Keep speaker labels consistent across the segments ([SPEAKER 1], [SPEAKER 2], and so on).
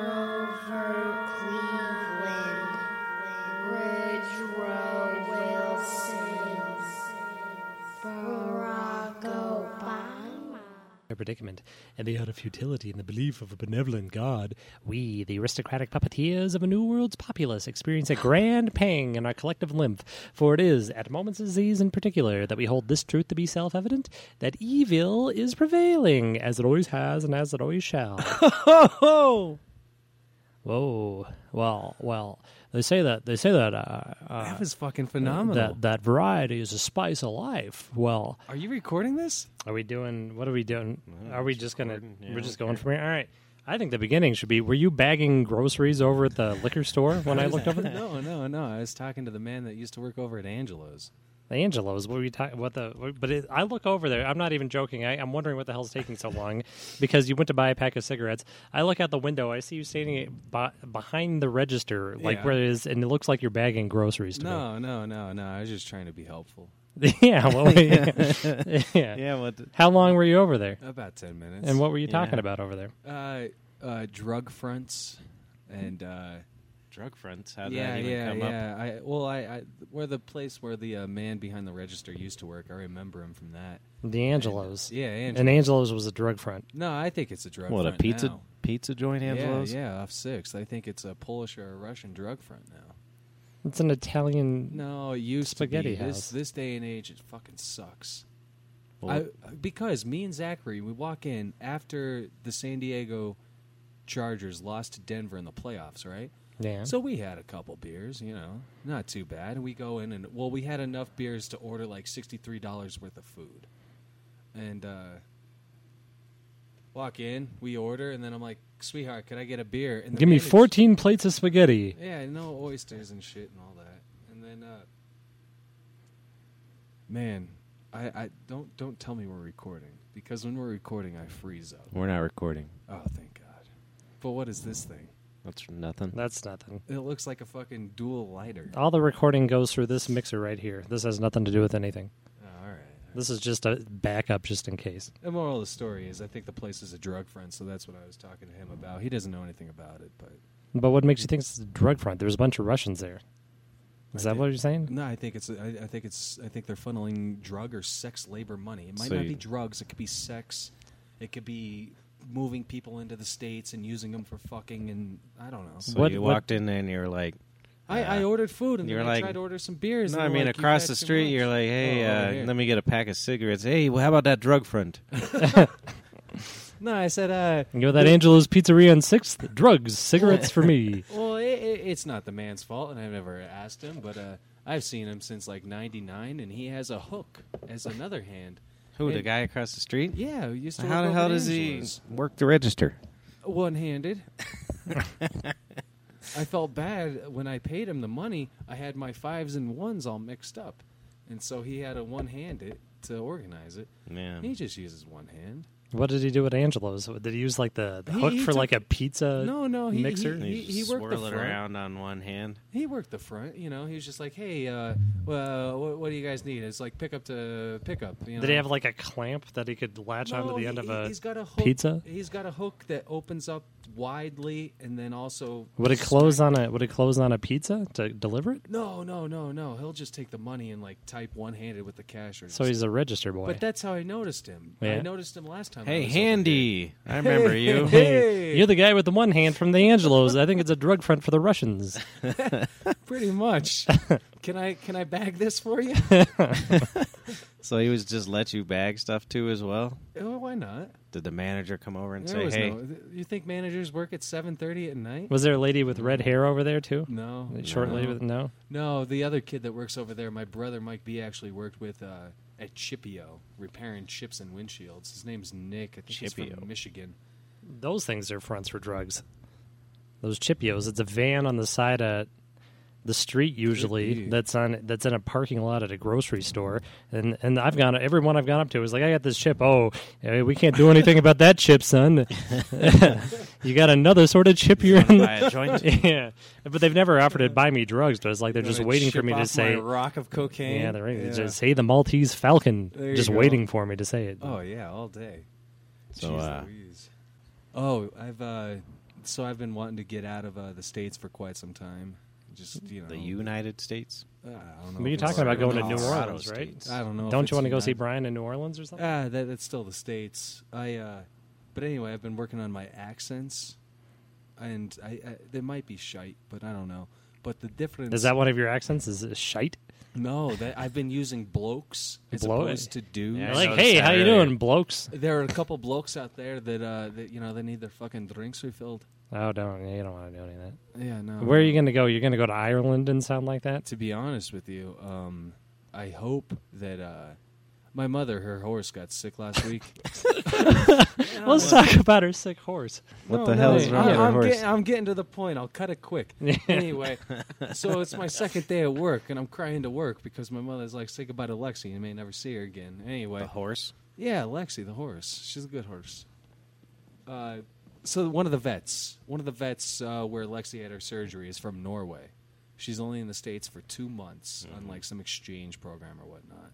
[SPEAKER 1] Grover Cleveland, Woodrow Wilson, Barack Obama.
[SPEAKER 2] Their predicament, and the utter futility in the belief of a benevolent God, we, the aristocratic puppeteers of a new world's populace, experience a grand pang in our collective lymph. For it is, at moments as these in particular, that we hold this truth to be self evident that evil is prevailing, as it always has and as it always shall.
[SPEAKER 3] Oh,
[SPEAKER 2] Whoa. Well, well, they say that, they say that, uh, uh,
[SPEAKER 3] that was fucking phenomenal.
[SPEAKER 2] that, that variety is a spice of life. Well,
[SPEAKER 3] Are you recording this?
[SPEAKER 2] Are we doing? What are we doing? are we just gonna?
[SPEAKER 4] recording, yeah,
[SPEAKER 2] we're just going from here. All right. I think the beginning should be. Were you bagging groceries over at the liquor store when I looked over there?
[SPEAKER 3] No, no, no. I was talking to the man that used to work over at Angelo's.
[SPEAKER 2] The Angelos. What were you talking? What the? What, but it, I look over there. I'm not even joking. I, I'm wondering what the hell's taking so long, because you went to buy a pack of cigarettes. I look out the window. I see you standing by, behind the register, like
[SPEAKER 3] Yeah.
[SPEAKER 2] where it is, and it looks like you're bagging groceries to
[SPEAKER 3] No, no, no, no. I was just trying to be helpful.
[SPEAKER 2] me. yeah. Well. yeah.
[SPEAKER 4] Yeah, what? the-
[SPEAKER 2] How long were you over there?
[SPEAKER 3] About ten minutes.
[SPEAKER 2] And what were you
[SPEAKER 4] Yeah.
[SPEAKER 2] talking about over there?
[SPEAKER 3] Uh, uh, drug fronts, and uh,
[SPEAKER 4] drug fronts. How did
[SPEAKER 3] yeah,
[SPEAKER 4] that even
[SPEAKER 3] yeah,
[SPEAKER 4] come up?
[SPEAKER 3] yeah. I well, I, I where the place where the uh, man behind the register used to work. I remember him from that.
[SPEAKER 2] The Angelos.
[SPEAKER 3] Yeah, Angelo.
[SPEAKER 2] And Angelo's was a drug front.
[SPEAKER 3] no, I think it's a drug.
[SPEAKER 4] What a
[SPEAKER 3] front
[SPEAKER 4] pizza
[SPEAKER 3] now.
[SPEAKER 4] pizza joint, Angelo's.
[SPEAKER 3] Yeah, yeah, off six. I think it's a Polish or a Russian drug front now.
[SPEAKER 2] It's an Italian.
[SPEAKER 3] No, it used
[SPEAKER 2] Spaghetti
[SPEAKER 3] to be.
[SPEAKER 2] house.
[SPEAKER 3] This this day and age, it fucking sucks.
[SPEAKER 4] Well,
[SPEAKER 3] I, because me and Zachary, we walk in after the San Diego Chargers lost to Denver in the playoffs, right?
[SPEAKER 2] Yeah.
[SPEAKER 3] So we had a couple beers, you know, not too bad. And we go in and well, we had enough beers to order like sixty three dollars worth of food, and uh, walk in, we order, and then I'm like, sweetheart, could I get a beer? And the
[SPEAKER 2] give me
[SPEAKER 3] manager-
[SPEAKER 2] 14 plates of spaghetti.
[SPEAKER 3] yeah, no oysters and shit and all that. And then, uh, man, I, I don't don't tell me we're recording because when we're recording, I freeze up.
[SPEAKER 4] we're not recording.
[SPEAKER 3] Oh, thank God. But what is this thing?
[SPEAKER 4] That's nothing.
[SPEAKER 2] That's nothing.
[SPEAKER 3] It looks like a fucking dual lighter.
[SPEAKER 2] All the recording goes through this mixer right here. This has nothing to do with anything.
[SPEAKER 3] Oh, all right.
[SPEAKER 2] This is just a backup, just in case.
[SPEAKER 3] The moral of the story is, I think the place is a drug friend, so that's what I was talking to him about. He doesn't know anything about it, but
[SPEAKER 2] But what makes you think it's a drug front? There's a bunch of Russians there. Is
[SPEAKER 3] I
[SPEAKER 2] that
[SPEAKER 3] did-
[SPEAKER 2] what you're saying?
[SPEAKER 3] no, I think it's, I, I think it's, I think they're funneling drug or sex labor money. It might
[SPEAKER 4] So
[SPEAKER 3] not
[SPEAKER 4] you-
[SPEAKER 3] be drugs. It could be sex. It could be moving people into the states and using them for fucking. And I don't know.
[SPEAKER 4] So
[SPEAKER 2] What-
[SPEAKER 4] you
[SPEAKER 2] what-
[SPEAKER 4] walked in and you're like,
[SPEAKER 3] I,
[SPEAKER 4] Yeah.
[SPEAKER 3] I ordered food and
[SPEAKER 4] You're
[SPEAKER 3] then I
[SPEAKER 4] like-
[SPEAKER 3] tried to order some beers.
[SPEAKER 4] no,
[SPEAKER 3] and
[SPEAKER 4] I
[SPEAKER 3] they're
[SPEAKER 4] mean,
[SPEAKER 3] like, "You've
[SPEAKER 4] across
[SPEAKER 3] had
[SPEAKER 4] the
[SPEAKER 3] too
[SPEAKER 4] street,
[SPEAKER 3] much."
[SPEAKER 4] you're like, hey,
[SPEAKER 3] Oh,
[SPEAKER 4] uh,
[SPEAKER 3] over here.
[SPEAKER 4] let me get a pack of cigarettes. Hey, well, how about that drug front?
[SPEAKER 3] no, I said, uh,
[SPEAKER 2] You know that Angelo's Pizzeria on 6th? Drugs, cigarettes for me.
[SPEAKER 3] well, it, it, it's not the man's fault, and I've never asked him, but uh, I've seen him since like '99, and he has a hook as another hand.
[SPEAKER 4] Who, the
[SPEAKER 3] And-
[SPEAKER 4] guy across the street?
[SPEAKER 3] Yeah, he used to. work
[SPEAKER 4] How the
[SPEAKER 3] over
[SPEAKER 4] hell
[SPEAKER 3] at
[SPEAKER 4] does he
[SPEAKER 3] Angelo's.
[SPEAKER 4] work the register?
[SPEAKER 3] one handed. I felt bad when I paid him the money. I had my fives and ones all mixed up, and so he had a one handed to organize it.
[SPEAKER 4] Yeah.
[SPEAKER 3] He just uses one hand.
[SPEAKER 2] What did he do at Angelo's? Did he use like the, the
[SPEAKER 3] He-
[SPEAKER 2] hook
[SPEAKER 3] he
[SPEAKER 2] for like a
[SPEAKER 3] took-
[SPEAKER 2] pizza
[SPEAKER 3] No, no, he-
[SPEAKER 2] mixer?
[SPEAKER 3] he-
[SPEAKER 4] just
[SPEAKER 3] worked the
[SPEAKER 4] swirl it
[SPEAKER 3] front.
[SPEAKER 4] around on one hand.
[SPEAKER 3] He worked the front, you know. He was just like, "Hey, uh, well, what, what do you guys need?" It's like pickup to pickup. You know?
[SPEAKER 2] Did he have like a clamp that he could latch
[SPEAKER 3] uh, No,
[SPEAKER 2] onto the end of
[SPEAKER 3] he- he-
[SPEAKER 2] a
[SPEAKER 3] he's got a hook,
[SPEAKER 2] pizza?
[SPEAKER 3] He's got a hook that opens up widely, and then also
[SPEAKER 2] Would it close on a would it close on a pizza to deliver it?
[SPEAKER 3] No, no, no, no. He'll just take the money and like type one handed with the cash or
[SPEAKER 2] So he's a register boy.
[SPEAKER 3] But that's how I noticed him.
[SPEAKER 2] Yeah.
[SPEAKER 3] I noticed him last time. I
[SPEAKER 4] Hey,
[SPEAKER 3] was over here.
[SPEAKER 4] Handy. I remember you.
[SPEAKER 2] Hey, you're the guy with the one hand from the Angelos. I think it's a drug front for the Russians.
[SPEAKER 3] Pretty much. can I can I bag this for you?
[SPEAKER 4] So he was just let you bag stuff too as well?
[SPEAKER 3] oh, why not?
[SPEAKER 4] Did the manager come over and
[SPEAKER 3] There
[SPEAKER 4] say,
[SPEAKER 3] was
[SPEAKER 4] hey,
[SPEAKER 3] no. You think managers work at seven thirty at night?
[SPEAKER 2] Was there a lady with red hair over there too?
[SPEAKER 3] No.
[SPEAKER 2] A Short
[SPEAKER 3] no.
[SPEAKER 2] lady with no.
[SPEAKER 3] No, the other kid that works over there, my brother Mike B actually worked with uh, at Chipio, repairing chips and windshields. His name's Nick. I think he's
[SPEAKER 4] Chipio.
[SPEAKER 3] from Michigan.
[SPEAKER 2] Those things are fronts for drugs. Those chipios. It's a van on the side of the street usually
[SPEAKER 3] be.
[SPEAKER 2] that's on that's in a parking lot at a grocery store. And and I've gone everyone I've gone up to is like, I got this chip. Oh, eh, we can't do anything about that chip, son. you got another sort of chip you're in.
[SPEAKER 4] buy a joint?
[SPEAKER 2] yeah, but they've never offered to buy me drugs. But it's like they're just
[SPEAKER 3] Gonna
[SPEAKER 2] waiting for
[SPEAKER 3] chip
[SPEAKER 2] me
[SPEAKER 3] off
[SPEAKER 2] to
[SPEAKER 3] my
[SPEAKER 2] say.
[SPEAKER 3] rock of cocaine.
[SPEAKER 2] Yeah, they're they
[SPEAKER 3] Yeah.
[SPEAKER 2] just say the Maltese Falcon,
[SPEAKER 3] There you
[SPEAKER 2] just
[SPEAKER 3] go.
[SPEAKER 2] waiting for me to say it.
[SPEAKER 3] Oh yeah, all Oh, day.
[SPEAKER 4] So,
[SPEAKER 3] Jeez
[SPEAKER 4] uh,
[SPEAKER 3] Louise. Oh, I've uh, so I've been wanting to get out of uh, the states for quite some time. Just you know,
[SPEAKER 4] Mm,
[SPEAKER 3] Uh,
[SPEAKER 4] The United States.
[SPEAKER 3] I don't know.
[SPEAKER 2] What are
[SPEAKER 3] if
[SPEAKER 2] you
[SPEAKER 3] it's-
[SPEAKER 2] talking about going to New
[SPEAKER 4] Colorado
[SPEAKER 2] Orleans, right?
[SPEAKER 4] States.
[SPEAKER 3] I don't know. if
[SPEAKER 2] Don't
[SPEAKER 3] it's
[SPEAKER 2] you want to go see
[SPEAKER 3] United-
[SPEAKER 2] Brian in New Orleans or something?
[SPEAKER 3] Ah, that, that's still the states. I, uh, but anyway, I've been working on my accents, and I, I they might be shite, but I don't know. But the difference
[SPEAKER 2] Is that one of your accents? Is it shite?
[SPEAKER 3] no? That I've been using blokes as
[SPEAKER 2] Blo-
[SPEAKER 3] opposed to dudes.
[SPEAKER 4] Yeah, I
[SPEAKER 2] like,
[SPEAKER 4] noticed
[SPEAKER 2] hey,
[SPEAKER 4] that
[SPEAKER 2] how you
[SPEAKER 4] earlier.
[SPEAKER 2] doing, blokes?
[SPEAKER 3] There are a couple blokes out there that uh, that you know they need their fucking drinks refilled.
[SPEAKER 2] Oh, don't you don't want to do any of that.
[SPEAKER 3] Yeah, no.
[SPEAKER 2] Where are you going to go? You're going to go to Ireland and sound like that?
[SPEAKER 3] To be honest with you, um, I hope that uh, my mother, her horse, got sick last week.
[SPEAKER 2] Oh, Let's talk about her sick horse.
[SPEAKER 4] What
[SPEAKER 3] No,
[SPEAKER 4] the
[SPEAKER 3] no,
[SPEAKER 4] hell is
[SPEAKER 2] no,
[SPEAKER 3] I'm,
[SPEAKER 4] wrong with your
[SPEAKER 3] I'm
[SPEAKER 4] horse?
[SPEAKER 3] Getting, I'm getting to the point. I'll cut it quick. anyway, so it's my second day at work, and I'm crying to work because my mother's like, "Say goodbye to Lexi. You may never see her again." Anyway,
[SPEAKER 4] the horse.
[SPEAKER 3] yeah, Lexi, the horse. She's a good horse. Uh, so one of the vets, one of the vets uh, where Lexi had her surgery, is from Norway. She's only in the states for two months on like some exchange program or whatnot.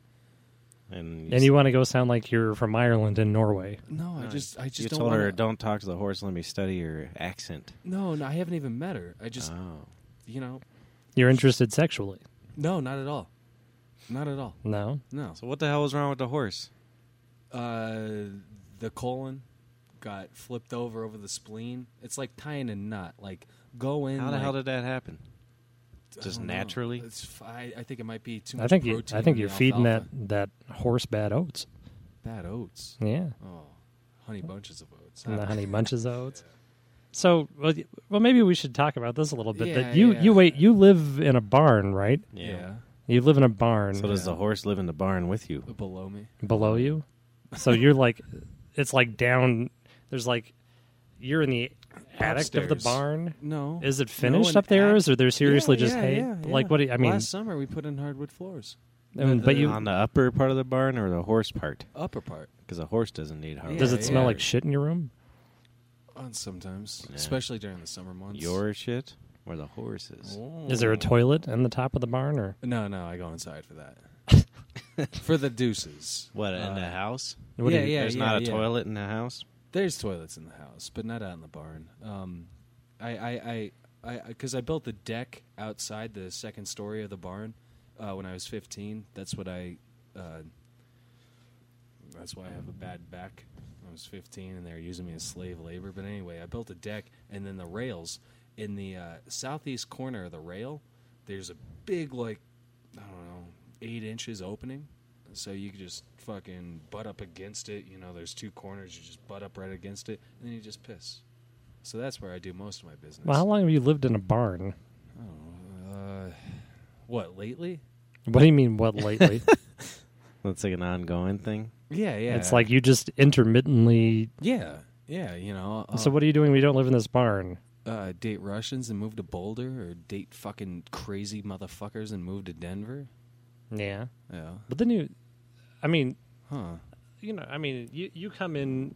[SPEAKER 4] And you,
[SPEAKER 2] And you want to go sound like you're from Ireland and Norway.
[SPEAKER 3] No, I just, I just
[SPEAKER 4] you
[SPEAKER 3] don't
[SPEAKER 4] told her,
[SPEAKER 3] wanna-
[SPEAKER 4] "Don't talk to the horse. Let me study your accent."
[SPEAKER 3] No, no, I haven't even met her. I just,
[SPEAKER 4] Oh,
[SPEAKER 3] you know,
[SPEAKER 2] You're interested sexually.
[SPEAKER 3] no, not at all, not at all.
[SPEAKER 2] No?
[SPEAKER 3] No,
[SPEAKER 4] so what the hell was wrong with the horse?
[SPEAKER 3] Uh, the colon got flipped over over the spleen. It's like tying a knot. Like go in.
[SPEAKER 4] How the
[SPEAKER 3] like-
[SPEAKER 4] hell did that happen?
[SPEAKER 3] I
[SPEAKER 4] just
[SPEAKER 3] don't know.
[SPEAKER 4] naturally?
[SPEAKER 3] It's, f- I, I think it might be too much
[SPEAKER 2] I think you,
[SPEAKER 3] protein.
[SPEAKER 2] I think
[SPEAKER 3] in
[SPEAKER 2] you're
[SPEAKER 3] the
[SPEAKER 2] feeding that,
[SPEAKER 3] alfalfa.
[SPEAKER 2] that horse bad oats.
[SPEAKER 3] bad oats.
[SPEAKER 2] Yeah.
[SPEAKER 3] Oh, honey bunches of oats.
[SPEAKER 2] And the
[SPEAKER 3] Ah,
[SPEAKER 2] honey bunches of oats. Uh, So, well, y- well, maybe we should talk about this a little bit.
[SPEAKER 3] Yeah,
[SPEAKER 2] that you,
[SPEAKER 3] yeah.
[SPEAKER 2] you wait, you live in a barn, right?
[SPEAKER 3] Yeah.
[SPEAKER 2] You live in a barn
[SPEAKER 4] So does the horse live in the barn with you?
[SPEAKER 3] below me.
[SPEAKER 2] below you, so you're like, it's like down. There's like, you're in the attic of the
[SPEAKER 3] Upstairs.
[SPEAKER 2] barn.
[SPEAKER 3] No.
[SPEAKER 2] Is it
[SPEAKER 3] No,
[SPEAKER 2] finished
[SPEAKER 3] an
[SPEAKER 2] up there?
[SPEAKER 3] act-
[SPEAKER 2] Is there there's seriously
[SPEAKER 3] Yeah,
[SPEAKER 2] just
[SPEAKER 3] yeah,
[SPEAKER 2] hay?
[SPEAKER 3] yeah,
[SPEAKER 2] Like
[SPEAKER 3] yeah.
[SPEAKER 2] what? Do you, I mean,
[SPEAKER 3] last summer we put in hardwood floors.
[SPEAKER 2] I mean,
[SPEAKER 3] the-
[SPEAKER 2] but you
[SPEAKER 4] on the upper part of the barn or the horse part?
[SPEAKER 3] Upper part
[SPEAKER 4] Because a horse doesn't need hardwood.
[SPEAKER 2] does
[SPEAKER 3] Yeah,
[SPEAKER 2] it smell
[SPEAKER 3] yeah.
[SPEAKER 2] like shit in your room?
[SPEAKER 3] on sometimes,
[SPEAKER 4] Yeah.
[SPEAKER 3] especially during the summer months.
[SPEAKER 4] your shit or the horse's?
[SPEAKER 2] Is there a
[SPEAKER 3] toy?
[SPEAKER 2] toilet in the top of the barn or
[SPEAKER 3] No, no, I go inside for that. for the deuces.
[SPEAKER 4] What in
[SPEAKER 3] Uh,
[SPEAKER 4] the house?
[SPEAKER 2] what do
[SPEAKER 3] yeah,
[SPEAKER 2] you-
[SPEAKER 3] yeah,
[SPEAKER 4] There's
[SPEAKER 3] yeah,
[SPEAKER 4] not a
[SPEAKER 3] yeah.
[SPEAKER 4] toilet in the house.
[SPEAKER 3] There's toilets in the house, but not out in the barn. Um, I, I, I, because I, built the deck outside the second story of the barn uh, when I was 15. That's what I. Uh, that's why I have a bad back. I was 15, and they were using me as slave labor. But anyway, I built a deck, and then the rails in the uh, southeast corner of the rail. There's a big, like, I don't know, eight inches opening. So you could just fucking butt up against it. You know, there's two corners. You just butt up right against it, and then you just piss. So that's where I do most of my business.
[SPEAKER 2] Well, how long have you lived in a barn?
[SPEAKER 3] Uh, what lately?
[SPEAKER 2] What do you mean? What lately?
[SPEAKER 4] That's like an ongoing thing.
[SPEAKER 3] Yeah, yeah.
[SPEAKER 2] It's like you just intermittently.
[SPEAKER 3] yeah, yeah. You know. Uh,
[SPEAKER 2] so what are you doing? when you don't live in this barn.
[SPEAKER 3] uh, date Russians and move to Boulder, or date fucking crazy motherfuckers and move to Denver?
[SPEAKER 2] Yeah,
[SPEAKER 3] Yeah.
[SPEAKER 2] but then you, I mean,
[SPEAKER 3] Huh.
[SPEAKER 2] you know, I mean, you you come in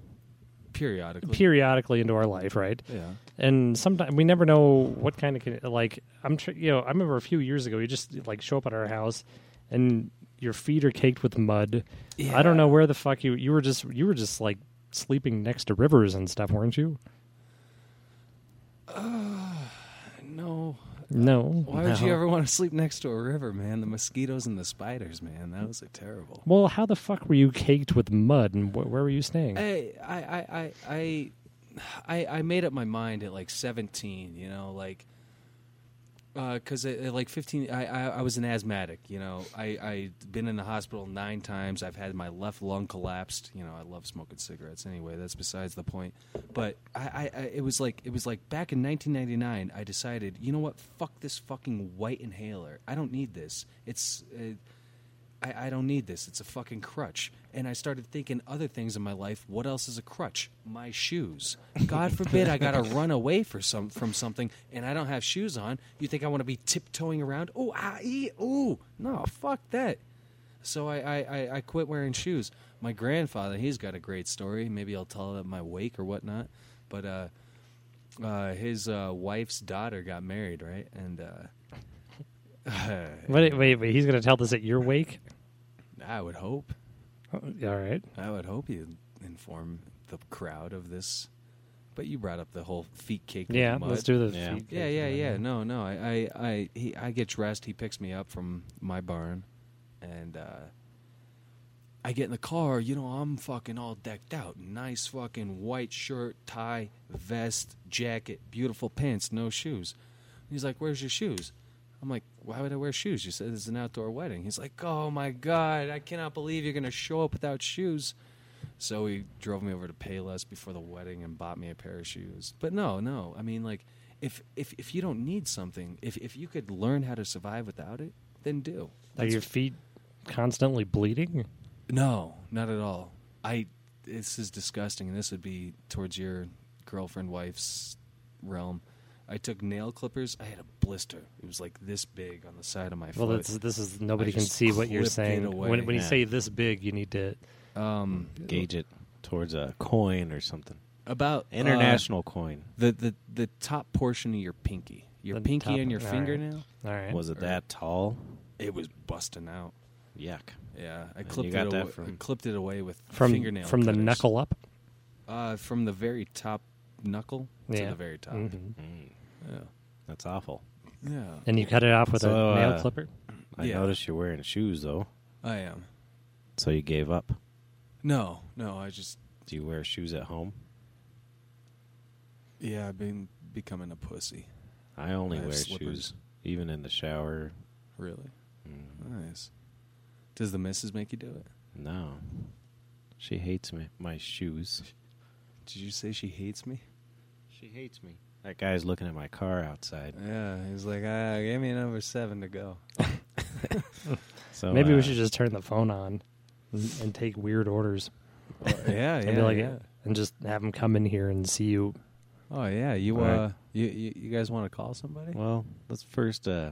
[SPEAKER 3] Periodically.
[SPEAKER 2] periodically into our life, right?
[SPEAKER 3] yeah.
[SPEAKER 2] And sometimes we never know what kind of con- like I'm. Tr- you know, I remember a few years ago, you just like show up at our house, and your feet are caked with mud. I don't know where the fuck you you were just you were just like sleeping next to rivers and stuff, weren't you?
[SPEAKER 3] No.
[SPEAKER 2] No.
[SPEAKER 3] Uh, Why would you
[SPEAKER 4] No.
[SPEAKER 3] ever want to sleep next to a river, man? The mosquitoes and the spiders, man. That was like, terrible.
[SPEAKER 2] Well, how the fuck were you caked with mud, and wh- where were you staying?
[SPEAKER 3] I, I, I, I, I, I made up my mind at like 17, you know, like, because at at, like 15, I, I, I was an asthmatic, you know. I, i been in the hospital nine times. I've had my left lung collapsed. You know, I love smoking cigarettes anyway. That's besides the point. But I, I, I it was like, it was like back in 1999, I decided, you know what? Fuck this fucking white inhaler. I don't need this. It's, uh, I, I don't need this. It's a fucking crutch. And I started thinking other things in my life. What else is a crutch? My shoes. God forbid I gotta run away for some from something and I don't have shoes on. You think I want to be tiptoeing around? Oh, ah, ee, ooh, no, fuck that. So I, I, I, I quit wearing shoes. My grandfather, he's got a great story. Maybe I'll tell it at my wake or whatnot. But uh, uh, his uh, wife's daughter got married, right? And uh,
[SPEAKER 2] Wait, wait, wait. He's going to tell this at your wake?
[SPEAKER 3] I would hope.
[SPEAKER 2] All right.
[SPEAKER 3] I would hope you inform the crowd of this But you brought up the whole feet cake. in
[SPEAKER 2] Yeah,
[SPEAKER 3] the
[SPEAKER 2] let's
[SPEAKER 3] mud.
[SPEAKER 2] do the
[SPEAKER 4] Yeah.
[SPEAKER 2] feet
[SPEAKER 3] Yeah,
[SPEAKER 2] cake.
[SPEAKER 3] yeah, yeah. No, no. I, I, I, he, I get dressed. He picks me up from my barn, and uh, I get in the car. You know, I'm fucking all decked out. Nice fucking white shirt, tie, vest, jacket, beautiful pants, no shoes. And he's like, "Where's your shoes?" I'm like, "Why would I wear shoes?" You said it's an outdoor wedding. He's like, "Oh my god, I cannot believe you're gonna show up without shoes." So he drove me over to Payless before the wedding and bought me a pair of shoes. But no, no. I mean, like, if if, if you don't need something, if, if you could learn how to survive without it, then do.
[SPEAKER 2] Are your feet constantly bleeding?
[SPEAKER 3] No, not at all. I. This is disgusting, and this would be towards your girlfriend, wife's realm. I took nail clippers. I had a blister. It was like this big on the side of my
[SPEAKER 2] Well,
[SPEAKER 3] foot.
[SPEAKER 2] that's, this is nobody can
[SPEAKER 3] just
[SPEAKER 2] see what you're
[SPEAKER 3] clipped it
[SPEAKER 2] saying.
[SPEAKER 3] away.
[SPEAKER 2] When, when you
[SPEAKER 4] Yeah.
[SPEAKER 2] say this big, you need to.
[SPEAKER 3] um,
[SPEAKER 4] Gauge it towards a coin or something.
[SPEAKER 3] about uh,
[SPEAKER 4] International coin.
[SPEAKER 3] the, the the top portion of your pinky, your
[SPEAKER 2] The
[SPEAKER 3] pinky
[SPEAKER 2] top-
[SPEAKER 3] and your
[SPEAKER 2] all right.
[SPEAKER 3] fingernail.
[SPEAKER 2] All right.
[SPEAKER 4] Was it that tall?
[SPEAKER 3] It was busting out.
[SPEAKER 4] Yuck.
[SPEAKER 3] Yeah, I clipped
[SPEAKER 4] got
[SPEAKER 3] it.
[SPEAKER 4] that
[SPEAKER 3] Away, I
[SPEAKER 4] from-
[SPEAKER 3] clipped it away with
[SPEAKER 2] from
[SPEAKER 3] fingernail
[SPEAKER 2] from the
[SPEAKER 3] cutters.
[SPEAKER 2] knuckle up.
[SPEAKER 3] uh, from the very top knuckle
[SPEAKER 2] Yeah.
[SPEAKER 3] to the very top.
[SPEAKER 2] Mhm.
[SPEAKER 3] Yeah,
[SPEAKER 4] Mm, That's awful.
[SPEAKER 3] yeah,
[SPEAKER 2] And you cut it off with
[SPEAKER 4] So,
[SPEAKER 2] a
[SPEAKER 4] uh,
[SPEAKER 2] nail clipper.
[SPEAKER 4] I
[SPEAKER 3] Yeah.
[SPEAKER 4] noticed you're wearing shoes though,
[SPEAKER 3] I am.
[SPEAKER 4] so you gave up.
[SPEAKER 3] No, no, I just
[SPEAKER 4] Do you wear shoes at home?
[SPEAKER 3] yeah, I've been becoming a pussy.
[SPEAKER 4] I only
[SPEAKER 3] I have
[SPEAKER 4] wear
[SPEAKER 3] slippers.
[SPEAKER 4] shoes, even in the shower.
[SPEAKER 3] Really
[SPEAKER 4] Mm,
[SPEAKER 3] nice. Does the missus make you do it?
[SPEAKER 4] No, she hates me. My shoes.
[SPEAKER 3] Did you say she hates me?
[SPEAKER 4] She hates me. That guy's looking at my car outside.
[SPEAKER 3] Yeah, he's like, ah, give me number seven to go.
[SPEAKER 4] So
[SPEAKER 2] Maybe
[SPEAKER 4] uh,
[SPEAKER 2] we should just turn the phone on and, and take weird orders
[SPEAKER 3] Oh, yeah,
[SPEAKER 2] and
[SPEAKER 3] yeah,
[SPEAKER 2] be like,
[SPEAKER 3] yeah.
[SPEAKER 2] and just have them come in here and see you.
[SPEAKER 3] Oh yeah, you
[SPEAKER 4] All right.
[SPEAKER 3] uh, you, you you guys want to call somebody?
[SPEAKER 4] Well, let's first uh,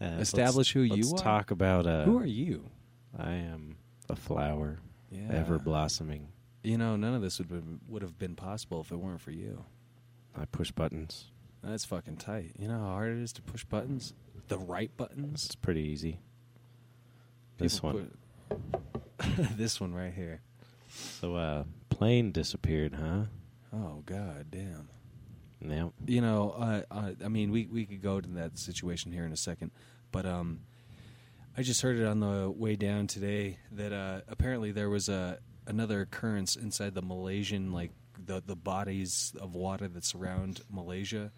[SPEAKER 4] uh,
[SPEAKER 3] Establish who
[SPEAKER 4] let's,
[SPEAKER 3] you
[SPEAKER 4] let's
[SPEAKER 3] are.
[SPEAKER 4] Talk about uh,
[SPEAKER 3] Who are you?
[SPEAKER 4] I am a flower,
[SPEAKER 3] Yeah.
[SPEAKER 4] ever blossoming.
[SPEAKER 3] You know, none of this would been, would have been possible if it weren't for you.
[SPEAKER 4] I push buttons.
[SPEAKER 3] That's fucking tight. You know how hard it is to push buttons, the right buttons.
[SPEAKER 4] It's pretty easy. This
[SPEAKER 3] People
[SPEAKER 4] one.
[SPEAKER 3] put- this one right here.
[SPEAKER 4] So, uh, plane disappeared, huh?
[SPEAKER 3] Oh god damn.
[SPEAKER 4] No.
[SPEAKER 3] You know, uh, uh, I mean, we we could go to that situation here in a second, but um, I just heard it on the way down today that uh, apparently there was a another occurrence inside the Malaysian like the the bodies of water that surround Malaysia.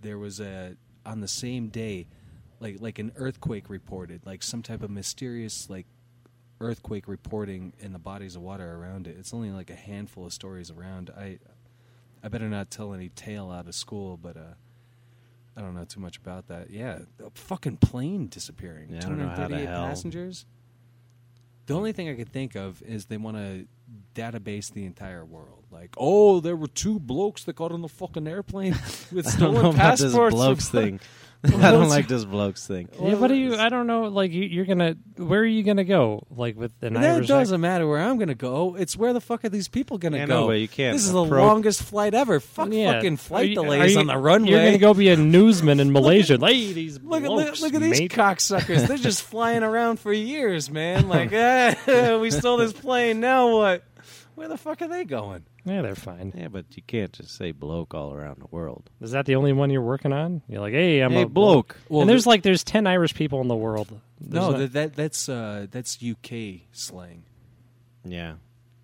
[SPEAKER 3] There was a on the same day, like like an earthquake reported, like some type of mysterious like earthquake reporting in the bodies of water around it. It's only like a handful of stories around. I I better not tell any tale out of school, but uh I don't know too much about that. Yeah, a fucking plane disappearing.
[SPEAKER 4] Yeah, I don't know how the
[SPEAKER 3] 238
[SPEAKER 4] hell-
[SPEAKER 3] passengers. The only thing I could think of is they want to database the entire world. Like, oh, there were two blokes that got on the fucking airplane with
[SPEAKER 4] I don't
[SPEAKER 3] stolen
[SPEAKER 4] know about
[SPEAKER 3] passports.
[SPEAKER 4] this blokes thing. I don't like this blokes thing.
[SPEAKER 2] yeah, what are you? I don't know. Like you, you're gonna. Where are you gonna go? Like with an
[SPEAKER 3] That
[SPEAKER 2] Irish
[SPEAKER 3] doesn't matter where I'm going to go. It's where the fuck are these people going to
[SPEAKER 4] Yeah,
[SPEAKER 3] go?
[SPEAKER 4] no, but you can't
[SPEAKER 3] This is the
[SPEAKER 4] appro-
[SPEAKER 3] longest flight ever. Fuck
[SPEAKER 2] accent? Yeah.
[SPEAKER 3] fucking
[SPEAKER 2] Are
[SPEAKER 3] flight
[SPEAKER 2] you- are
[SPEAKER 3] delays
[SPEAKER 2] you-
[SPEAKER 3] on the runway.
[SPEAKER 2] You're gonna go be a newsman in Malaysia, ladies.
[SPEAKER 3] Look at, look, look at these
[SPEAKER 2] mate.
[SPEAKER 3] cocksuckers. They're just flying around for years, man. Like, ah, we stole this plane. Now what? Where the fuck are they going?
[SPEAKER 2] Yeah, they're fine.
[SPEAKER 4] Yeah, but you can't just say bloke all around the world.
[SPEAKER 2] Is that the only one you're working on? You're like, hey, I'm
[SPEAKER 4] Hey,
[SPEAKER 2] a
[SPEAKER 4] bloke.
[SPEAKER 3] Well,
[SPEAKER 2] and there's
[SPEAKER 3] the-
[SPEAKER 2] like there's ten Irish people in the world. There's
[SPEAKER 3] No,
[SPEAKER 2] not-
[SPEAKER 3] that, that that's uh, that's UK slang.
[SPEAKER 4] Yeah.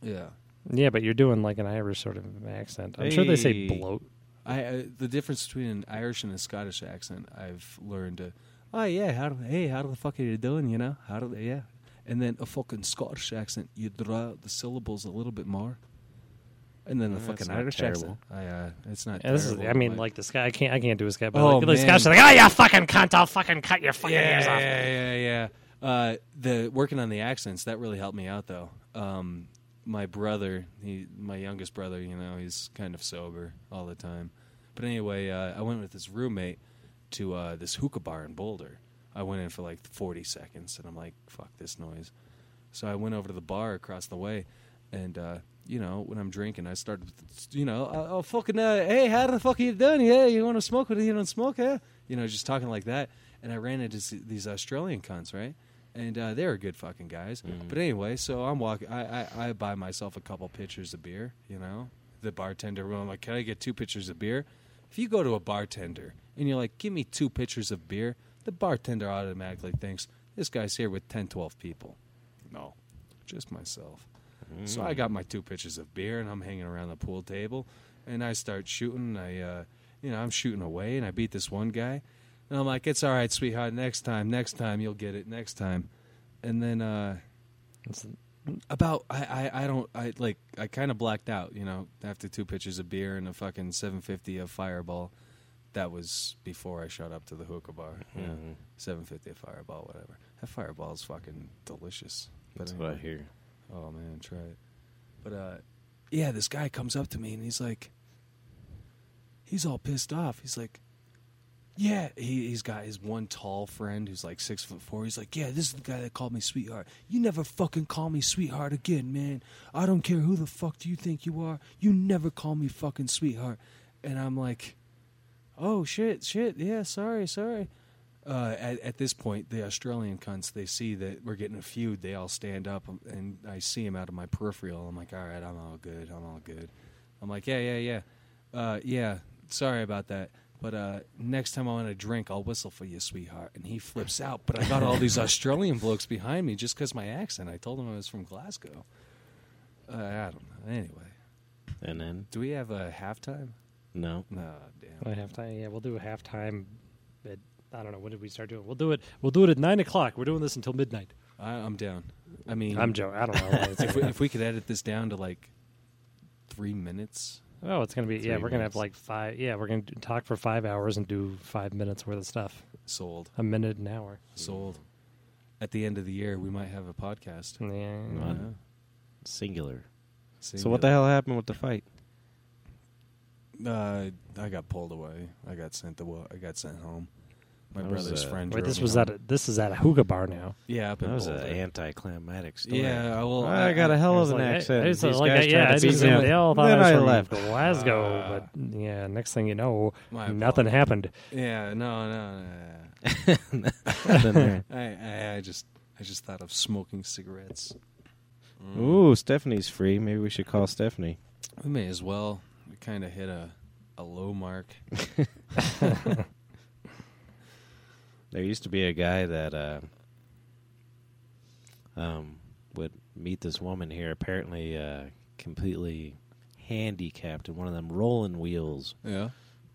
[SPEAKER 3] Yeah.
[SPEAKER 2] yeah, but you're doing like an Irish sort of accent. I'm sure they say
[SPEAKER 4] Hey.
[SPEAKER 2] bloat.
[SPEAKER 3] I uh, the difference between an Irish and a Scottish accent I've learned. Uh, oh yeah, how hey, how the fuck are you doing? You know how do yeah, and then a fucking Scottish accent you draw out the syllables a little bit more, and then the
[SPEAKER 4] Yeah, that's
[SPEAKER 3] fucking
[SPEAKER 4] not
[SPEAKER 3] Irish
[SPEAKER 4] terrible.
[SPEAKER 3] accent. I uh, it's not.
[SPEAKER 2] Yeah, this is,
[SPEAKER 3] terrible,
[SPEAKER 2] I mean,
[SPEAKER 3] but-
[SPEAKER 2] like this guy. I can't. I can't do this guy. But
[SPEAKER 3] Oh,
[SPEAKER 2] like, this
[SPEAKER 3] man.
[SPEAKER 2] guy's like, oh, you fucking cunt! I'll fucking cut your fucking
[SPEAKER 3] yeah,
[SPEAKER 2] ears off.
[SPEAKER 3] yeah, yeah, yeah. Uh, the working on the accents that really helped me out though. Um, my brother, he, my youngest brother, you know, he's kind of sober all the time. But anyway, uh, I went with this roommate to uh, this hookah bar in Boulder. I went in for like 40 seconds, and I'm like, "Fuck this noise." So I went over to the bar across the way, and uh, you know, when I'm drinking, I started, with, you know, oh, oh fucking, uh, hey, how the fuck are you doing? Yeah, you want to smoke? What do you don't smoke? Huh? You know, just talking like that. And I ran into s- these Australian cunts, right? And uh, they were good fucking guys. But anyway, so I'm walking. I, I I buy myself a couple pitchers of beer, you know, the bartender room. I'm like, can I get two pitchers of beer? If you go to a bartender and you're like, give me two pitchers of beer, the bartender automatically thinks this guy's here with 10, 12 people. No, just myself. So I got my two pitchers of beer and I'm hanging around the pool table and I start shooting. I, uh, you know, I'm shooting away and I beat this one guy. And I'm like, it's all right, sweetheart. Next time, next time, you'll get it. Next time. And then, uh, about I, I I don't I like I kind of blacked out, you know, after two pitchers of beer and a fucking 750 of Fireball. That was before I shot up to the hookah bar. Yeah, 750 of Fireball, whatever. That Fireball is fucking delicious.
[SPEAKER 4] That's
[SPEAKER 3] anyway.
[SPEAKER 4] what I hear.
[SPEAKER 3] Oh man, try it. But uh yeah, this guy comes up to me and he's like he's all pissed off. He's like yeah, he, he's got his one tall friend who's like six foot four. He's like, Yeah, this is the guy that called me sweetheart. You never fucking call me sweetheart again, man. I don't care who the fuck do you think you are. You never call me fucking sweetheart. And I'm like, Oh shit, shit, yeah, sorry, sorry. Uh, at, at this point, the Australian cunts they see that we're getting a feud. They all stand up, um, and I see him out of my peripheral. I'm like, all right, I'm all good. I'm all good. I'm like, yeah, yeah, yeah, uh, yeah. Sorry about that. But uh, next time I want a drink, I'll whistle for you, sweetheart. And he flips out. But I got all these Australian blokes behind me just because my accent. I told him I was from Glasgow. Uh, I don't know. Anyway,
[SPEAKER 4] And then
[SPEAKER 3] do we have a halftime?
[SPEAKER 4] no,
[SPEAKER 3] No, damn.
[SPEAKER 2] I have time. Yeah, we'll do a halftime. At, I don't know when did we start doing. We'll do it. We'll do it at nine o'clock. We're doing this until midnight.
[SPEAKER 3] I, I'm down. I mean,
[SPEAKER 2] I'm joking. I don't know. It's
[SPEAKER 3] if, we, if we could edit this down to like three minutes,
[SPEAKER 2] oh, it's gonna be. Yeah,
[SPEAKER 4] Three
[SPEAKER 2] we're gonna have
[SPEAKER 4] minutes.
[SPEAKER 2] like five. Yeah, we're gonna do- talk for five hours and do five minutes worth of stuff.
[SPEAKER 3] sold,
[SPEAKER 2] A minute an hour.
[SPEAKER 3] sold. At the end of the year, we might have a podcast.
[SPEAKER 4] Hmm.
[SPEAKER 2] Yeah.
[SPEAKER 4] Wow. singular. So
[SPEAKER 3] Singular.
[SPEAKER 4] what the hell happened with the fight?
[SPEAKER 3] Uh, I got pulled away. I got sent away. I got sent home. My
[SPEAKER 4] That was,
[SPEAKER 3] brother's
[SPEAKER 4] uh,
[SPEAKER 3] friend.
[SPEAKER 2] Wait,
[SPEAKER 3] drove
[SPEAKER 2] this
[SPEAKER 3] me
[SPEAKER 2] was
[SPEAKER 3] home.
[SPEAKER 2] at a, this is at a hookah bar now.
[SPEAKER 3] yeah, up in
[SPEAKER 4] That was an
[SPEAKER 3] Boulder.
[SPEAKER 4] anticlimactic story.
[SPEAKER 3] yeah. Well,
[SPEAKER 4] I got a hell of an accent.
[SPEAKER 2] It's
[SPEAKER 4] These
[SPEAKER 2] like,
[SPEAKER 4] guys
[SPEAKER 2] yeah, I
[SPEAKER 4] tried to beat
[SPEAKER 2] just-
[SPEAKER 4] me up.
[SPEAKER 2] they all thought
[SPEAKER 4] then
[SPEAKER 2] I
[SPEAKER 4] I
[SPEAKER 2] was from
[SPEAKER 4] left.
[SPEAKER 2] Glasgow,
[SPEAKER 3] Ah.
[SPEAKER 2] but yeah, next thing you know,
[SPEAKER 3] My
[SPEAKER 2] nothing
[SPEAKER 3] apologies.
[SPEAKER 2] happened.
[SPEAKER 3] Yeah. No. No. no.
[SPEAKER 4] Then
[SPEAKER 3] I,
[SPEAKER 4] there.
[SPEAKER 3] I. I just. I just thought of smoking cigarettes.
[SPEAKER 4] Mm. Ooh, Stephanie's free. Maybe we should call Stephanie.
[SPEAKER 3] We may as well. We kind of hit a a low mark.
[SPEAKER 4] There used to be a guy that uh, um, would meet this woman here, apparently uh, completely handicapped in one of them rolling wheels.
[SPEAKER 3] Yeah.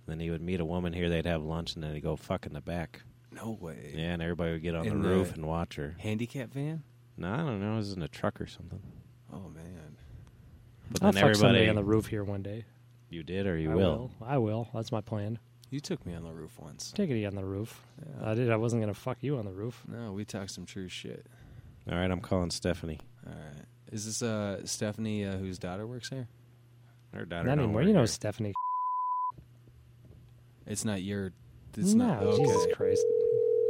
[SPEAKER 4] Then he would meet a woman here, they'd have lunch, and then he'd go fuck in the back.
[SPEAKER 3] No way.
[SPEAKER 4] Yeah, and everybody would get on
[SPEAKER 3] In
[SPEAKER 4] the
[SPEAKER 3] the-
[SPEAKER 4] roof and watch her.
[SPEAKER 3] Handicap van.
[SPEAKER 4] No, I don't know. It was in a truck or something.
[SPEAKER 3] Oh man.
[SPEAKER 4] But
[SPEAKER 2] I'll
[SPEAKER 4] then
[SPEAKER 2] fuck somebody
[SPEAKER 4] everybody,
[SPEAKER 2] on the roof here one day.
[SPEAKER 4] you did or you
[SPEAKER 2] I
[SPEAKER 4] will.
[SPEAKER 2] I will. That's my plan.
[SPEAKER 3] You took me on the roof once.
[SPEAKER 2] Take it easy on the roof.
[SPEAKER 3] Yeah.
[SPEAKER 2] I did. I wasn't gonna fuck you on the roof.
[SPEAKER 3] No, we talked some true shit.
[SPEAKER 4] All right, I'm calling Stephanie.
[SPEAKER 3] All right. Is this uh Stephanie uh, whose daughter works here?
[SPEAKER 4] Her daughter.
[SPEAKER 2] Not
[SPEAKER 4] don't
[SPEAKER 2] anymore.
[SPEAKER 4] work
[SPEAKER 2] You know,
[SPEAKER 4] here.
[SPEAKER 2] Stephanie.
[SPEAKER 3] It's not your. It's
[SPEAKER 2] no,
[SPEAKER 3] not okay.
[SPEAKER 2] Jesus Christ.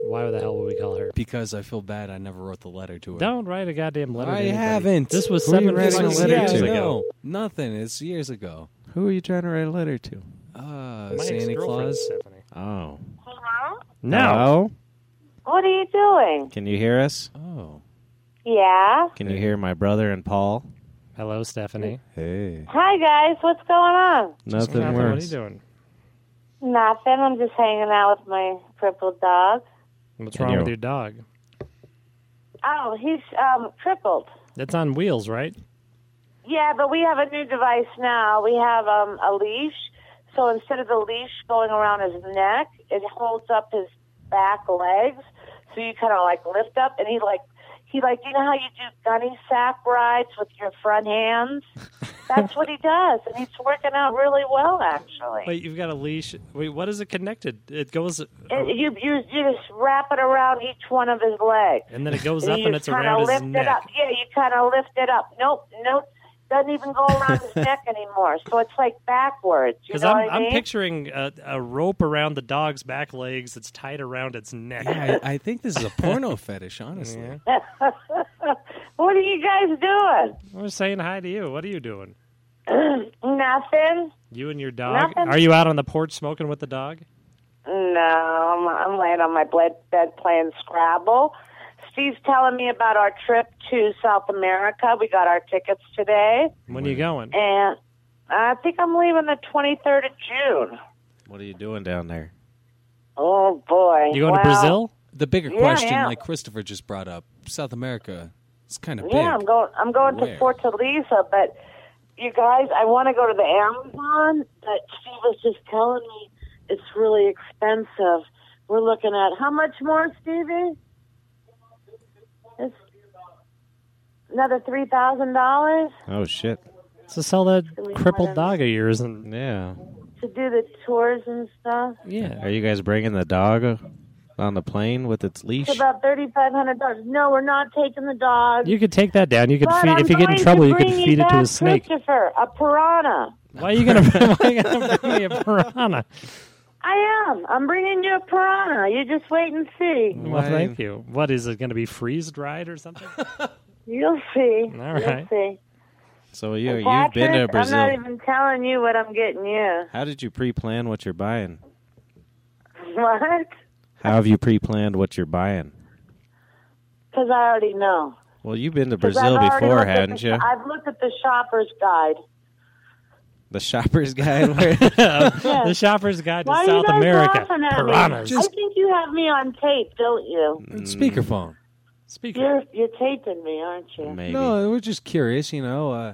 [SPEAKER 2] Why the hell would we call her?
[SPEAKER 3] Because I feel bad. I never wrote the letter to her.
[SPEAKER 2] Don't write a goddamn letter. to
[SPEAKER 3] I
[SPEAKER 2] anybody.
[SPEAKER 3] haven't.
[SPEAKER 2] This was
[SPEAKER 4] Who are you
[SPEAKER 2] seven
[SPEAKER 4] writing a
[SPEAKER 2] fucking
[SPEAKER 4] letter
[SPEAKER 2] years
[SPEAKER 4] to?
[SPEAKER 2] ago.
[SPEAKER 3] No, nothing. It's years ago.
[SPEAKER 4] Who are you trying to write a letter to?
[SPEAKER 3] Uh,
[SPEAKER 2] My
[SPEAKER 3] Santa
[SPEAKER 2] ex-girlfriend,
[SPEAKER 3] Claus.
[SPEAKER 2] Stephanie.
[SPEAKER 4] Oh.
[SPEAKER 5] Hello?
[SPEAKER 2] No.
[SPEAKER 5] What are you doing?
[SPEAKER 4] Can you hear us?
[SPEAKER 3] Oh.
[SPEAKER 5] Yeah.
[SPEAKER 4] Can you hear my brother and Paul?
[SPEAKER 2] Hello, Stephanie.
[SPEAKER 4] Hey.
[SPEAKER 5] Hi guys, what's going on?
[SPEAKER 4] Nothing
[SPEAKER 2] Jonathan, what are you
[SPEAKER 4] worse.
[SPEAKER 2] doing?
[SPEAKER 5] Nothing. I'm just hanging out with my crippled dog.
[SPEAKER 2] What's
[SPEAKER 4] And
[SPEAKER 2] wrong with
[SPEAKER 4] you're-
[SPEAKER 2] your dog?
[SPEAKER 5] Oh, he's um crippled.
[SPEAKER 2] That's on wheels, right?
[SPEAKER 5] Yeah, but we have a new device now. We have um a leash. So instead of the leash going around his neck, it holds up his back legs. So you kind of like lift up and he like he like you know how you do gunny sack rides with your front hands? That's what he does and he's working out really well actually.
[SPEAKER 2] Wait, you've got a leash. Wait, what is it connected? It goes,
[SPEAKER 5] And you, you you just wrap it around each one of his legs.
[SPEAKER 2] and then it goes
[SPEAKER 5] And
[SPEAKER 2] up,
[SPEAKER 5] you
[SPEAKER 2] and
[SPEAKER 5] just
[SPEAKER 2] it's
[SPEAKER 5] kinda
[SPEAKER 2] around his
[SPEAKER 5] lift It
[SPEAKER 2] neck.
[SPEAKER 5] up. Yeah, you kind of lift it up. Nope, nope. Doesn't even go around his neck anymore. So it's like backwards. You
[SPEAKER 2] Because
[SPEAKER 5] know
[SPEAKER 2] I'm,
[SPEAKER 5] what I mean?
[SPEAKER 2] I'm picturing a, a rope around the dog's back legs that's tied around its neck.
[SPEAKER 3] Yeah, I, I think this is a porno fetish, honestly.
[SPEAKER 2] Yeah.
[SPEAKER 5] what are you guys doing?
[SPEAKER 2] I'm just saying hi to you. What are you doing?
[SPEAKER 5] Nothing.
[SPEAKER 2] You and your dog?
[SPEAKER 5] Nothing.
[SPEAKER 2] Are you out on the porch smoking with the dog?
[SPEAKER 5] No, I'm, I'm laying on my bed, bed playing Scrabble. Steve's telling me about our trip to South America. We got our tickets today,
[SPEAKER 2] When are you going?
[SPEAKER 5] and I think I'm leaving the 23rd of June.
[SPEAKER 4] What are you doing down there?
[SPEAKER 5] Oh boy!
[SPEAKER 2] You going
[SPEAKER 5] Wow.
[SPEAKER 2] to Brazil?
[SPEAKER 3] The bigger
[SPEAKER 5] Yeah,
[SPEAKER 3] question,
[SPEAKER 5] yeah.
[SPEAKER 3] like Christopher just brought up, South America, it's kind of
[SPEAKER 5] Yeah, I'm
[SPEAKER 3] big.
[SPEAKER 5] going. I'm going
[SPEAKER 3] Where?
[SPEAKER 5] to Fortaleza, but you guys, I want to go to the Amazon, but she was just telling me it's really expensive. We're looking at how much more, Stevie? It's another three thousand dollars
[SPEAKER 4] Oh shit!
[SPEAKER 2] So sell that
[SPEAKER 5] we
[SPEAKER 2] crippled
[SPEAKER 5] wanna-
[SPEAKER 2] dog of yours and
[SPEAKER 4] Yeah.
[SPEAKER 5] to do the tours and stuff.
[SPEAKER 2] yeah.
[SPEAKER 4] Are you guys bringing the dog on the plane with its leash?
[SPEAKER 5] It's about thirty five hundred dollars. No, we're not taking the dog.
[SPEAKER 2] You could take that down. You could
[SPEAKER 5] But
[SPEAKER 2] feed
[SPEAKER 5] I'm
[SPEAKER 2] if you get in
[SPEAKER 5] going to
[SPEAKER 2] trouble. You could
[SPEAKER 5] bring
[SPEAKER 2] feed it to
[SPEAKER 5] back
[SPEAKER 2] a snake.
[SPEAKER 5] Christopher, a piranha.
[SPEAKER 2] Why are you gonna? why are you gonna bring me a piranha?
[SPEAKER 5] I am. I'm bringing you a piranha. You just wait and see.
[SPEAKER 2] Well, thank you. What is it going to be freeze dried or something?
[SPEAKER 5] You'll see.
[SPEAKER 2] All
[SPEAKER 5] You'll
[SPEAKER 2] right.
[SPEAKER 5] see.
[SPEAKER 4] So you you've
[SPEAKER 5] Patrick,
[SPEAKER 4] been to
[SPEAKER 5] I'm
[SPEAKER 4] Brazil.
[SPEAKER 5] not even telling you what I'm getting you.
[SPEAKER 4] How did you pre-plan what you're buying?
[SPEAKER 5] What?
[SPEAKER 4] How have you pre-planned what you're buying?
[SPEAKER 5] Because I already know.
[SPEAKER 4] Well, you've been to
[SPEAKER 5] 'Cause
[SPEAKER 4] Brazil
[SPEAKER 5] I've already
[SPEAKER 4] before,
[SPEAKER 5] looked at
[SPEAKER 4] hadn't
[SPEAKER 5] the-
[SPEAKER 4] you?
[SPEAKER 5] I've looked at the shopper's guide.
[SPEAKER 4] The shopper's guide. Where
[SPEAKER 2] the shopper's guide to
[SPEAKER 5] Why
[SPEAKER 2] South
[SPEAKER 5] are you guys
[SPEAKER 2] America.
[SPEAKER 5] laughing at
[SPEAKER 2] Piranhas.
[SPEAKER 5] me? I think you have me on tape, don't you?
[SPEAKER 3] Speakerphone.
[SPEAKER 2] Speaking.
[SPEAKER 5] You're you're taping me, aren't you?
[SPEAKER 4] Maybe.
[SPEAKER 3] No, we're just curious, you know. Uh,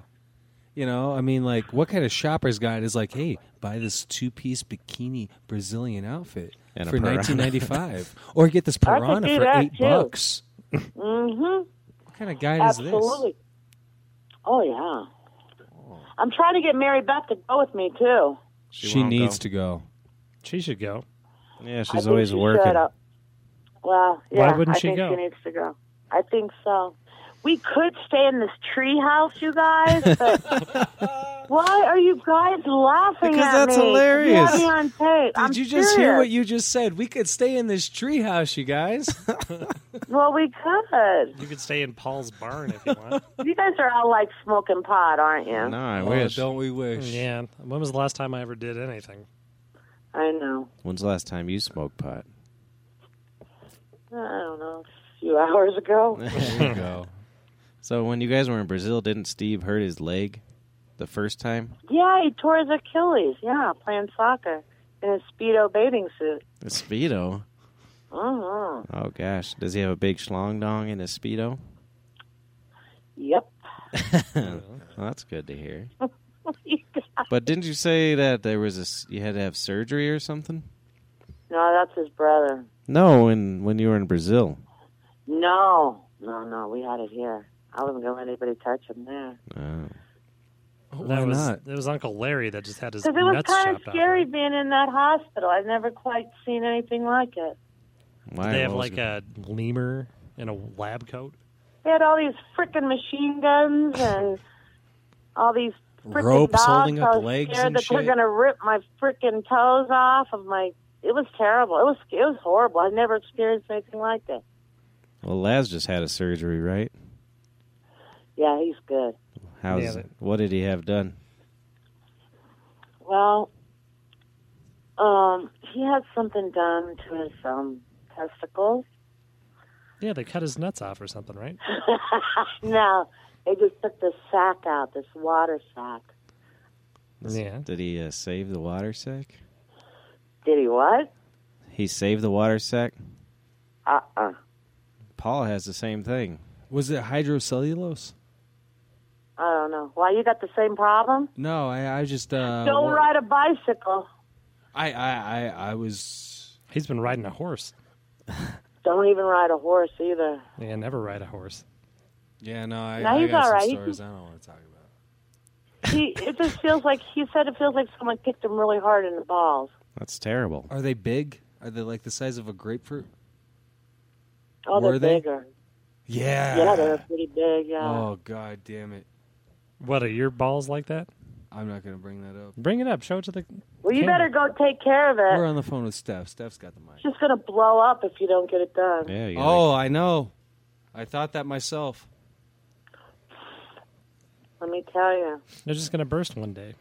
[SPEAKER 3] you know, I mean, like, what kind of shopper's guide is like, hey, buy this two-piece bikini Brazilian outfit
[SPEAKER 4] And a
[SPEAKER 3] for
[SPEAKER 4] piranha.
[SPEAKER 3] 1995, or get this
[SPEAKER 5] could
[SPEAKER 3] piranha
[SPEAKER 5] do
[SPEAKER 3] for
[SPEAKER 5] that,
[SPEAKER 3] eight
[SPEAKER 5] too.
[SPEAKER 3] bucks.
[SPEAKER 5] Mm-hmm.
[SPEAKER 3] What kind of guide is this?
[SPEAKER 5] Absolutely. Oh yeah.
[SPEAKER 4] Oh.
[SPEAKER 5] I'm trying to get Mary Beth to go with me too.
[SPEAKER 4] She
[SPEAKER 3] She,
[SPEAKER 4] won't
[SPEAKER 3] needs
[SPEAKER 4] go.
[SPEAKER 3] to go.
[SPEAKER 2] She should go.
[SPEAKER 4] Yeah,
[SPEAKER 5] I
[SPEAKER 4] she's
[SPEAKER 5] think
[SPEAKER 4] always
[SPEAKER 5] she
[SPEAKER 4] working.
[SPEAKER 5] should, uh, Well,
[SPEAKER 2] Why
[SPEAKER 5] yeah,
[SPEAKER 2] wouldn't
[SPEAKER 5] I
[SPEAKER 2] she
[SPEAKER 5] think
[SPEAKER 2] go?
[SPEAKER 5] she needs to go. I think so. We could stay in this tree house, you guys. But why are you guys laughing
[SPEAKER 4] Because
[SPEAKER 5] at
[SPEAKER 4] that's
[SPEAKER 5] me? You
[SPEAKER 4] hilarious.
[SPEAKER 5] have me on tape.
[SPEAKER 3] Did
[SPEAKER 5] I'm
[SPEAKER 3] you just hear
[SPEAKER 5] serious.
[SPEAKER 3] what you just said? We could stay in this treehouse, you guys.
[SPEAKER 5] Well, we could.
[SPEAKER 2] You could stay in Paul's barn if you want.
[SPEAKER 5] You guys are all like smoking pot, aren't you?
[SPEAKER 4] No, I
[SPEAKER 3] Oh,
[SPEAKER 4] wish.
[SPEAKER 3] don't we wish?
[SPEAKER 2] yeah. When was the last time I ever did anything?
[SPEAKER 5] I know.
[SPEAKER 4] When's the last time you smoked pot?
[SPEAKER 5] I don't know. A few hours ago.
[SPEAKER 3] There you go.
[SPEAKER 4] So when you guys were in Brazil, didn't Steve hurt his leg the first time?
[SPEAKER 5] yeah, he tore his Achilles. Yeah, playing soccer in his speedo bathing suit.
[SPEAKER 4] The speedo.
[SPEAKER 5] Mm-hmm.
[SPEAKER 4] Oh gosh, does he have a big schlong dong in his speedo?
[SPEAKER 5] Yep.
[SPEAKER 4] well, that's good to hear. But didn't you say that there was a s- you had to have surgery or something?
[SPEAKER 5] no, that's his brother.
[SPEAKER 4] No, when when you were in Brazil.
[SPEAKER 5] No, no, no. We had it here. I wasn't gonna let anybody touch him there
[SPEAKER 4] Oh.
[SPEAKER 2] that
[SPEAKER 3] Oh, why
[SPEAKER 2] was
[SPEAKER 3] not?
[SPEAKER 2] it was Uncle Larry that just had his
[SPEAKER 5] because it was
[SPEAKER 2] nuts
[SPEAKER 5] kind of
[SPEAKER 2] chopped
[SPEAKER 5] scary
[SPEAKER 2] off.
[SPEAKER 5] being in that hospital. I've never quite seen anything like it.
[SPEAKER 4] Why
[SPEAKER 2] Did they have
[SPEAKER 4] what was
[SPEAKER 2] like a lemur in a lab coat?
[SPEAKER 5] They had all these freaking machine guns and all these frickin'
[SPEAKER 3] Ropes
[SPEAKER 5] dogs.
[SPEAKER 3] holding up
[SPEAKER 5] I was
[SPEAKER 3] legs
[SPEAKER 5] scared
[SPEAKER 3] and
[SPEAKER 5] that they're
[SPEAKER 3] shit.
[SPEAKER 5] gonna rip my freaking toes off of my. It was terrible. It was it was horrible. I never experienced anything like that.
[SPEAKER 4] Well, Laz just had a surgery, right?
[SPEAKER 5] Yeah, he's good.
[SPEAKER 4] How's
[SPEAKER 2] Yeah, but-
[SPEAKER 4] what did he have done?
[SPEAKER 5] Well, um, he had something done to his um testicles.
[SPEAKER 2] Yeah, they cut his nuts off or something, right?
[SPEAKER 5] no, they just took this sack out, this water sack.
[SPEAKER 2] Yeah.
[SPEAKER 4] Did he uh, save the water sack?
[SPEAKER 5] Did he what?
[SPEAKER 4] He saved the water sack.
[SPEAKER 5] Uh uh
[SPEAKER 4] Paul has the same thing.
[SPEAKER 3] Was it hydrocellulose?
[SPEAKER 5] I don't know. Why you got the same problem?
[SPEAKER 3] No, I, I just uh,
[SPEAKER 5] Don't
[SPEAKER 3] wa-
[SPEAKER 5] ride a bicycle.
[SPEAKER 3] I, I, I, I was.
[SPEAKER 2] He's been riding a horse.
[SPEAKER 5] Don't even ride a horse either.
[SPEAKER 2] Yeah, never ride a horse.
[SPEAKER 3] Yeah, no, I,
[SPEAKER 5] No,
[SPEAKER 3] I
[SPEAKER 5] he's
[SPEAKER 3] got some
[SPEAKER 5] all right. He
[SPEAKER 3] stories
[SPEAKER 5] can-
[SPEAKER 3] I don't want to talk about.
[SPEAKER 5] He it just feels like he said it feels like someone kicked him really hard in the balls.
[SPEAKER 4] That's terrible.
[SPEAKER 3] Are they big? Are they like the size of a grapefruit?
[SPEAKER 5] Oh,
[SPEAKER 3] Were
[SPEAKER 5] they're
[SPEAKER 3] they?
[SPEAKER 5] bigger.
[SPEAKER 3] Yeah.
[SPEAKER 5] Yeah, they're uh, pretty big. Yeah.
[SPEAKER 3] Oh god damn it!
[SPEAKER 2] What are your balls like that?
[SPEAKER 3] I'm not gonna bring that up.
[SPEAKER 2] Bring it up. Show it to the.
[SPEAKER 5] well, you
[SPEAKER 2] camera.
[SPEAKER 5] better go take care of
[SPEAKER 3] We're
[SPEAKER 5] it.
[SPEAKER 3] on the phone with Steph. Steph's got the mic.
[SPEAKER 5] It's just gonna blow up if you don't get it done.
[SPEAKER 4] Yeah. You gotta-
[SPEAKER 3] Oh, I know. I thought that myself.
[SPEAKER 5] Let me tell you,
[SPEAKER 2] They're just gonna burst one day.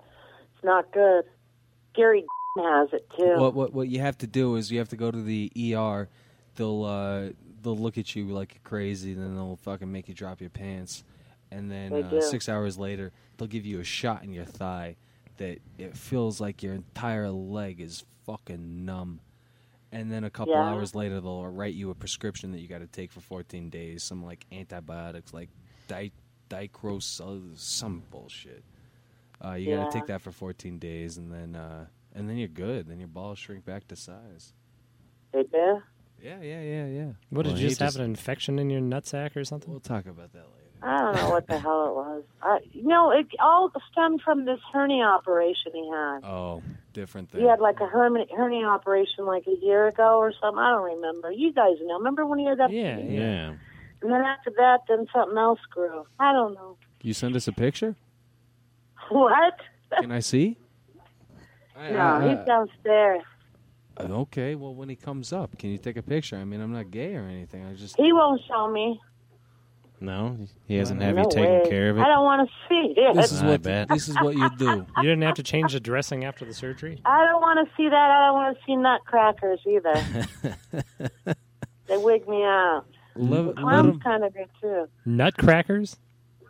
[SPEAKER 5] it's not good. Gary has it too.
[SPEAKER 3] What what what you have to do is you have to go to the ER. They'll uh, they'll look at you like you're crazy, then they'll fucking make you drop your pants, and then
[SPEAKER 5] They
[SPEAKER 3] uh,
[SPEAKER 5] do.
[SPEAKER 3] six hours later they'll give you a shot in your thigh that it feels like your entire leg is fucking numb. And then a couple
[SPEAKER 5] Yeah.
[SPEAKER 3] hours later they'll write you a prescription that you got to take for 14 days, some like antibiotics, like di- dicros, some bullshit. Uh, you got
[SPEAKER 5] Yeah.
[SPEAKER 3] to take that for 14 days, and then uh, and then you're good. Then your balls shrink back to size.
[SPEAKER 5] They do.
[SPEAKER 3] Yeah, yeah, yeah, yeah.
[SPEAKER 2] What did
[SPEAKER 4] Well,
[SPEAKER 2] you
[SPEAKER 4] he
[SPEAKER 2] just have
[SPEAKER 4] just-
[SPEAKER 2] an infection in your nutsack or something?
[SPEAKER 3] We'll talk about that later.
[SPEAKER 5] I don't know what the hell it was. I, you know, it all stemmed from this hernia operation he had.
[SPEAKER 3] Oh, different thing.
[SPEAKER 5] He had like a hernia, hernia operation like a year ago or something. I don't remember. You guys know. Remember when he had that?
[SPEAKER 2] Yeah,
[SPEAKER 4] Yeah.
[SPEAKER 5] And then after that, then something else grew. I don't know.
[SPEAKER 3] you send us a picture?
[SPEAKER 5] What?
[SPEAKER 3] Can I see? I-
[SPEAKER 5] No,
[SPEAKER 3] I-
[SPEAKER 4] Uh-huh.
[SPEAKER 5] he's downstairs.
[SPEAKER 3] I- okay. Well, when he comes up, can you take a picture? I mean, I'm not gay or anything. I just
[SPEAKER 5] He won't show me.
[SPEAKER 4] No, he hasn't
[SPEAKER 3] No,
[SPEAKER 4] have
[SPEAKER 5] no
[SPEAKER 4] you taken
[SPEAKER 5] way.
[SPEAKER 4] care of
[SPEAKER 5] I
[SPEAKER 4] it.
[SPEAKER 5] don't want to see it.
[SPEAKER 3] this is
[SPEAKER 4] I
[SPEAKER 3] what
[SPEAKER 4] bet.
[SPEAKER 3] this is what you do.
[SPEAKER 2] You didn't have to change the dressing after the surgery?
[SPEAKER 5] I don't want to see that. I don't want to see nutcrackers either. they wig me out.
[SPEAKER 3] Let, let
[SPEAKER 5] Clowns
[SPEAKER 3] him.
[SPEAKER 5] kind of do too.
[SPEAKER 2] Nutcrackers?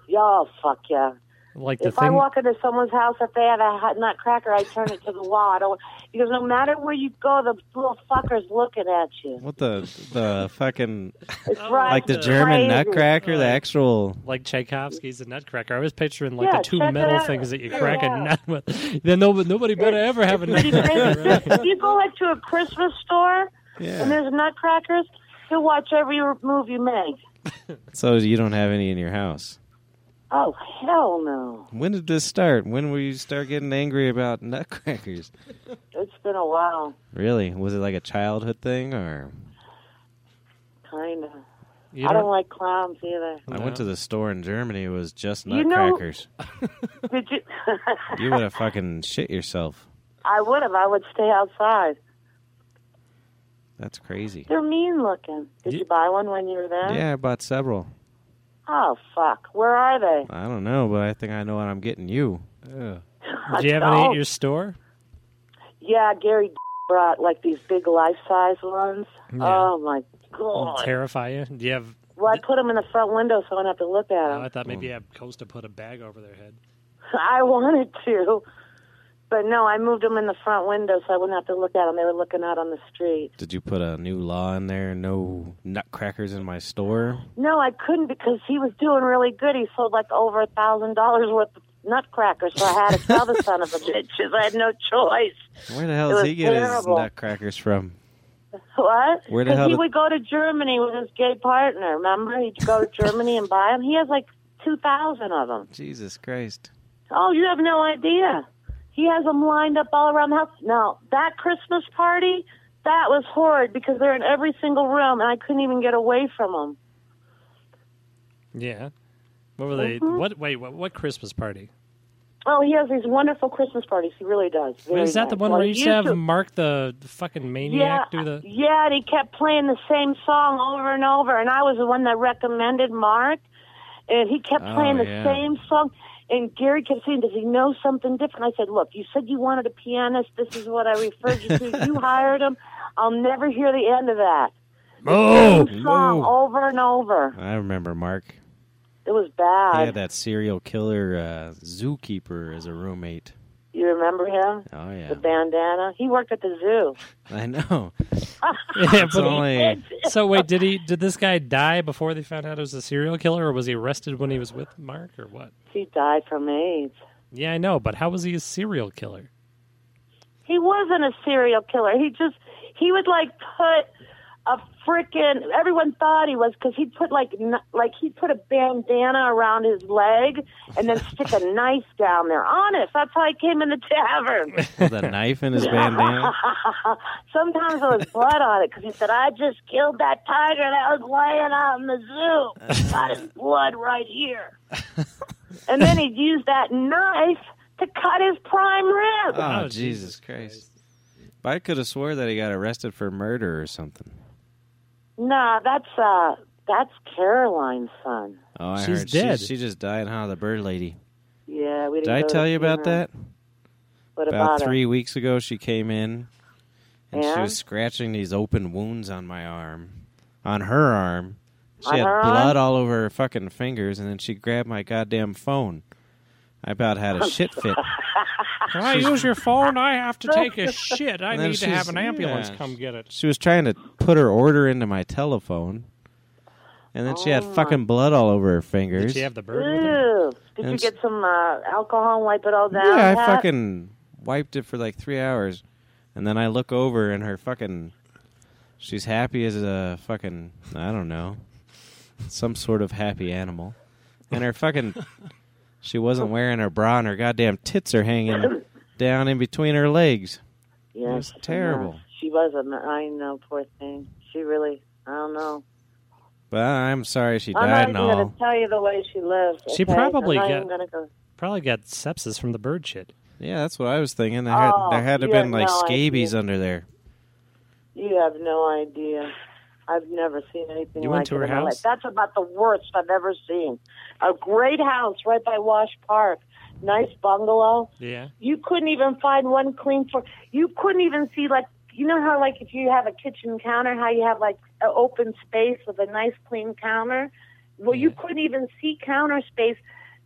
[SPEAKER 5] Y'all, fuck yeah.
[SPEAKER 2] Like the
[SPEAKER 5] If I
[SPEAKER 2] thing
[SPEAKER 5] walk into someone's house, if they have a hot nutcracker, I turn it to the wall. I don't because no matter where you go, the little fucker's looking at you.
[SPEAKER 4] What the the fucking
[SPEAKER 5] It's right
[SPEAKER 4] like the German
[SPEAKER 5] crazy.
[SPEAKER 4] nutcracker, the actual
[SPEAKER 2] like Tchaikovsky's The Nutcracker. I was picturing like
[SPEAKER 5] Yeah,
[SPEAKER 2] the two
[SPEAKER 5] check it
[SPEAKER 2] metal
[SPEAKER 5] out.
[SPEAKER 2] things that you
[SPEAKER 5] Yeah.
[SPEAKER 2] crack a nut with. Then no, nobody better ever have a
[SPEAKER 5] Pretty
[SPEAKER 2] nutcracker.
[SPEAKER 5] crazy.
[SPEAKER 2] right?
[SPEAKER 5] If you go like to a Christmas store and
[SPEAKER 4] yeah.
[SPEAKER 5] there's nutcrackers, he'll watch every move you make.
[SPEAKER 4] So you don't have any in your house.
[SPEAKER 5] Oh hell no!
[SPEAKER 4] When did this start? When were you start getting angry about nutcrackers?
[SPEAKER 5] It's been a while,
[SPEAKER 4] Really? Was it like a childhood thing or
[SPEAKER 5] kind of.
[SPEAKER 2] You
[SPEAKER 5] I
[SPEAKER 2] don't-
[SPEAKER 5] don't like clowns either.
[SPEAKER 4] I went to the store in Germany. It was just
[SPEAKER 5] You know-
[SPEAKER 4] nutcrackers.
[SPEAKER 5] Did you?
[SPEAKER 4] You, would have fucking shit yourself.
[SPEAKER 5] I would have. I would stay outside.
[SPEAKER 4] That's crazy.
[SPEAKER 5] They're mean looking. Did
[SPEAKER 2] Ye-
[SPEAKER 5] you buy one when you were there?
[SPEAKER 4] Yeah, I bought several.
[SPEAKER 5] Oh fuck! Where are they?
[SPEAKER 4] I don't know, but I think I know what I'm getting you.
[SPEAKER 3] Yeah.
[SPEAKER 2] Do you have any
[SPEAKER 5] Oh,
[SPEAKER 2] at your store?
[SPEAKER 5] Yeah, Gary brought like these big life-size ones.
[SPEAKER 2] Yeah.
[SPEAKER 5] Oh my
[SPEAKER 2] Will
[SPEAKER 5] god!
[SPEAKER 2] terrify you? Do you have?
[SPEAKER 5] well, I put them in the front window so I don't have to look at
[SPEAKER 2] Oh,
[SPEAKER 5] them.
[SPEAKER 2] I thought maybe I'd coast to put a bag over their head.
[SPEAKER 5] I wanted to, but no, I moved them in the front window so I wouldn't have to look at them. They were looking out on the street.
[SPEAKER 4] Did you put a new law in there? No nutcrackers in my store.
[SPEAKER 5] No, I couldn't because he was doing really good. He sold like over a thousand dollars worth of nutcrackers, so I had to sell the son of a bitches. I had no choice.
[SPEAKER 4] Where the
[SPEAKER 5] It
[SPEAKER 4] hell does
[SPEAKER 5] was
[SPEAKER 4] he get his
[SPEAKER 5] terrible.
[SPEAKER 4] nutcrackers from?
[SPEAKER 5] What?
[SPEAKER 4] Where the
[SPEAKER 5] Because
[SPEAKER 4] hell
[SPEAKER 5] he
[SPEAKER 4] did-
[SPEAKER 5] would go to Germany with his gay partner. Remember, he'd go to Germany and buy them. He has like two thousand of them.
[SPEAKER 4] Jesus Christ!
[SPEAKER 5] Oh, you have no idea. He has them lined up all around the house. Now that Christmas party, that was horrid because they're in every single room, and I couldn't even get away from them.
[SPEAKER 2] Yeah. What were they?
[SPEAKER 5] Mm-hmm.
[SPEAKER 2] What? Wait. What? What Christmas party?
[SPEAKER 5] Oh, he has these wonderful Christmas parties. He really does. Very
[SPEAKER 2] Is that the
[SPEAKER 5] nice.
[SPEAKER 2] one
[SPEAKER 5] Well,
[SPEAKER 2] where you
[SPEAKER 5] he
[SPEAKER 2] used to have
[SPEAKER 5] to-
[SPEAKER 2] Mark the fucking
[SPEAKER 5] Yeah,
[SPEAKER 2] maniac do the?
[SPEAKER 5] yeah, and he kept playing the same song over and over, and I was the one that recommended Mark, and he kept
[SPEAKER 4] Oh,
[SPEAKER 5] playing the
[SPEAKER 4] yeah.
[SPEAKER 5] same song. And Gary kept saying, "Does he know something different?" I said, "Look, you said you wanted a pianist. This is what I referred you to. You hired him. I'll never hear the end of that
[SPEAKER 2] Oh,
[SPEAKER 5] same song
[SPEAKER 4] Whoa.
[SPEAKER 5] over and over.
[SPEAKER 4] I remember Mark.
[SPEAKER 5] It was
[SPEAKER 4] He
[SPEAKER 5] bad.
[SPEAKER 4] had that serial killer uh, zookeeper as a roommate.
[SPEAKER 5] You remember him?
[SPEAKER 4] Oh yeah,
[SPEAKER 5] The bandana. He worked at the zoo.
[SPEAKER 4] I know.
[SPEAKER 2] yeah,
[SPEAKER 4] It's
[SPEAKER 2] but-
[SPEAKER 4] only
[SPEAKER 2] so wait, did he? Did this guy die before they found out it was a serial killer, or was he arrested when he was with Mark, or what?
[SPEAKER 5] He died from AIDS."
[SPEAKER 2] Yeah, I know, but how was he a serial killer?
[SPEAKER 5] He wasn't a serial killer. He just he would like put a freaking everyone thought he was because he'd put like n- like he'd put a bandana around his leg and then stick a knife down there. Honest, that's how he came in the tavern.
[SPEAKER 4] with a knife in his bandana.
[SPEAKER 5] Sometimes there was blood on it because he said, "I just killed that tiger that was laying out in the zoo. Got his blood right here." and then he'd use that knife to cut his prime rib.
[SPEAKER 2] Oh,
[SPEAKER 4] Oh,
[SPEAKER 2] Jesus
[SPEAKER 4] Jesus Christ! But I could have swore that he got arrested for murder or something.
[SPEAKER 5] Nah, that's uh, that's Caroline's son.
[SPEAKER 4] Oh, I
[SPEAKER 2] She's
[SPEAKER 4] heard
[SPEAKER 2] dead.
[SPEAKER 4] She, she just died, huh? The bird lady.
[SPEAKER 5] Yeah, we
[SPEAKER 4] Did
[SPEAKER 5] didn't.
[SPEAKER 4] I
[SPEAKER 5] go to
[SPEAKER 4] tell
[SPEAKER 5] the
[SPEAKER 4] you about
[SPEAKER 5] funeral.
[SPEAKER 4] that?
[SPEAKER 5] What
[SPEAKER 4] about,
[SPEAKER 5] about,
[SPEAKER 4] three weeks ago she came in and she
[SPEAKER 5] Yeah?
[SPEAKER 4] was scratching these open wounds on my arm on her arm She had
[SPEAKER 5] Uh-huh.
[SPEAKER 4] blood all over her fucking fingers, and then she grabbed my goddamn phone. I about had a shit fit.
[SPEAKER 2] Can I use your phone? I have to take a shit. I
[SPEAKER 4] And then
[SPEAKER 2] need to have
[SPEAKER 4] she's-
[SPEAKER 2] an ambulance
[SPEAKER 4] yeah.
[SPEAKER 2] come get it.
[SPEAKER 4] She was trying to put her order into my telephone, and then she
[SPEAKER 5] Oh.
[SPEAKER 4] had fucking blood all over her fingers.
[SPEAKER 2] Did she have the bird with her?
[SPEAKER 5] Ew. Did
[SPEAKER 4] And
[SPEAKER 5] you
[SPEAKER 4] s-
[SPEAKER 5] get some uh, alcohol and wipe it all down?
[SPEAKER 4] Yeah, I
[SPEAKER 5] Pat?
[SPEAKER 4] fucking wiped it for like three hours, and then I look over and her fucking, she's happy as a fucking I don't know, some sort of happy animal, and her fucking, she wasn't wearing her bra and her goddamn tits are hanging down in between her legs.
[SPEAKER 5] Yes,
[SPEAKER 4] was
[SPEAKER 5] I know.
[SPEAKER 4] terrible.
[SPEAKER 5] She was a. ma- I know, poor thing. She really. I don't know.
[SPEAKER 4] But I- I'm sorry she
[SPEAKER 5] I'm not
[SPEAKER 4] died
[SPEAKER 5] even
[SPEAKER 4] and
[SPEAKER 5] going
[SPEAKER 4] all.
[SPEAKER 5] to tell you the way she lived.
[SPEAKER 2] She
[SPEAKER 5] okay?
[SPEAKER 2] probably
[SPEAKER 5] I'm not
[SPEAKER 2] got-
[SPEAKER 5] even gonna go.
[SPEAKER 2] Probably got sepsis from the bird shit.
[SPEAKER 4] Yeah, that's what I was thinking. There had,
[SPEAKER 5] Oh,
[SPEAKER 4] there had to
[SPEAKER 5] you
[SPEAKER 4] have been like
[SPEAKER 5] have no
[SPEAKER 4] scabies
[SPEAKER 5] idea.
[SPEAKER 4] under there.
[SPEAKER 5] You have no idea. I've never seen anything
[SPEAKER 2] You
[SPEAKER 5] like
[SPEAKER 2] went to
[SPEAKER 5] it
[SPEAKER 2] her
[SPEAKER 5] in my life.
[SPEAKER 2] house?
[SPEAKER 5] That's about the worst I've ever seen. A great house right by Wash Park. Nice bungalow.
[SPEAKER 2] Yeah.
[SPEAKER 5] You couldn't even find one clean floor. You couldn't even see like you know how like if you have a kitchen counter, how you have like an open space with a nice clean counter. Well, you couldn't even see counter space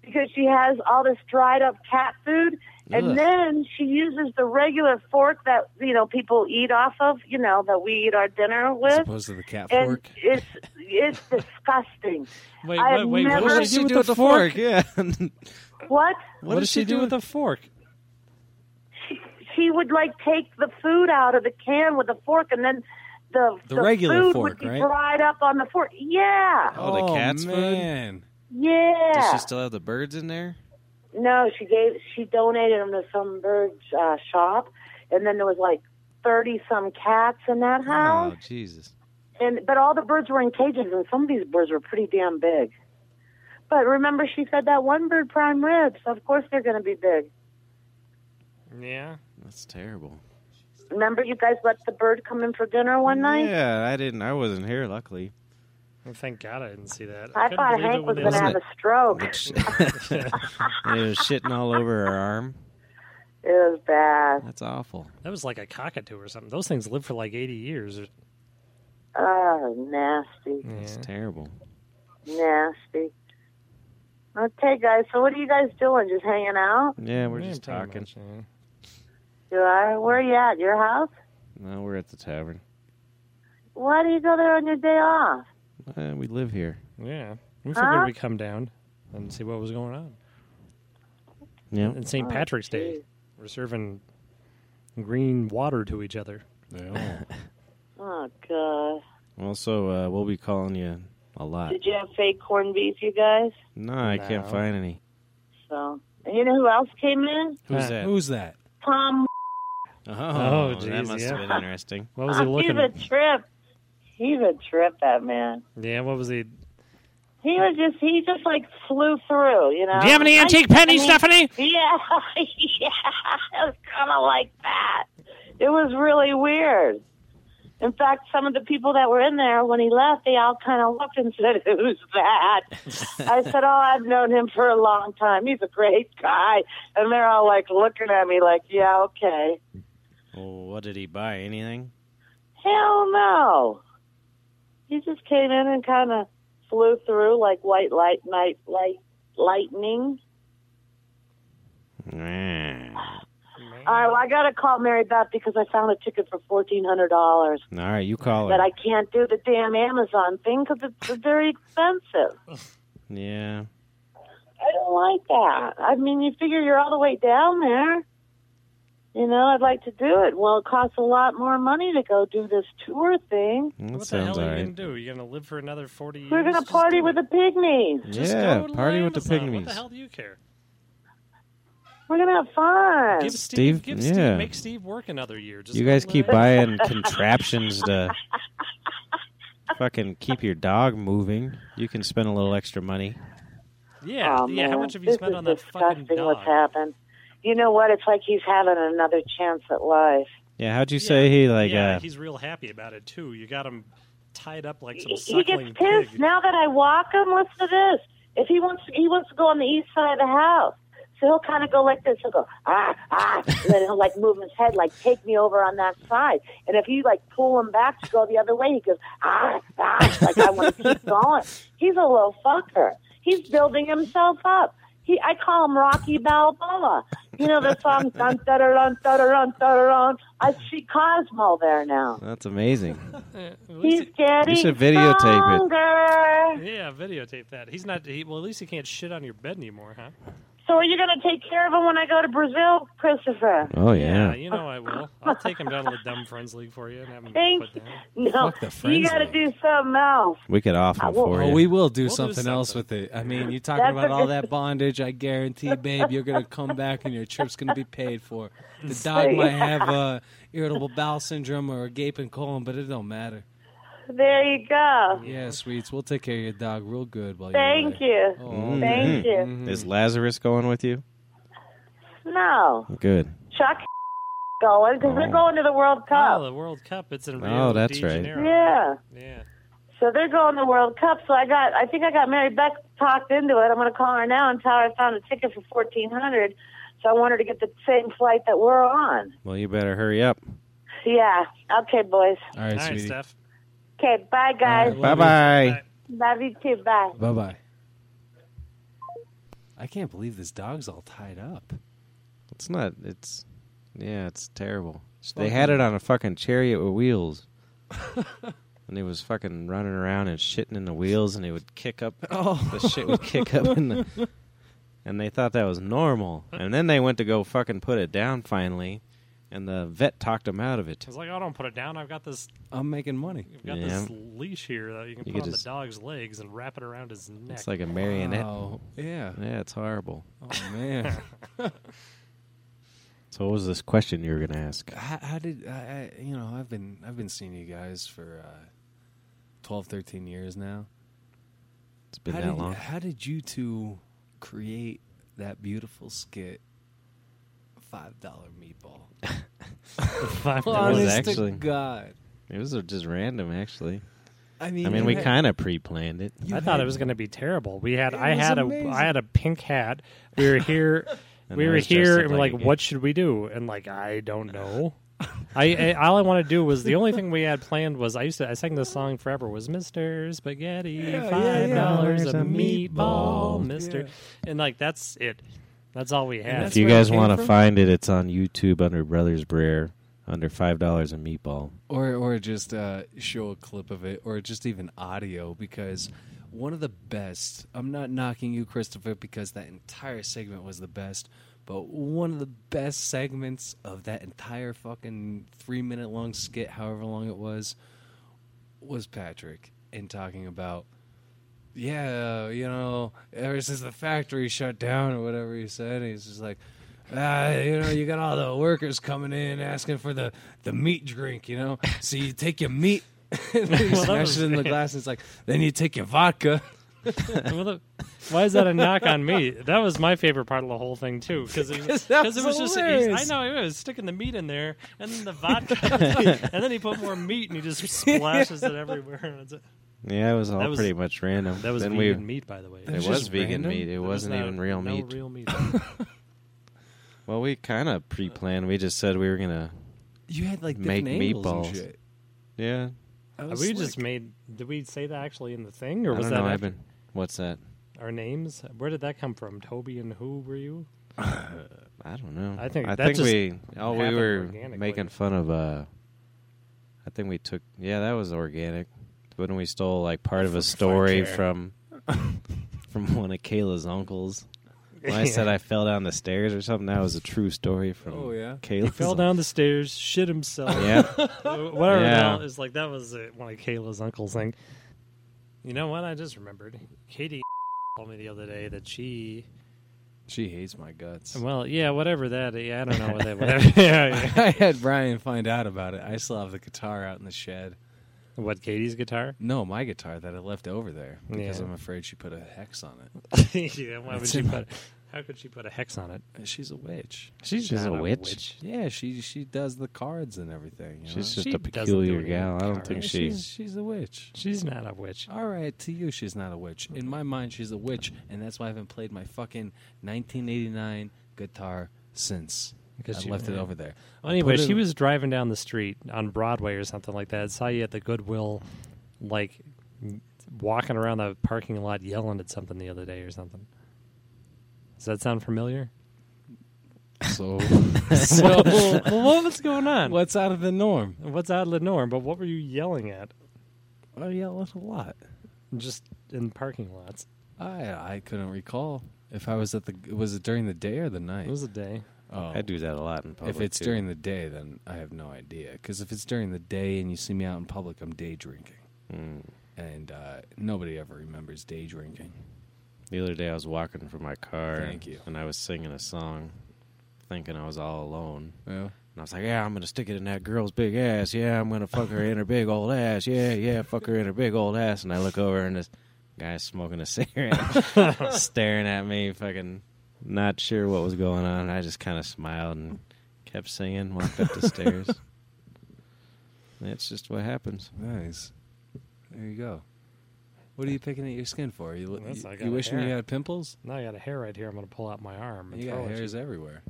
[SPEAKER 5] because she has all this dried up cat food, and
[SPEAKER 4] Ugh.
[SPEAKER 5] then she uses the regular fork that you know people eat off of, you know that we eat our dinner
[SPEAKER 3] as
[SPEAKER 5] with,
[SPEAKER 3] opposed to the cat
[SPEAKER 5] and
[SPEAKER 3] fork.
[SPEAKER 5] it's it's disgusting.
[SPEAKER 2] Wait,
[SPEAKER 5] I
[SPEAKER 2] wait,
[SPEAKER 5] have
[SPEAKER 2] wait. What
[SPEAKER 5] never-
[SPEAKER 2] does she do with the
[SPEAKER 4] fork?
[SPEAKER 2] fork?
[SPEAKER 4] Yeah. Oh,
[SPEAKER 5] What?
[SPEAKER 2] What does she do with the fork?
[SPEAKER 5] she would like take the food out of the can with a fork and then the,
[SPEAKER 3] The regular
[SPEAKER 5] food
[SPEAKER 3] fork,
[SPEAKER 5] would be
[SPEAKER 3] right?
[SPEAKER 5] dried up on the fork. Yeah.
[SPEAKER 4] Oh, the cat's food?
[SPEAKER 3] man.
[SPEAKER 5] Yeah.
[SPEAKER 4] Does she still have the birds in there?
[SPEAKER 5] no, she gave she donated them to some bird uh, shop and then there was like 30 some cats in that house.
[SPEAKER 4] Oh, Jesus.
[SPEAKER 5] And but all the birds were in cages and some of these birds were pretty damn big. But remember she said that one bird prime ribs, of course they're going to be big.
[SPEAKER 2] Yeah.
[SPEAKER 4] That's terrible.
[SPEAKER 5] Remember you guys let the bird come in for dinner one night?
[SPEAKER 4] Yeah, I didn't. I wasn't here, luckily.
[SPEAKER 2] Well, thank God I didn't see that.
[SPEAKER 5] I
[SPEAKER 2] couldn't
[SPEAKER 5] thought
[SPEAKER 2] believe it
[SPEAKER 5] Hank
[SPEAKER 2] when
[SPEAKER 5] was
[SPEAKER 2] they
[SPEAKER 5] going to
[SPEAKER 4] wasn't
[SPEAKER 5] have
[SPEAKER 4] it?
[SPEAKER 5] a stroke.
[SPEAKER 4] Which- and it was shitting all over her arm.
[SPEAKER 5] It was bad.
[SPEAKER 4] That's awful.
[SPEAKER 2] That was like a cockatoo or something. Those things live for like 80 years. or-
[SPEAKER 5] Oh, nasty,
[SPEAKER 4] That's terrible.
[SPEAKER 5] nasty. Okay, guys. So, what are you guys doing? Just hanging out?
[SPEAKER 4] Yeah, we're
[SPEAKER 2] Yeah,
[SPEAKER 4] just
[SPEAKER 2] pretty
[SPEAKER 4] talking.
[SPEAKER 2] much, yeah.
[SPEAKER 5] You are? Where are you at? Your house?
[SPEAKER 4] No, we're at the tavern.
[SPEAKER 5] Why do you go there on your day off?
[SPEAKER 4] Uh, we live here.
[SPEAKER 2] Yeah. We
[SPEAKER 5] Huh?
[SPEAKER 2] figured we'd come down and see what was going on.
[SPEAKER 4] Yeah.
[SPEAKER 2] And St. Patrick's Day,
[SPEAKER 5] Oh, geez.
[SPEAKER 2] we're serving green water to each other.
[SPEAKER 5] Oh, God.
[SPEAKER 4] Also, uh, we'll be calling you a lot.
[SPEAKER 5] Did you have fake corned beef, you guys?
[SPEAKER 4] No, I can't
[SPEAKER 2] No.
[SPEAKER 4] find any.
[SPEAKER 5] So, and you know who else came in?
[SPEAKER 4] Who's
[SPEAKER 2] Uh,
[SPEAKER 4] that?
[SPEAKER 3] Who's that?
[SPEAKER 5] Tom.
[SPEAKER 4] Oh,
[SPEAKER 2] Oh,
[SPEAKER 4] that
[SPEAKER 2] geez,
[SPEAKER 4] must
[SPEAKER 2] yeah.
[SPEAKER 4] have been interesting.
[SPEAKER 2] What was he
[SPEAKER 5] Oh, He's
[SPEAKER 2] looking
[SPEAKER 5] a trip. He's a trip, that man.
[SPEAKER 2] Yeah, what was he?
[SPEAKER 5] He was just, he just like flew through, you know?
[SPEAKER 2] Do you have any
[SPEAKER 5] Oh, I-
[SPEAKER 2] antique pennies,
[SPEAKER 5] I mean-
[SPEAKER 2] Stephanie?
[SPEAKER 5] Yeah, yeah, it was kind of like that. It was really weird. In fact, some of the people that were in there when he left, they all kind of looked and said, "Who's that?" I said, "Oh, I've known him for a long time. He's a great guy." And they're all like looking at me, like, "Yeah, okay."
[SPEAKER 4] Well, what did he buy? Anything?
[SPEAKER 5] Hell no. He just came in and kind of flew through like white light, night, light, lightning.
[SPEAKER 4] Nah.
[SPEAKER 5] All right, well, I got to call Mary Beth because I found a ticket for fourteen hundred dollars.
[SPEAKER 4] All right, you call her.
[SPEAKER 5] that I can't do the damn Amazon thing because it's very expensive.
[SPEAKER 4] yeah.
[SPEAKER 5] I don't like that. I mean, you figure you're all the way down there. You know, I'd like to do it. Well, it costs a lot more money to go do this tour thing.
[SPEAKER 4] That
[SPEAKER 2] What the
[SPEAKER 4] sounds
[SPEAKER 2] hell
[SPEAKER 4] all
[SPEAKER 2] are you
[SPEAKER 4] right.
[SPEAKER 2] going to do? You're going to live for another 40 years?
[SPEAKER 5] We're gonna
[SPEAKER 2] Just
[SPEAKER 5] party
[SPEAKER 2] do
[SPEAKER 5] with
[SPEAKER 2] it.
[SPEAKER 5] the pygmies.
[SPEAKER 2] Just
[SPEAKER 4] yeah,
[SPEAKER 2] go to
[SPEAKER 4] party with the
[SPEAKER 2] Amazon. What
[SPEAKER 4] pygmies.
[SPEAKER 2] the hell do you care?
[SPEAKER 5] We're gonna have fun.
[SPEAKER 2] Give Steve,
[SPEAKER 4] Steve-
[SPEAKER 2] give
[SPEAKER 4] yeah.
[SPEAKER 2] Steve, make Steve work another year. Just
[SPEAKER 4] you
[SPEAKER 2] go
[SPEAKER 4] guys
[SPEAKER 2] live.
[SPEAKER 4] keep buying contraptions to fucking keep your dog moving. You can spend a little extra money.
[SPEAKER 2] Yeah,
[SPEAKER 5] Oh,
[SPEAKER 2] yeah.
[SPEAKER 5] man.
[SPEAKER 2] How much have you
[SPEAKER 5] this
[SPEAKER 2] spent
[SPEAKER 5] is
[SPEAKER 2] on that
[SPEAKER 5] disgusting
[SPEAKER 2] fucking dog?
[SPEAKER 5] What's happened? You know what? It's like he's having another chance at life.
[SPEAKER 4] Yeah, how'd you say he like?
[SPEAKER 2] yeah,
[SPEAKER 4] uh,
[SPEAKER 2] he's real happy about it too. You got him tied up like some
[SPEAKER 5] he he gets
[SPEAKER 2] suckling
[SPEAKER 5] pissed
[SPEAKER 2] pig.
[SPEAKER 5] now that I walk him. Listen to this. If he wants, he wants to go on the east side of the house. So he'll kind of go like this. He'll go, ah, ah. And then he'll like move his head, like, take me over on that side. And if you like pull him back to go the other way, he goes, ah, ah. Like, I want to keep going. He's a little fucker. He's building himself up. He, I call him Rocky Balboa. You know the song, dun da da dun da da dun da da dun. I see Cosmo there now.
[SPEAKER 4] That's amazing.
[SPEAKER 5] He's getting
[SPEAKER 4] should videotape it.
[SPEAKER 5] stronger.
[SPEAKER 2] Yeah, videotape that. He's not. He, well, at least he can't shit on your bed anymore, huh?
[SPEAKER 5] So are you going to take care of him when I go to Brazil, Christopher?
[SPEAKER 4] Oh yeah.
[SPEAKER 2] Uh, you know I will. I'll take him down to the dumb friends league for you and have him
[SPEAKER 5] Thank
[SPEAKER 2] put down.
[SPEAKER 5] No,
[SPEAKER 3] Fuck the friends
[SPEAKER 5] you got to
[SPEAKER 3] thing.
[SPEAKER 5] do something else.
[SPEAKER 4] We could off him
[SPEAKER 5] I will-
[SPEAKER 4] for
[SPEAKER 3] Oh,
[SPEAKER 4] you.
[SPEAKER 3] we will do,
[SPEAKER 2] do
[SPEAKER 3] something, else with
[SPEAKER 2] something.
[SPEAKER 3] it. I mean, you're talking
[SPEAKER 5] That's
[SPEAKER 3] about
[SPEAKER 5] a
[SPEAKER 3] all
[SPEAKER 5] good-
[SPEAKER 3] that bondage. I guarantee, babe, you're gonna come back and your trip's gonna be paid for. The dog
[SPEAKER 5] Sweet.
[SPEAKER 3] might have uh, irritable bowel syndrome or a gaping colon, but it don't matter.
[SPEAKER 5] There you go.
[SPEAKER 3] Yeah, sweets, we'll take care of your dog real good while
[SPEAKER 5] Mm-hmm. Thank
[SPEAKER 3] you're
[SPEAKER 5] you.
[SPEAKER 3] away. Oh,
[SPEAKER 4] Mm-hmm.
[SPEAKER 5] Thank you.
[SPEAKER 4] Is Lazarus going with you?
[SPEAKER 5] No,
[SPEAKER 4] Good.
[SPEAKER 5] Chuck going because they're
[SPEAKER 4] Oh.
[SPEAKER 5] going to the World
[SPEAKER 2] Oh,
[SPEAKER 5] Cup.
[SPEAKER 2] the World Cup. It's in
[SPEAKER 4] Oh,
[SPEAKER 2] Rio
[SPEAKER 4] that's
[SPEAKER 2] de
[SPEAKER 4] right.
[SPEAKER 2] Janeiro.
[SPEAKER 5] Yeah.
[SPEAKER 2] Yeah.
[SPEAKER 5] So they're going to the World Cup. So I got, I think I got Mary Beck talked into it. I'm going to call her now and tell her I found a ticket for 1400 So I want her to get the same flight that we're on.
[SPEAKER 4] Well, you better hurry up.
[SPEAKER 5] Yeah. Okay, boys.
[SPEAKER 3] All right,
[SPEAKER 2] All right,
[SPEAKER 3] sweetie.
[SPEAKER 2] Steph.
[SPEAKER 5] Okay, bye, guys.
[SPEAKER 3] All right,
[SPEAKER 4] Bye bye.
[SPEAKER 5] Love you too. Bye.
[SPEAKER 3] Bye bye. I can't believe this dog's all tied up.
[SPEAKER 4] It's not. It's yeah. It's terrible. They had it on a fucking chariot with wheels, and he was fucking running around and shitting in the wheels, and he would kick up.
[SPEAKER 3] Oh,
[SPEAKER 4] The shit would kick up in the. And they thought that was normal, and then they went to go fucking put it down finally, and the vet talked him out of it.
[SPEAKER 2] I was like, oh, don't put it down. I've got this.
[SPEAKER 3] I'm making money.
[SPEAKER 2] I've got
[SPEAKER 4] Yeah.
[SPEAKER 2] this leash here that you can
[SPEAKER 4] You
[SPEAKER 2] put
[SPEAKER 4] could
[SPEAKER 2] on
[SPEAKER 4] just-
[SPEAKER 2] the dog's legs and wrap it around his neck.
[SPEAKER 4] It's like a marionette.
[SPEAKER 3] Oh, yeah.
[SPEAKER 4] Yeah, it's horrible.
[SPEAKER 3] Oh man.
[SPEAKER 4] So, what was this question you were going to ask?
[SPEAKER 3] how, how did I, I you know i've been i've been seeing you guys for uh 12 13 years now
[SPEAKER 4] It's been
[SPEAKER 3] how
[SPEAKER 4] that
[SPEAKER 3] did,
[SPEAKER 4] long.
[SPEAKER 3] how did you two create that beautiful skit five dollar meatball
[SPEAKER 2] Five
[SPEAKER 4] was
[SPEAKER 2] dollars.
[SPEAKER 3] honest
[SPEAKER 4] actually-
[SPEAKER 3] to god
[SPEAKER 4] It was just random, actually.
[SPEAKER 3] i mean
[SPEAKER 4] I mean,
[SPEAKER 3] you
[SPEAKER 4] we
[SPEAKER 3] had-
[SPEAKER 4] kind of pre-planned it.
[SPEAKER 3] you
[SPEAKER 2] I thought
[SPEAKER 3] had-
[SPEAKER 2] it was going to be terrible. We had
[SPEAKER 3] It
[SPEAKER 2] I
[SPEAKER 3] was
[SPEAKER 2] had
[SPEAKER 3] amazing.
[SPEAKER 2] a I had a pink hat. We were here.
[SPEAKER 4] And
[SPEAKER 2] we
[SPEAKER 4] I
[SPEAKER 2] were
[SPEAKER 4] was dressed
[SPEAKER 2] here
[SPEAKER 4] up
[SPEAKER 2] and we're
[SPEAKER 4] like
[SPEAKER 2] like,
[SPEAKER 4] a gay-
[SPEAKER 2] what should we do? And like, I don't know. I, I all I want to do was the only thing we had planned was I used to I sang this song forever was Mister Spaghetti
[SPEAKER 3] Yeah, yeah,
[SPEAKER 2] five
[SPEAKER 3] yeah.
[SPEAKER 2] dollars
[SPEAKER 4] There's
[SPEAKER 2] a
[SPEAKER 4] a
[SPEAKER 2] meatball
[SPEAKER 4] meatball.
[SPEAKER 2] Mister
[SPEAKER 3] Yeah.
[SPEAKER 2] and like that's it that's all we had
[SPEAKER 4] If
[SPEAKER 3] That's
[SPEAKER 4] you
[SPEAKER 3] where it
[SPEAKER 4] guys
[SPEAKER 3] came
[SPEAKER 4] want to
[SPEAKER 3] from?
[SPEAKER 4] find it, it's on YouTube under Brothers Brer under five dollars a meatball.
[SPEAKER 3] or or just uh, show a clip of it, or just even audio, because one of the best. I'm not knocking you, Christopher, because that entire segment was the best. But one of the best segments of that entire fucking three minute long skit, however long it was, was Patrick and talking about, yeah, you know, ever since the factory shut down or whatever he said, he's just like, ah, you know, you got all the workers coming in asking for the, the meat drink, you know, so you take your meat and then you
[SPEAKER 2] Well, that
[SPEAKER 3] smash
[SPEAKER 2] was-
[SPEAKER 3] it in the glass, and it's like, then you take your vodka.
[SPEAKER 2] Well, look, why is that a knock on me? That was my favorite part of the whole thing too, because it, was-
[SPEAKER 3] 'Cause
[SPEAKER 2] cause it
[SPEAKER 3] that
[SPEAKER 2] was
[SPEAKER 3] was
[SPEAKER 2] just
[SPEAKER 3] hilarious.
[SPEAKER 2] I know it was sticking the meat in there and then the vodka, and then he put more meat and he just splashes it everywhere. That's it.
[SPEAKER 4] Yeah, it was all
[SPEAKER 2] That was-
[SPEAKER 4] pretty much random.
[SPEAKER 2] That was
[SPEAKER 4] Then we-
[SPEAKER 2] vegan meat, by the way.
[SPEAKER 4] It
[SPEAKER 3] was
[SPEAKER 4] was,
[SPEAKER 3] just
[SPEAKER 4] vegan
[SPEAKER 3] random?
[SPEAKER 4] meat. It
[SPEAKER 2] That was
[SPEAKER 4] wasn't
[SPEAKER 2] not-
[SPEAKER 4] even real
[SPEAKER 2] no
[SPEAKER 4] meat.
[SPEAKER 2] real meat.
[SPEAKER 4] Well, we kind of pre-planned. We just said we were gonna.
[SPEAKER 3] You had like
[SPEAKER 4] Make
[SPEAKER 3] different angles
[SPEAKER 4] meatballs.
[SPEAKER 3] and shit.
[SPEAKER 4] Yeah,
[SPEAKER 3] I
[SPEAKER 2] we
[SPEAKER 3] was
[SPEAKER 2] just
[SPEAKER 3] like-
[SPEAKER 2] made. Did we say that actually in the thing, or
[SPEAKER 4] I
[SPEAKER 2] was
[SPEAKER 4] don't
[SPEAKER 2] that
[SPEAKER 4] know. I've
[SPEAKER 2] after-
[SPEAKER 4] been. What's that?
[SPEAKER 2] our names? Where did that come from? Toby and who were you?
[SPEAKER 4] I don't know.
[SPEAKER 2] I think
[SPEAKER 4] I
[SPEAKER 2] that
[SPEAKER 4] think
[SPEAKER 2] just
[SPEAKER 4] we. Oh, we
[SPEAKER 2] happened
[SPEAKER 4] were
[SPEAKER 2] organically.
[SPEAKER 4] making fun of. uh I think we took. Yeah, that was organic. When we stole like part of a story
[SPEAKER 2] care.
[SPEAKER 4] from from one of Kayla's uncles. When I said I fell down the stairs or something, that was a true story from
[SPEAKER 3] Oh, yeah.
[SPEAKER 4] Kayla's.
[SPEAKER 2] Fell down the stairs, shit himself.
[SPEAKER 4] Yeah,
[SPEAKER 2] whatever the
[SPEAKER 4] Yeah.
[SPEAKER 2] hell is like that was uh, one of Kayla's uncles thing. You know what? I just remembered. Katie told me the other day that she,
[SPEAKER 3] She hates my guts.
[SPEAKER 2] well, yeah, whatever that. Yeah, I don't know what that. Whatever. yeah, yeah.
[SPEAKER 3] I had Brian find out about it. I still have the guitar out in the shed.
[SPEAKER 2] What Katie's guitar?
[SPEAKER 3] No, my guitar that I left over there because
[SPEAKER 2] Yeah.
[SPEAKER 3] I'm afraid she put a hex on it.
[SPEAKER 2] yeah, why would she put? How could she put a hex on it?
[SPEAKER 3] She's a witch.
[SPEAKER 2] She's,
[SPEAKER 4] She's
[SPEAKER 2] not
[SPEAKER 4] a witch?
[SPEAKER 3] Yeah, she she does the cards and everything. you know?
[SPEAKER 4] She's just
[SPEAKER 2] She
[SPEAKER 4] a
[SPEAKER 2] doesn't do
[SPEAKER 4] peculiar
[SPEAKER 2] it.
[SPEAKER 4] gal. I don't
[SPEAKER 2] Alright.
[SPEAKER 4] think she.
[SPEAKER 3] she's she's a witch.
[SPEAKER 2] She's not a witch.
[SPEAKER 3] All right, to you she's not a witch. In my mind, she's a witch, and that's why I haven't played my fucking 1989 guitar since.
[SPEAKER 2] Because
[SPEAKER 3] I
[SPEAKER 2] you-
[SPEAKER 3] left it over there.
[SPEAKER 2] Well, anyway,
[SPEAKER 3] Put it-
[SPEAKER 2] she was driving down the street on Broadway or something like that. Saw you at the Goodwill, like m- walking around the parking lot yelling at something the other day or something. Does that sound familiar?
[SPEAKER 3] So
[SPEAKER 2] so, well, what's going on?
[SPEAKER 3] what's out of the norm?
[SPEAKER 2] What's out of the norm? But what were you yelling at? Oh,
[SPEAKER 3] I yell at a lot.
[SPEAKER 2] Just in parking lots.
[SPEAKER 3] I I couldn't recall if I was at the was it during the day or the night.
[SPEAKER 2] It was a day.
[SPEAKER 3] oh,
[SPEAKER 4] I do that a lot in public.
[SPEAKER 3] if it's
[SPEAKER 4] too.
[SPEAKER 3] during the day, then I have no idea. Because if it's during the day and you see me out in public, I'm day drinking, Hmm.
[SPEAKER 4] Mm.
[SPEAKER 3] and uh, nobody ever remembers day drinking.
[SPEAKER 4] The other day I was walking from my car.
[SPEAKER 3] Thank you.
[SPEAKER 4] And I was singing a song, thinking I was all alone.
[SPEAKER 3] Yeah.
[SPEAKER 4] And I was like, yeah, I'm going to stick it in that girl's big ass. Yeah, I'm going to fuck her in her big old ass. Yeah, yeah, fuck her in her big old ass. And I look over and this guy's smoking a cigarette, staring at me, fucking not sure what was going on. I just kind of smiled and kept singing, walked up the stairs. That's just what happens.
[SPEAKER 3] Nice. There you go. What are you picking at your skin for? You,
[SPEAKER 2] Well, that's
[SPEAKER 3] you,
[SPEAKER 2] I got
[SPEAKER 3] you
[SPEAKER 2] a
[SPEAKER 3] wishing you
[SPEAKER 2] hair.
[SPEAKER 3] had pimples?
[SPEAKER 2] Now I got a hair right here. I'm going to pull out my arm. And
[SPEAKER 3] You got
[SPEAKER 2] throw it at
[SPEAKER 3] hairs everywhere.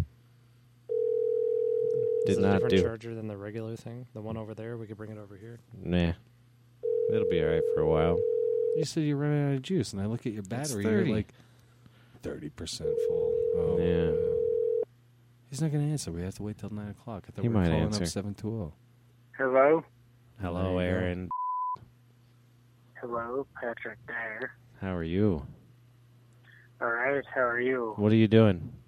[SPEAKER 2] Is it
[SPEAKER 4] Did
[SPEAKER 2] a
[SPEAKER 4] not
[SPEAKER 2] different
[SPEAKER 4] do.
[SPEAKER 2] charger than the regular thing. The one over there, we could bring it over here.
[SPEAKER 4] Nah. It'll be all right for a while.
[SPEAKER 3] You said you're running out of juice, and I look at your battery, you're
[SPEAKER 4] 30.
[SPEAKER 3] like thirty percent full. Oh,
[SPEAKER 4] Yeah.
[SPEAKER 3] wow. He's not going to answer. We have to wait till nine o'clock. I thought
[SPEAKER 4] He
[SPEAKER 3] we were
[SPEAKER 4] might
[SPEAKER 3] calling
[SPEAKER 4] answer.
[SPEAKER 3] up seven two oh. zero.
[SPEAKER 6] Hello?
[SPEAKER 4] Hello,
[SPEAKER 3] There you go.
[SPEAKER 4] Aaron.
[SPEAKER 6] Hello, Patrick there.
[SPEAKER 4] How are you?
[SPEAKER 6] All right, how are you?
[SPEAKER 4] What are you doing?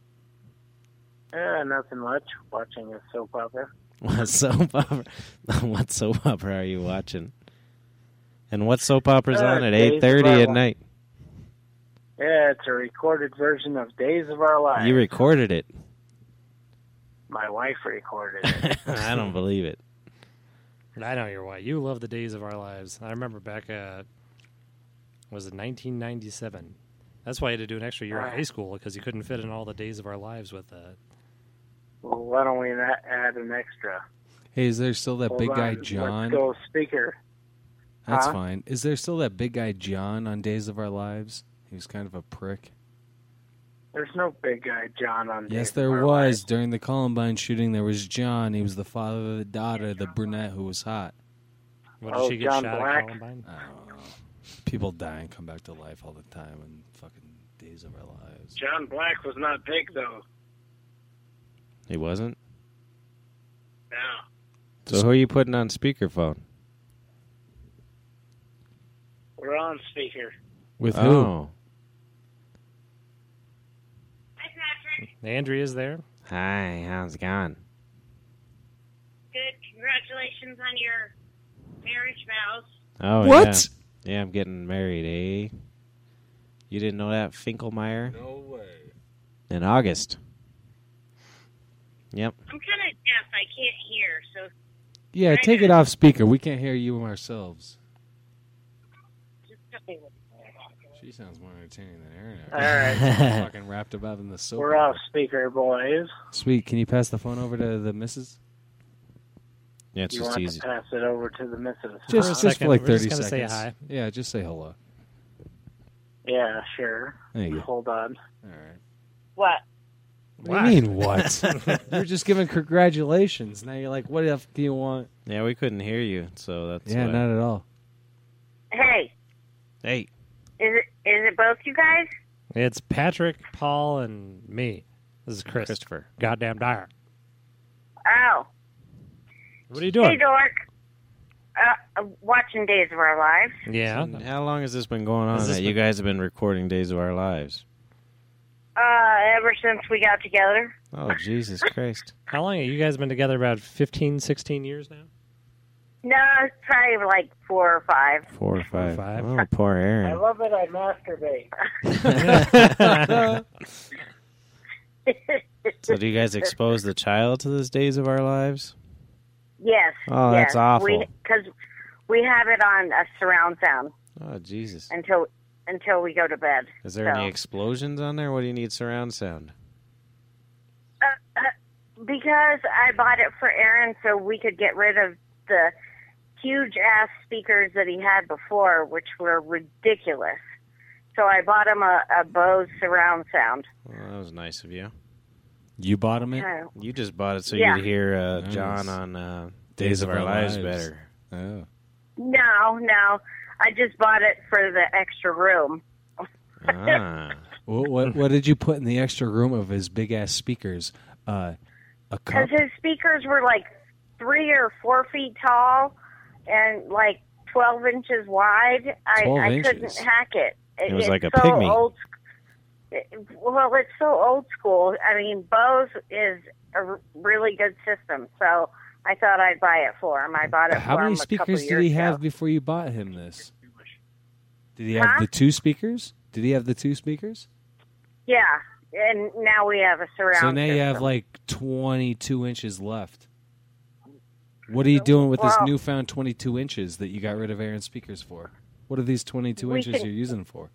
[SPEAKER 6] Uh, nothing much. Watching a soap opera.
[SPEAKER 4] What soap opera? what soap opera are you watching? And what soap opera's
[SPEAKER 6] Uh,
[SPEAKER 4] on at
[SPEAKER 6] Days
[SPEAKER 4] eight
[SPEAKER 6] of
[SPEAKER 4] thirty
[SPEAKER 6] Our
[SPEAKER 4] at
[SPEAKER 6] Lives.
[SPEAKER 4] night?
[SPEAKER 6] Yeah, it's a recorded version of Days of Our Lives.
[SPEAKER 4] You recorded it.
[SPEAKER 6] My wife recorded it.
[SPEAKER 4] I don't believe it.
[SPEAKER 2] I know you're white. You love the days of our lives. I remember back uh was it 1997? That's why you had to do an extra year in
[SPEAKER 6] Right.
[SPEAKER 2] high school because you couldn't fit in all the days of our lives with uh
[SPEAKER 6] well, why don't we not add an extra?
[SPEAKER 3] Hey, is there still that
[SPEAKER 6] Hold
[SPEAKER 3] big guy
[SPEAKER 6] on,
[SPEAKER 3] John?
[SPEAKER 6] Let's go speaker.
[SPEAKER 3] That's
[SPEAKER 6] Huh?
[SPEAKER 3] fine. Is there still that big guy John on Days of Our Lives? He was kind of a prick.
[SPEAKER 6] There's no big guy John on Days
[SPEAKER 3] Yes,
[SPEAKER 6] of
[SPEAKER 3] there
[SPEAKER 6] Our
[SPEAKER 3] was.
[SPEAKER 6] Lives.
[SPEAKER 3] During the Columbine shooting, there was John. He was the father of the daughter, the brunette who was hot.
[SPEAKER 2] what did
[SPEAKER 6] Oh,
[SPEAKER 2] she get
[SPEAKER 6] John
[SPEAKER 2] shot
[SPEAKER 6] Black.
[SPEAKER 2] at Columbine?
[SPEAKER 3] I don't know. People die and come back to life all the time in fucking Days of Our Lives.
[SPEAKER 6] John Black was not big, though.
[SPEAKER 4] He wasn't.
[SPEAKER 6] No.
[SPEAKER 4] So who are you putting on speakerphone?
[SPEAKER 6] We're on speaker.
[SPEAKER 3] With
[SPEAKER 4] Oh,
[SPEAKER 5] Hi, Patrick.
[SPEAKER 2] Andrea's there.
[SPEAKER 4] hi. How's it going?
[SPEAKER 5] Good. Congratulations on your marriage vows.
[SPEAKER 4] Oh,
[SPEAKER 3] What?
[SPEAKER 4] Yeah. yeah, I'm getting married, eh? You didn't know that, Finkelmeyer?
[SPEAKER 3] No way.
[SPEAKER 4] In August. Yep.
[SPEAKER 5] I'm kind of deaf. I can't hear. So
[SPEAKER 3] Yeah,
[SPEAKER 5] Right.
[SPEAKER 3] take it off speaker. We can't hear you ourselves.
[SPEAKER 5] just tell me what.
[SPEAKER 3] She sounds more entertaining than Aaron.
[SPEAKER 6] All right.
[SPEAKER 3] fucking wrapped about in the soap.
[SPEAKER 6] We're off speaker, boys.
[SPEAKER 3] Sweet. Can you pass the phone over to the missus?
[SPEAKER 4] Yeah, it's
[SPEAKER 6] you
[SPEAKER 4] just
[SPEAKER 6] want
[SPEAKER 4] easy.
[SPEAKER 6] to pass it over to the missus?
[SPEAKER 3] Just,
[SPEAKER 6] huh?
[SPEAKER 3] just
[SPEAKER 2] second,
[SPEAKER 3] for like
[SPEAKER 2] we're
[SPEAKER 3] 30
[SPEAKER 2] just gonna say
[SPEAKER 3] seconds.
[SPEAKER 2] hi.
[SPEAKER 3] Yeah, just say hello.
[SPEAKER 6] yeah, sure.
[SPEAKER 3] There you go.
[SPEAKER 6] Hold on.
[SPEAKER 3] All right.
[SPEAKER 5] What?
[SPEAKER 2] What?
[SPEAKER 3] What do you mean, what? You're just giving congratulations. Now you're like, what else do you want?
[SPEAKER 4] Yeah, we couldn't hear you, so that's
[SPEAKER 3] yeah,
[SPEAKER 4] why.
[SPEAKER 3] not at all.
[SPEAKER 5] Hey,
[SPEAKER 4] hey.
[SPEAKER 5] is it is it both you guys?
[SPEAKER 2] It's Patrick, Paul, and me. This is Chris.
[SPEAKER 4] Christopher.
[SPEAKER 2] Goddamn dire.
[SPEAKER 5] Oh,
[SPEAKER 2] What are you
[SPEAKER 5] hey,
[SPEAKER 2] doing?
[SPEAKER 5] dork. Uh, uh, watching Days of Our Lives.
[SPEAKER 2] Yeah.
[SPEAKER 4] And How long has this been going on
[SPEAKER 2] Has
[SPEAKER 4] that
[SPEAKER 2] this
[SPEAKER 4] you guys have been recording Days of Our Lives?
[SPEAKER 5] Uh, ever since we got together.
[SPEAKER 4] Oh, Jesus Christ.
[SPEAKER 2] How long have you guys been together? About 15, 16 years now.
[SPEAKER 5] No, it's probably like four or five.
[SPEAKER 4] Four or five.
[SPEAKER 2] five.
[SPEAKER 4] Oh, poor
[SPEAKER 6] I
[SPEAKER 4] Aaron.
[SPEAKER 6] love it. I masturbate.
[SPEAKER 4] So, do you guys expose the child to this Days of Our Lives?
[SPEAKER 5] Yes.
[SPEAKER 4] Oh,
[SPEAKER 5] yes.
[SPEAKER 4] that's awful.
[SPEAKER 5] Because we, have it on a surround sound
[SPEAKER 4] Oh, Jesus.
[SPEAKER 5] until until we go to bed.
[SPEAKER 4] Is there any
[SPEAKER 5] So-
[SPEAKER 4] explosions on there? What do you need surround sound?
[SPEAKER 5] Because I bought it for Aaron so we could get rid of the huge ass speakers that he had before, which were ridiculous. So I bought him a, a Bose surround sound.
[SPEAKER 4] Well, that was nice of you.
[SPEAKER 3] You bought him it.
[SPEAKER 5] Oh,
[SPEAKER 4] You just bought it so
[SPEAKER 5] Yeah.
[SPEAKER 4] you'd hear uh,
[SPEAKER 3] Nice.
[SPEAKER 4] John on uh,
[SPEAKER 3] Days
[SPEAKER 4] Days,
[SPEAKER 3] of
[SPEAKER 4] of
[SPEAKER 3] Our
[SPEAKER 4] Our Lives,
[SPEAKER 3] Lives.
[SPEAKER 4] better.
[SPEAKER 3] Oh.
[SPEAKER 5] No, no. I just bought it for the extra room.
[SPEAKER 4] ah.
[SPEAKER 3] What, what what did you put in the extra room of his big ass speakers? Uh, a cup.
[SPEAKER 5] Because his speakers were like three or four feet tall and like 12 inches wide. I,
[SPEAKER 3] 12
[SPEAKER 5] I
[SPEAKER 3] inches.
[SPEAKER 5] couldn't hack it.
[SPEAKER 4] It was
[SPEAKER 5] it's
[SPEAKER 4] like a
[SPEAKER 5] so
[SPEAKER 4] pygmy.
[SPEAKER 5] Old, it- well, it's so old school. I mean, Bose is a r- really good system. So I thought I'd buy it for him. I bought it
[SPEAKER 3] How
[SPEAKER 5] for
[SPEAKER 3] many
[SPEAKER 5] him. a couple
[SPEAKER 3] speakers did
[SPEAKER 5] years
[SPEAKER 3] he have
[SPEAKER 5] ago.
[SPEAKER 3] before you bought him this? Did he
[SPEAKER 5] Huh?
[SPEAKER 3] have the two speakers? Did he have the two speakers?
[SPEAKER 5] Yeah. And now we have a surround.
[SPEAKER 3] So now you have
[SPEAKER 5] system.
[SPEAKER 3] like 22 inches left. What are you doing with this
[SPEAKER 5] Well-
[SPEAKER 3] newfound 22 inches that you got rid of Aaron's speakers for? What are these 22
[SPEAKER 5] We
[SPEAKER 3] inches
[SPEAKER 5] can-
[SPEAKER 3] you're using for?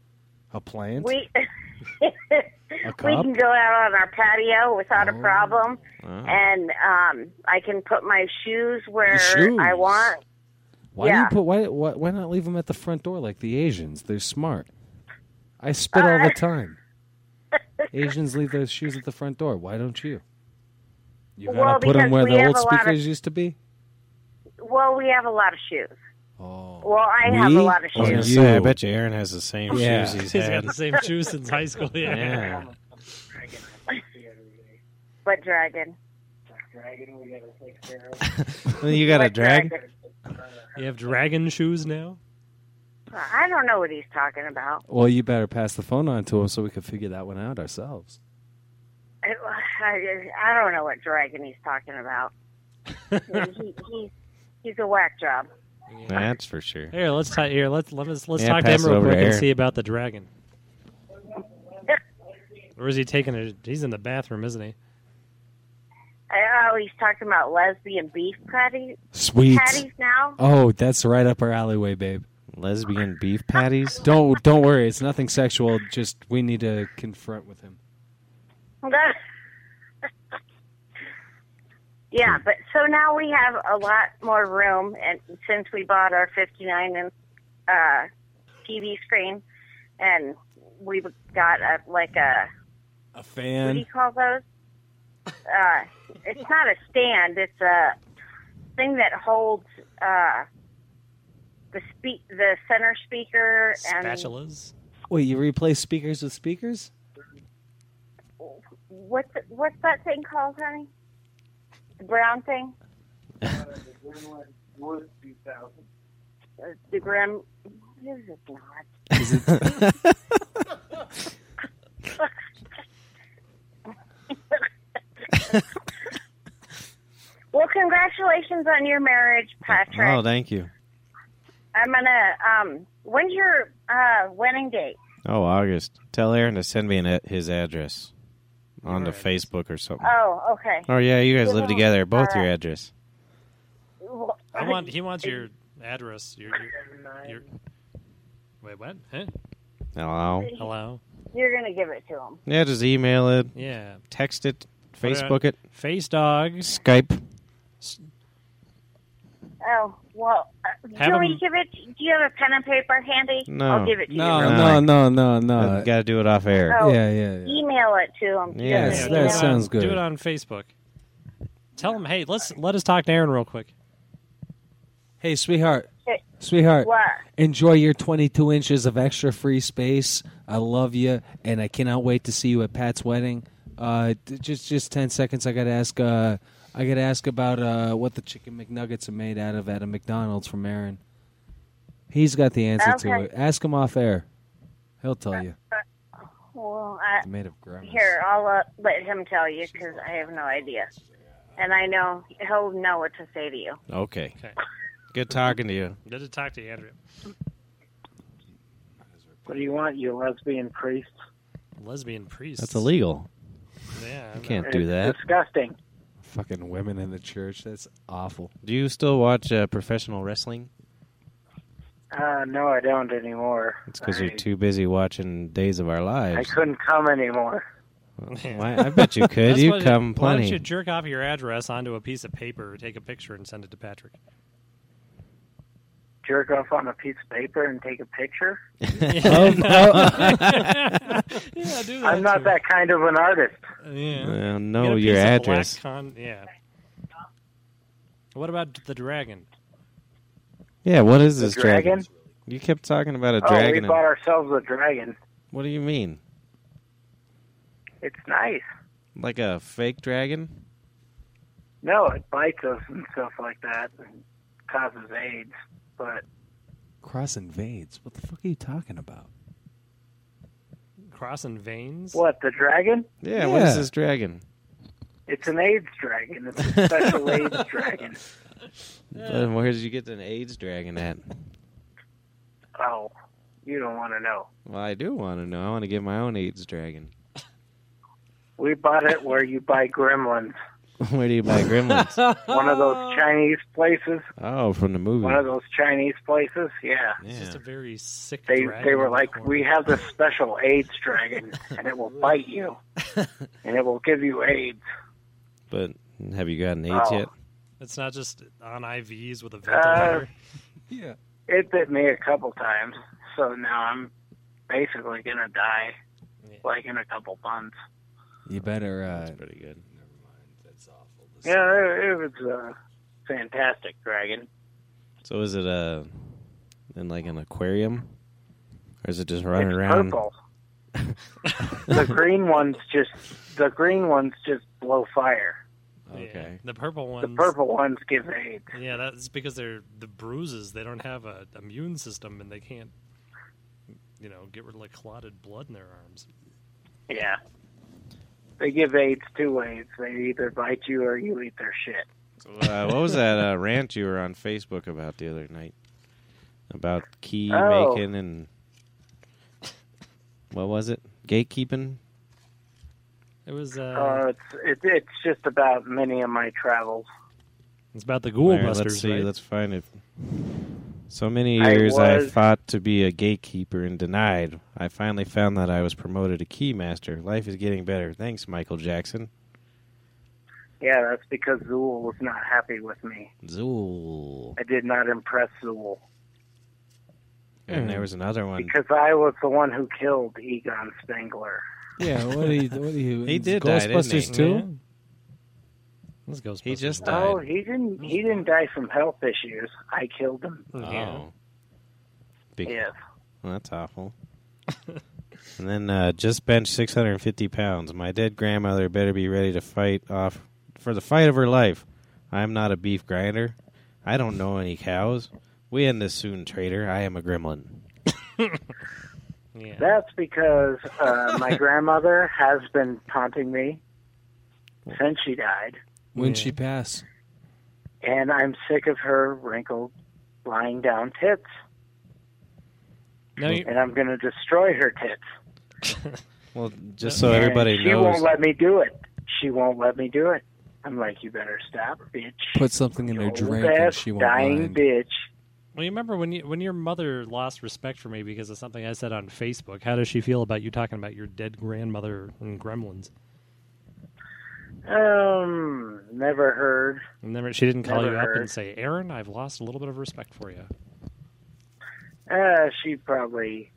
[SPEAKER 3] A plant?
[SPEAKER 5] We
[SPEAKER 3] a
[SPEAKER 5] we
[SPEAKER 3] cup?
[SPEAKER 5] can go out on our patio without
[SPEAKER 3] Oh.
[SPEAKER 5] a problem,
[SPEAKER 4] Ah.
[SPEAKER 5] and um, I can put my shoes where
[SPEAKER 3] Your
[SPEAKER 5] I
[SPEAKER 3] shoes.
[SPEAKER 5] want.
[SPEAKER 3] Why do you
[SPEAKER 5] yeah.
[SPEAKER 3] put why, why why not leave them at the front door like the Asians? They're smart. I spit all
[SPEAKER 5] Uh,
[SPEAKER 3] the time. Asians leave their shoes at the front door. Why don't you? You gotta
[SPEAKER 5] Well,
[SPEAKER 3] put them
[SPEAKER 5] because
[SPEAKER 3] where
[SPEAKER 5] we
[SPEAKER 3] the
[SPEAKER 5] have
[SPEAKER 3] old
[SPEAKER 5] a lot of-
[SPEAKER 3] speakers used to be.
[SPEAKER 5] Well, we have a lot of shoes.
[SPEAKER 3] Oh,
[SPEAKER 5] Well, I have
[SPEAKER 3] We?
[SPEAKER 5] a lot of
[SPEAKER 4] I was
[SPEAKER 3] Or
[SPEAKER 4] gonna
[SPEAKER 5] shoes.
[SPEAKER 4] say, I
[SPEAKER 3] you.
[SPEAKER 4] bet you Aaron has the same
[SPEAKER 3] Yeah.
[SPEAKER 4] shoes he's
[SPEAKER 2] He's had
[SPEAKER 4] had.
[SPEAKER 2] the same shoes since high school. Yeah.
[SPEAKER 4] yeah.
[SPEAKER 5] But dragon,
[SPEAKER 6] Dragon, we gotta take care
[SPEAKER 4] Well, you got a
[SPEAKER 5] What
[SPEAKER 4] drag?
[SPEAKER 5] dragon?
[SPEAKER 2] You have dragon shoes now?
[SPEAKER 5] I don't know what he's talking about.
[SPEAKER 3] Well, you better pass the phone on to him so we can figure that one out ourselves.
[SPEAKER 5] I, I, I don't know what dragon he's talking about. he, he, he's a whack job.
[SPEAKER 4] That's for sure.
[SPEAKER 2] Here, let's talk here, let's let us let's
[SPEAKER 4] Yeah,
[SPEAKER 2] talk to him
[SPEAKER 4] pass it
[SPEAKER 2] real
[SPEAKER 4] over
[SPEAKER 2] quick
[SPEAKER 4] to
[SPEAKER 2] and
[SPEAKER 4] Aaron.
[SPEAKER 2] see about the dragon. Or is he taking a he's in the bathroom, isn't he?
[SPEAKER 5] I, oh, he's talking about lesbian beef patty,
[SPEAKER 3] Sweet.
[SPEAKER 5] patties now.
[SPEAKER 3] Oh, that's right up our alleyway, babe.
[SPEAKER 4] Lesbian beef patties?
[SPEAKER 3] Don't don't worry, it's nothing sexual. Just we need to confront with him.
[SPEAKER 5] yeah, but so now we have a lot more room, and since we bought our 59 inch uh, TV screen, and we got a, like a
[SPEAKER 3] A
[SPEAKER 5] what do
[SPEAKER 3] fan.
[SPEAKER 5] you call those? Uh, it's not a stand; it's a thing that holds uh, the spe- the center speaker and
[SPEAKER 2] Spatulas.
[SPEAKER 3] Wait, you replace speakers with speakers?
[SPEAKER 5] what's it- what's that thing called, honey? The brown thing.
[SPEAKER 6] of it. The Gremlin Wood 2000.
[SPEAKER 5] uh, the grim. What is it not? well, congratulations on your marriage, Patrick.
[SPEAKER 4] Oh, thank you.
[SPEAKER 5] I'm gonna. Um, when's your uh, wedding date?
[SPEAKER 4] Oh, August. Tell Aaron to send me an, a- his address on the Facebook or something.
[SPEAKER 5] Oh, okay.
[SPEAKER 4] Oh, yeah, you guys live
[SPEAKER 5] Well,
[SPEAKER 4] together. Both your
[SPEAKER 5] alright.
[SPEAKER 4] address.
[SPEAKER 5] Well,
[SPEAKER 2] I want he wants your address. Your, your, your
[SPEAKER 6] Nine.
[SPEAKER 2] Wait, what? Huh?
[SPEAKER 4] Hello?
[SPEAKER 2] Hello?
[SPEAKER 5] You're gonna give it to him.
[SPEAKER 4] Yeah, just email it,
[SPEAKER 2] Yeah.
[SPEAKER 4] text it,
[SPEAKER 2] Put it
[SPEAKER 4] Facebook it,
[SPEAKER 2] Face dog.
[SPEAKER 4] Skype.
[SPEAKER 5] Oh, well. Uh, do
[SPEAKER 2] Have
[SPEAKER 5] you want me
[SPEAKER 2] him-
[SPEAKER 5] to give it? Do you have a pen and paper handy?
[SPEAKER 4] No.
[SPEAKER 5] I'll give it to you.
[SPEAKER 4] No.
[SPEAKER 3] no, no,
[SPEAKER 4] Uh, Got to do it off air.
[SPEAKER 5] Oh,
[SPEAKER 3] yeah, yeah, yeah.
[SPEAKER 5] Email it to him.
[SPEAKER 4] Yes,
[SPEAKER 2] Yeah,
[SPEAKER 3] that
[SPEAKER 2] do it on-
[SPEAKER 3] sounds good.
[SPEAKER 2] Do it on Facebook. Tell him, hey, let's let us talk to Aaron real quick.
[SPEAKER 3] Hey, sweetheart.
[SPEAKER 5] Hey.
[SPEAKER 3] Sweetheart,
[SPEAKER 5] What?
[SPEAKER 3] enjoy your 22 inches of extra free space. I love you, and I cannot wait to see you at Pat's wedding. Uh, d- just just 10 seconds. I gotta ask. Uh, I gotta ask about uh, what the chicken McNuggets are made out of at a McDonald's from Aaron. He's got the answer to
[SPEAKER 5] Okay.
[SPEAKER 3] it. Ask him off air. He'll tell you.
[SPEAKER 5] Well, I,
[SPEAKER 3] They're made of ground.
[SPEAKER 5] Here, I'll uh, let him tell you because I have no idea. And I know he'll know what to say to you.
[SPEAKER 4] Okay.
[SPEAKER 2] Okay.
[SPEAKER 4] Good talking to you.
[SPEAKER 2] Good to talk to you, Andrea.
[SPEAKER 6] What do you want, you lesbian priest?
[SPEAKER 2] Lesbian priest.
[SPEAKER 4] That's illegal.
[SPEAKER 2] Yeah. I
[SPEAKER 4] You can't
[SPEAKER 6] It's
[SPEAKER 4] do that.
[SPEAKER 6] Disgusting.
[SPEAKER 3] Fucking women in the church. That's awful.
[SPEAKER 4] Do you still watch uh, professional wrestling?
[SPEAKER 5] Uh,
[SPEAKER 6] Uh, no, I don't anymore.
[SPEAKER 4] It's because
[SPEAKER 6] I-
[SPEAKER 4] you're too busy watching Days of Our
[SPEAKER 6] I
[SPEAKER 4] Lives.
[SPEAKER 6] couldn't come anymore.
[SPEAKER 4] Why, I bet you could.
[SPEAKER 2] That's
[SPEAKER 4] you
[SPEAKER 2] why-
[SPEAKER 4] come
[SPEAKER 2] Why don't you
[SPEAKER 4] plenty.
[SPEAKER 2] jerk off your address onto a piece of paper, take a picture, and send it to Patrick?
[SPEAKER 6] Jerk off on a piece of paper and take a picture.
[SPEAKER 4] oh no!
[SPEAKER 2] Yeah, do that.
[SPEAKER 6] I'm not
[SPEAKER 2] too.
[SPEAKER 6] that kind of an artist.
[SPEAKER 2] Yeah.
[SPEAKER 4] Well,
[SPEAKER 2] Get
[SPEAKER 4] no,
[SPEAKER 2] a
[SPEAKER 4] Uh, oh, your
[SPEAKER 2] piece of
[SPEAKER 4] address.
[SPEAKER 2] black con- yeah. What about the dragon?
[SPEAKER 4] Yeah, what is this
[SPEAKER 6] dragon?
[SPEAKER 4] dragon? You kept talking about a
[SPEAKER 6] Oh, we
[SPEAKER 4] dragon. and-
[SPEAKER 6] bought ourselves a dragon.
[SPEAKER 4] What do you mean?
[SPEAKER 6] It's nice.
[SPEAKER 4] Like a fake dragon?
[SPEAKER 6] No, it bites us and stuff like that and causes AIDS. But
[SPEAKER 3] Cross invades. What the fuck are you talking about?
[SPEAKER 2] Crossing veins?
[SPEAKER 6] what, the dragon?
[SPEAKER 4] Yeah. What is
[SPEAKER 3] Yeah.
[SPEAKER 4] this dragon?
[SPEAKER 6] It's an AIDS dragon. It's a special AIDS dragon.
[SPEAKER 4] Uh, Where did you get an AIDS dragon at?
[SPEAKER 6] Oh, you don't want to know.
[SPEAKER 4] Well, I do want to know. I want to get my own AIDS dragon.
[SPEAKER 6] We bought it where you buy gremlins.
[SPEAKER 4] Where do you buy gremlins?
[SPEAKER 6] One of those Chinese places.
[SPEAKER 4] oh, from the movie.
[SPEAKER 6] One of those Chinese places. Yeah.
[SPEAKER 2] It's
[SPEAKER 4] Yeah.
[SPEAKER 2] just a very sick
[SPEAKER 6] They
[SPEAKER 2] dragon
[SPEAKER 6] they were
[SPEAKER 2] in the
[SPEAKER 6] like,
[SPEAKER 2] corner.
[SPEAKER 6] we have this special AIDS dragon, and it will bite you, and it will give you AIDS.
[SPEAKER 4] But have you gotten AIDS
[SPEAKER 6] Oh.
[SPEAKER 4] yet?
[SPEAKER 2] It's not just on IVs with a
[SPEAKER 6] Uh,
[SPEAKER 2] ventilator.
[SPEAKER 3] Yeah.
[SPEAKER 6] It bit me a couple times, so now I'm basically gonna die, like in a couple months.
[SPEAKER 3] You better. Uh,
[SPEAKER 4] Pretty good.
[SPEAKER 6] Yeah, it, it was a fantastic dragon.
[SPEAKER 4] So is it uh, in like an aquarium, or is it just running
[SPEAKER 6] It's
[SPEAKER 4] around?
[SPEAKER 6] purple. the green ones just the green ones just blow fire.
[SPEAKER 4] Okay.
[SPEAKER 2] Yeah. The purple
[SPEAKER 6] The
[SPEAKER 2] ones.
[SPEAKER 6] purple ones give AIDS.
[SPEAKER 2] Yeah, that's because they're the bruises. They don't have a immune system and they can't, you know, get rid of like clotted blood in their arms.
[SPEAKER 6] Yeah. They give AIDS two ways. They either bite you or you eat their shit.
[SPEAKER 4] Uh, what was that uh, rant you were on Facebook about the other night? About key
[SPEAKER 6] Oh.
[SPEAKER 4] making and what was it? Gatekeeping.
[SPEAKER 2] It was.
[SPEAKER 6] Uh, it's it, it's just about many of my travels.
[SPEAKER 2] it's about the ghoul
[SPEAKER 4] All right,
[SPEAKER 2] busters.
[SPEAKER 4] let's see.
[SPEAKER 2] right?
[SPEAKER 4] Let's find it. So many
[SPEAKER 6] I
[SPEAKER 4] years I,
[SPEAKER 6] was-
[SPEAKER 4] fought to be a gatekeeper and denied. I finally found that I was promoted to keymaster. Life is getting better. Thanks, Michael Jackson.
[SPEAKER 6] Yeah, that's because Zool was not happy with me.
[SPEAKER 4] Zool.
[SPEAKER 6] I did not impress Zool
[SPEAKER 4] And there was another one.
[SPEAKER 6] because I was the one who killed Egon Spengler.
[SPEAKER 3] yeah. What do you? What do you?
[SPEAKER 4] He did die, didn't he?
[SPEAKER 3] Ghostbusters too.
[SPEAKER 2] Let's go.
[SPEAKER 4] He just died.
[SPEAKER 6] Oh, he didn't. He didn't die from health issues. I killed him.
[SPEAKER 4] Oh. Big-
[SPEAKER 6] Yes.
[SPEAKER 4] Well, that's awful. and then uh, just bench 650 pounds. My dead grandmother better be ready to fight off for the fight of her life. I'm not a beef grinder. I don't know any cows. We end this soon, traitor. I am a gremlin.
[SPEAKER 2] Yeah.
[SPEAKER 6] That's because uh, my grandmother has been taunting me since she died,
[SPEAKER 3] When
[SPEAKER 2] Yeah.
[SPEAKER 3] she passed.
[SPEAKER 6] and I'm sick of her wrinkled, lying down tits,
[SPEAKER 2] Now you,
[SPEAKER 6] and I'm going to destroy her tits.
[SPEAKER 4] Well, just so everybody
[SPEAKER 6] And she
[SPEAKER 4] knows,
[SPEAKER 6] won't let me do it. She won't let me do it. I'm like, you better stop, bitch.
[SPEAKER 3] Put something in
[SPEAKER 6] You
[SPEAKER 3] their
[SPEAKER 6] old
[SPEAKER 3] drink and
[SPEAKER 6] ass
[SPEAKER 3] she won't
[SPEAKER 6] dying
[SPEAKER 3] mind.
[SPEAKER 6] bitch.
[SPEAKER 2] well, you remember when you, when your mother lost respect for me because of something I said on Facebook. How does she feel about you talking about your dead grandmother and gremlins?
[SPEAKER 6] Um, never heard.
[SPEAKER 2] And then she didn't call
[SPEAKER 6] Never
[SPEAKER 2] you up
[SPEAKER 6] heard.
[SPEAKER 2] and say, "Aaron, I've lost a little bit of respect for you."
[SPEAKER 6] Uh, she probably.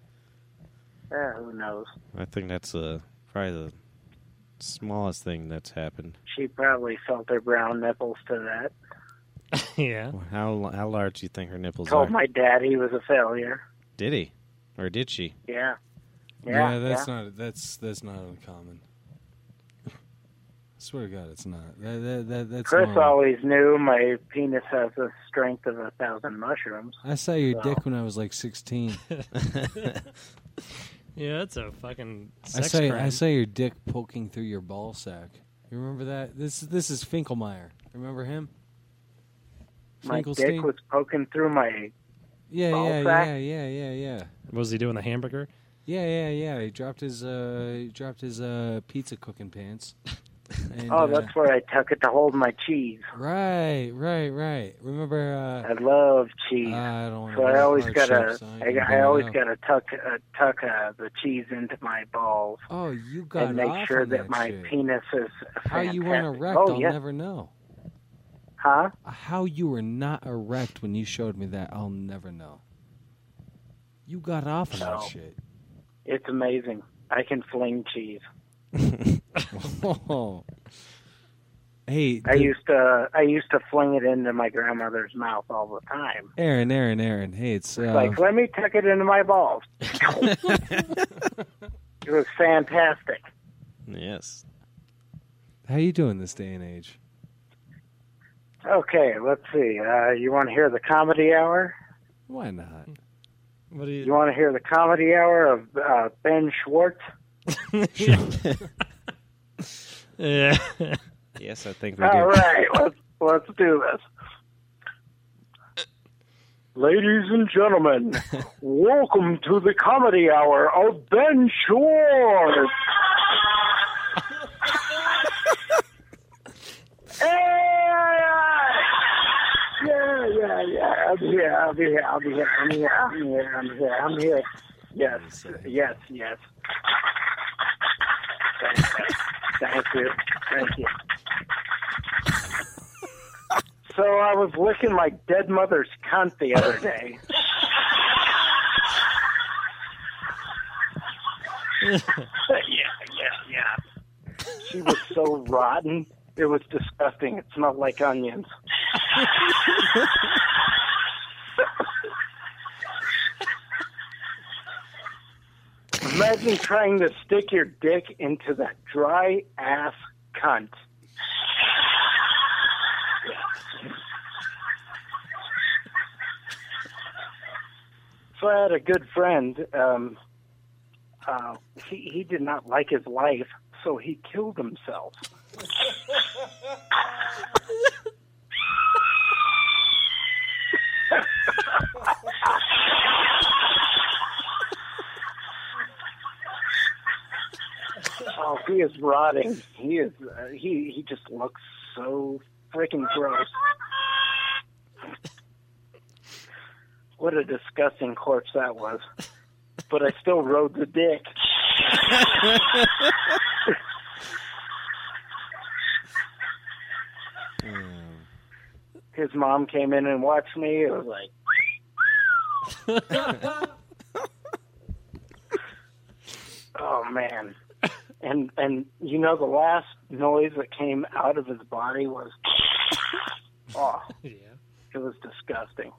[SPEAKER 6] Uh, who knows?
[SPEAKER 4] I think that's uh, probably the smallest thing that's happened.
[SPEAKER 6] She probably felt her brown nipples to that.
[SPEAKER 2] yeah.
[SPEAKER 4] How how large do you think her nipples are?
[SPEAKER 6] Told Oh, my dad he was a failure.
[SPEAKER 4] Did he, or did she?
[SPEAKER 6] Yeah.
[SPEAKER 3] Yeah,
[SPEAKER 6] Yeah.
[SPEAKER 3] that's
[SPEAKER 6] yeah.
[SPEAKER 3] not that's that's not uncommon. I swear to God, it's not. That, that, that, that's
[SPEAKER 6] Chris
[SPEAKER 3] normal.
[SPEAKER 6] always knew my penis has the strength of a thousand mushrooms.
[SPEAKER 3] I saw your
[SPEAKER 6] Wow.
[SPEAKER 3] dick when I was like sixteen.
[SPEAKER 2] Yeah, that's a fucking
[SPEAKER 3] I
[SPEAKER 2] sex
[SPEAKER 3] saw I
[SPEAKER 2] crime.
[SPEAKER 3] saw your dick poking through your ball sack. You remember that? This this is Finkelmeyer. Remember him?
[SPEAKER 6] My
[SPEAKER 3] Finkelstein?
[SPEAKER 6] dick was poking through my.
[SPEAKER 3] yeah,
[SPEAKER 6] ball
[SPEAKER 3] yeah,
[SPEAKER 6] sack?
[SPEAKER 3] yeah, yeah, yeah, yeah.
[SPEAKER 2] Was he doing the hamburger?
[SPEAKER 3] Yeah, yeah, yeah. He dropped his uh, he dropped his uh, pizza cooking pants, And,
[SPEAKER 6] Oh,
[SPEAKER 3] uh,
[SPEAKER 6] that's where I tuck it to hold my cheese.
[SPEAKER 3] right, right, right. Remember? Uh,
[SPEAKER 6] I love cheese.
[SPEAKER 3] I don't. wanna
[SPEAKER 6] So I
[SPEAKER 3] wear
[SPEAKER 6] always
[SPEAKER 3] hard
[SPEAKER 6] gotta,
[SPEAKER 3] shirts, so
[SPEAKER 6] I,
[SPEAKER 3] can
[SPEAKER 6] I
[SPEAKER 3] bring it
[SPEAKER 6] always
[SPEAKER 3] up.
[SPEAKER 6] gotta tuck, uh, tuck uh, the cheese into my balls
[SPEAKER 3] Oh, you got
[SPEAKER 6] and make
[SPEAKER 3] off
[SPEAKER 6] sure
[SPEAKER 3] on
[SPEAKER 6] that, my
[SPEAKER 3] shit.
[SPEAKER 6] penis is.
[SPEAKER 3] How
[SPEAKER 6] Fantastic.
[SPEAKER 3] you weren't erect?
[SPEAKER 6] Oh
[SPEAKER 3] I'll
[SPEAKER 6] yeah,
[SPEAKER 3] never know.
[SPEAKER 6] huh?
[SPEAKER 3] How you were not erect when you showed me that? I'll never know. You got off on that
[SPEAKER 6] No.
[SPEAKER 3] shit.
[SPEAKER 6] It's amazing. I can fling cheese.
[SPEAKER 3] Oh. Hey,
[SPEAKER 6] I
[SPEAKER 3] the-
[SPEAKER 6] used to, I used to fling it into my grandmother's mouth all the time.
[SPEAKER 3] Aaron, Aaron, Aaron. Hey, it's uh,
[SPEAKER 6] Like, let me tuck it into my balls. it was fantastic.
[SPEAKER 4] Yes.
[SPEAKER 3] how you doing this day and age?
[SPEAKER 6] Okay, let's see. Uh, you want to hear the comedy hour?
[SPEAKER 3] Why not?
[SPEAKER 2] What do
[SPEAKER 6] You want to hear the comedy hour of uh, Ben Schwartz?
[SPEAKER 2] Yeah.
[SPEAKER 4] Yes, I think we
[SPEAKER 6] All
[SPEAKER 4] do.
[SPEAKER 6] Oh, right, let's let's do this. Ladies and gentlemen, welcome to the comedy hour of Ben Schwartz. Yeah, yeah, yeah. I'm here. I'm here. I'm here. I'm here. I'm here. I'm here. I'm here. Yes. Yes. Yes. Thank you. Thank you. Thank you. So I was licking my dead mother's cunt the other day. yeah, yeah, yeah. She was so rotten. It was disgusting. It smelled like onions. Imagine trying to stick your dick into that dry ass cunt. So I had a good friend. Um, uh, he he did not like his life, so he killed himself. oh, he is rotting. He is. Uh, he he just looks so freaking gross. What a disgusting corpse that was. But I still rode the dick. His mom came in and watched me. It was like. oh man. And and you know the last noise that came out of his body was oh
[SPEAKER 2] yeah.
[SPEAKER 6] it was disgusting.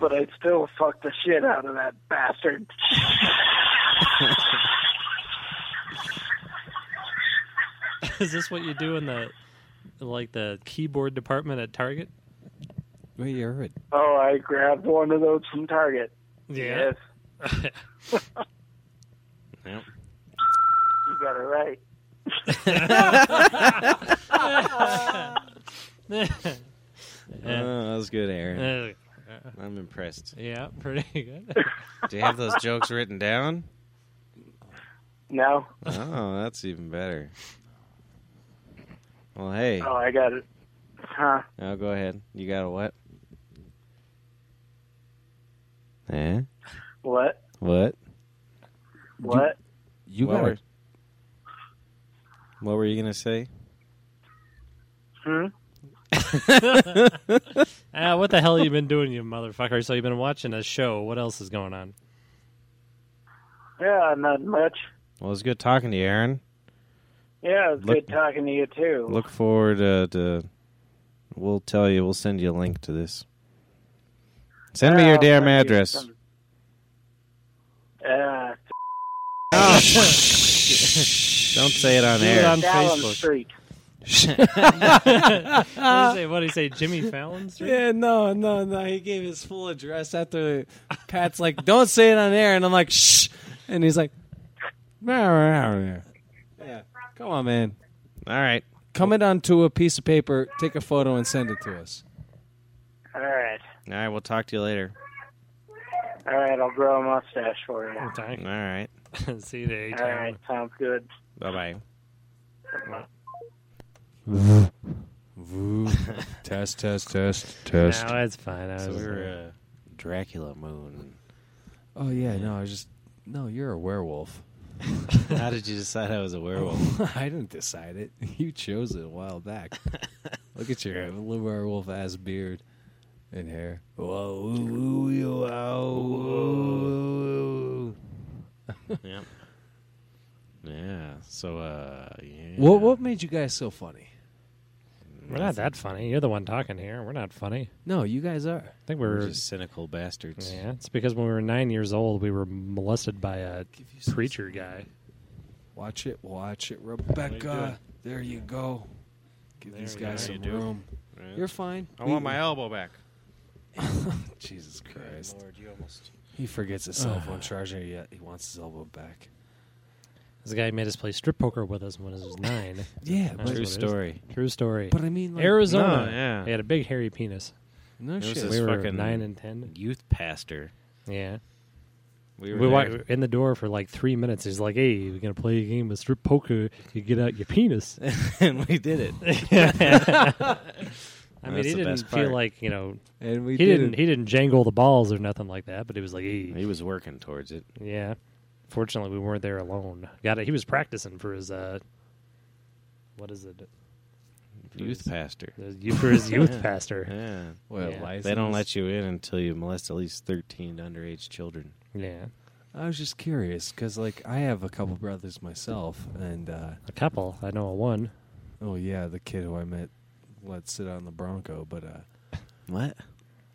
[SPEAKER 6] but I still fucked the shit out of that bastard.
[SPEAKER 2] Is this what you do in the like the keyboard department at Target?
[SPEAKER 3] Wait, you're a
[SPEAKER 6] Oh, I grabbed one of those from Target. Yes,
[SPEAKER 4] Yep.
[SPEAKER 6] you got it right.
[SPEAKER 2] Uh,
[SPEAKER 4] Oh, that was good, Aaron.
[SPEAKER 2] uh,
[SPEAKER 4] I'm impressed.
[SPEAKER 2] yeah, pretty good.
[SPEAKER 4] Do you have those jokes written down?
[SPEAKER 6] No,
[SPEAKER 4] Oh, that's even better. Well, hey,
[SPEAKER 6] oh, I got it. Huh?
[SPEAKER 4] now go ahead. You got a what? Eh?
[SPEAKER 6] What?
[SPEAKER 4] What?
[SPEAKER 6] What?
[SPEAKER 3] you
[SPEAKER 4] what,
[SPEAKER 3] got
[SPEAKER 4] were,
[SPEAKER 3] a,
[SPEAKER 4] what were you gonna say?
[SPEAKER 6] Hmm?
[SPEAKER 2] Ah, what the hell you been doing, you motherfucker? So you've been watching a show. What else is going on?
[SPEAKER 6] Yeah, not much.
[SPEAKER 4] Well, it's good talking to you, Aaron.
[SPEAKER 6] Yeah, it's
[SPEAKER 4] Look-
[SPEAKER 6] good talking to you too.
[SPEAKER 4] Look forward uh, to. We'll tell you. We'll send you a link to this. Send me
[SPEAKER 6] Yeah,
[SPEAKER 4] your
[SPEAKER 6] I'll
[SPEAKER 4] damn
[SPEAKER 6] send you
[SPEAKER 4] address.
[SPEAKER 6] some- Uh,
[SPEAKER 4] Don't say it on
[SPEAKER 2] Do it
[SPEAKER 4] air.
[SPEAKER 2] on
[SPEAKER 6] Fallon
[SPEAKER 2] Facebook.
[SPEAKER 6] Street.
[SPEAKER 2] What do you say? What do you say? Jimmy Fallon's?
[SPEAKER 3] yeah, no, no, no. He gave his full address after Pat's like, "Don't say it on air," and I'm like, "Shh," and he's like, "Yeah, come on, man,
[SPEAKER 4] All right.
[SPEAKER 3] comment onto a piece of paper, take a photo, and send it to us."
[SPEAKER 6] All right,
[SPEAKER 4] All right. We'll talk to you later.
[SPEAKER 6] all right. I'll grow a mustache for you.
[SPEAKER 4] All right.
[SPEAKER 2] See you there.
[SPEAKER 6] All right, sounds good.
[SPEAKER 4] Bye bye.
[SPEAKER 3] test, test, test, test.
[SPEAKER 2] No, it's fine. I
[SPEAKER 4] So
[SPEAKER 2] was,
[SPEAKER 4] we were uh, Dracula Moon.
[SPEAKER 3] Oh yeah, no, I was just no. You're a werewolf.
[SPEAKER 4] How did you decide I was a werewolf?
[SPEAKER 3] I didn't decide it. You chose it a while back. Look at your little werewolf ass beard and hair. Whoa, ooh, ooh, ooh, ow.
[SPEAKER 4] yeah. Yeah. So uh yeah.
[SPEAKER 3] What what made you guys so funny?
[SPEAKER 2] we're not that funny. You're the one talking here. We're not funny.
[SPEAKER 3] No, you guys are.
[SPEAKER 2] I think
[SPEAKER 4] we're
[SPEAKER 2] we're.
[SPEAKER 4] just cynical bastards.
[SPEAKER 2] yeah, it's because when we were nine years old, we were molested by a
[SPEAKER 3] Give you some-
[SPEAKER 2] preacher guy.
[SPEAKER 3] Watch it, watch it, Rebecca. there you go. Give these
[SPEAKER 4] you
[SPEAKER 3] guys some
[SPEAKER 4] go. You do it.
[SPEAKER 3] room.
[SPEAKER 4] Right?
[SPEAKER 3] You're fine.
[SPEAKER 4] I
[SPEAKER 3] We-
[SPEAKER 4] want my elbow back.
[SPEAKER 3] Jesus Christ.
[SPEAKER 4] Lord, you almost
[SPEAKER 3] He forgets his cell phone charger yet. He wants his elbow back.
[SPEAKER 2] This guy made us play strip poker with us when I was nine.
[SPEAKER 3] Yeah,
[SPEAKER 2] That's what it
[SPEAKER 4] True
[SPEAKER 2] is.
[SPEAKER 4] story.
[SPEAKER 2] True story.
[SPEAKER 3] but I mean, like,
[SPEAKER 2] Arizona.
[SPEAKER 4] No, Oh, yeah.
[SPEAKER 2] He had a big hairy penis.
[SPEAKER 3] no
[SPEAKER 4] was
[SPEAKER 3] shit.
[SPEAKER 4] This
[SPEAKER 2] we were
[SPEAKER 4] fucking-
[SPEAKER 2] nine and ten.
[SPEAKER 4] Youth pastor.
[SPEAKER 2] Yeah.
[SPEAKER 4] We
[SPEAKER 2] We
[SPEAKER 4] there.
[SPEAKER 2] walked in the door for like three minutes. He's like, "Hey, we're gonna play a game of strip poker. You get out your penis." I
[SPEAKER 4] and we did it.
[SPEAKER 2] mean,
[SPEAKER 4] That's
[SPEAKER 2] he
[SPEAKER 4] the
[SPEAKER 2] didn't
[SPEAKER 4] best
[SPEAKER 2] feel
[SPEAKER 4] part.
[SPEAKER 2] like you know
[SPEAKER 3] And we
[SPEAKER 2] he didn't he didn't jangle the balls or nothing like that. But he was like, "Hey,
[SPEAKER 4] He was working towards it.
[SPEAKER 2] yeah." Fortunately, we weren't there alone. Got it. He was practicing for his uh, what is it?
[SPEAKER 4] Youth pastor.
[SPEAKER 2] His- For his youth pastor.
[SPEAKER 4] Yeah.
[SPEAKER 3] Well,
[SPEAKER 2] Yeah.
[SPEAKER 3] license.
[SPEAKER 4] They don't let you in until you molest at least 13 underage children.
[SPEAKER 2] Yeah,
[SPEAKER 3] I was just curious because, like, I have a couple brothers myself, and uh,
[SPEAKER 2] a couple. I know a one.
[SPEAKER 3] oh yeah, the kid who I met let sit on the Bronco, but uh,
[SPEAKER 4] What?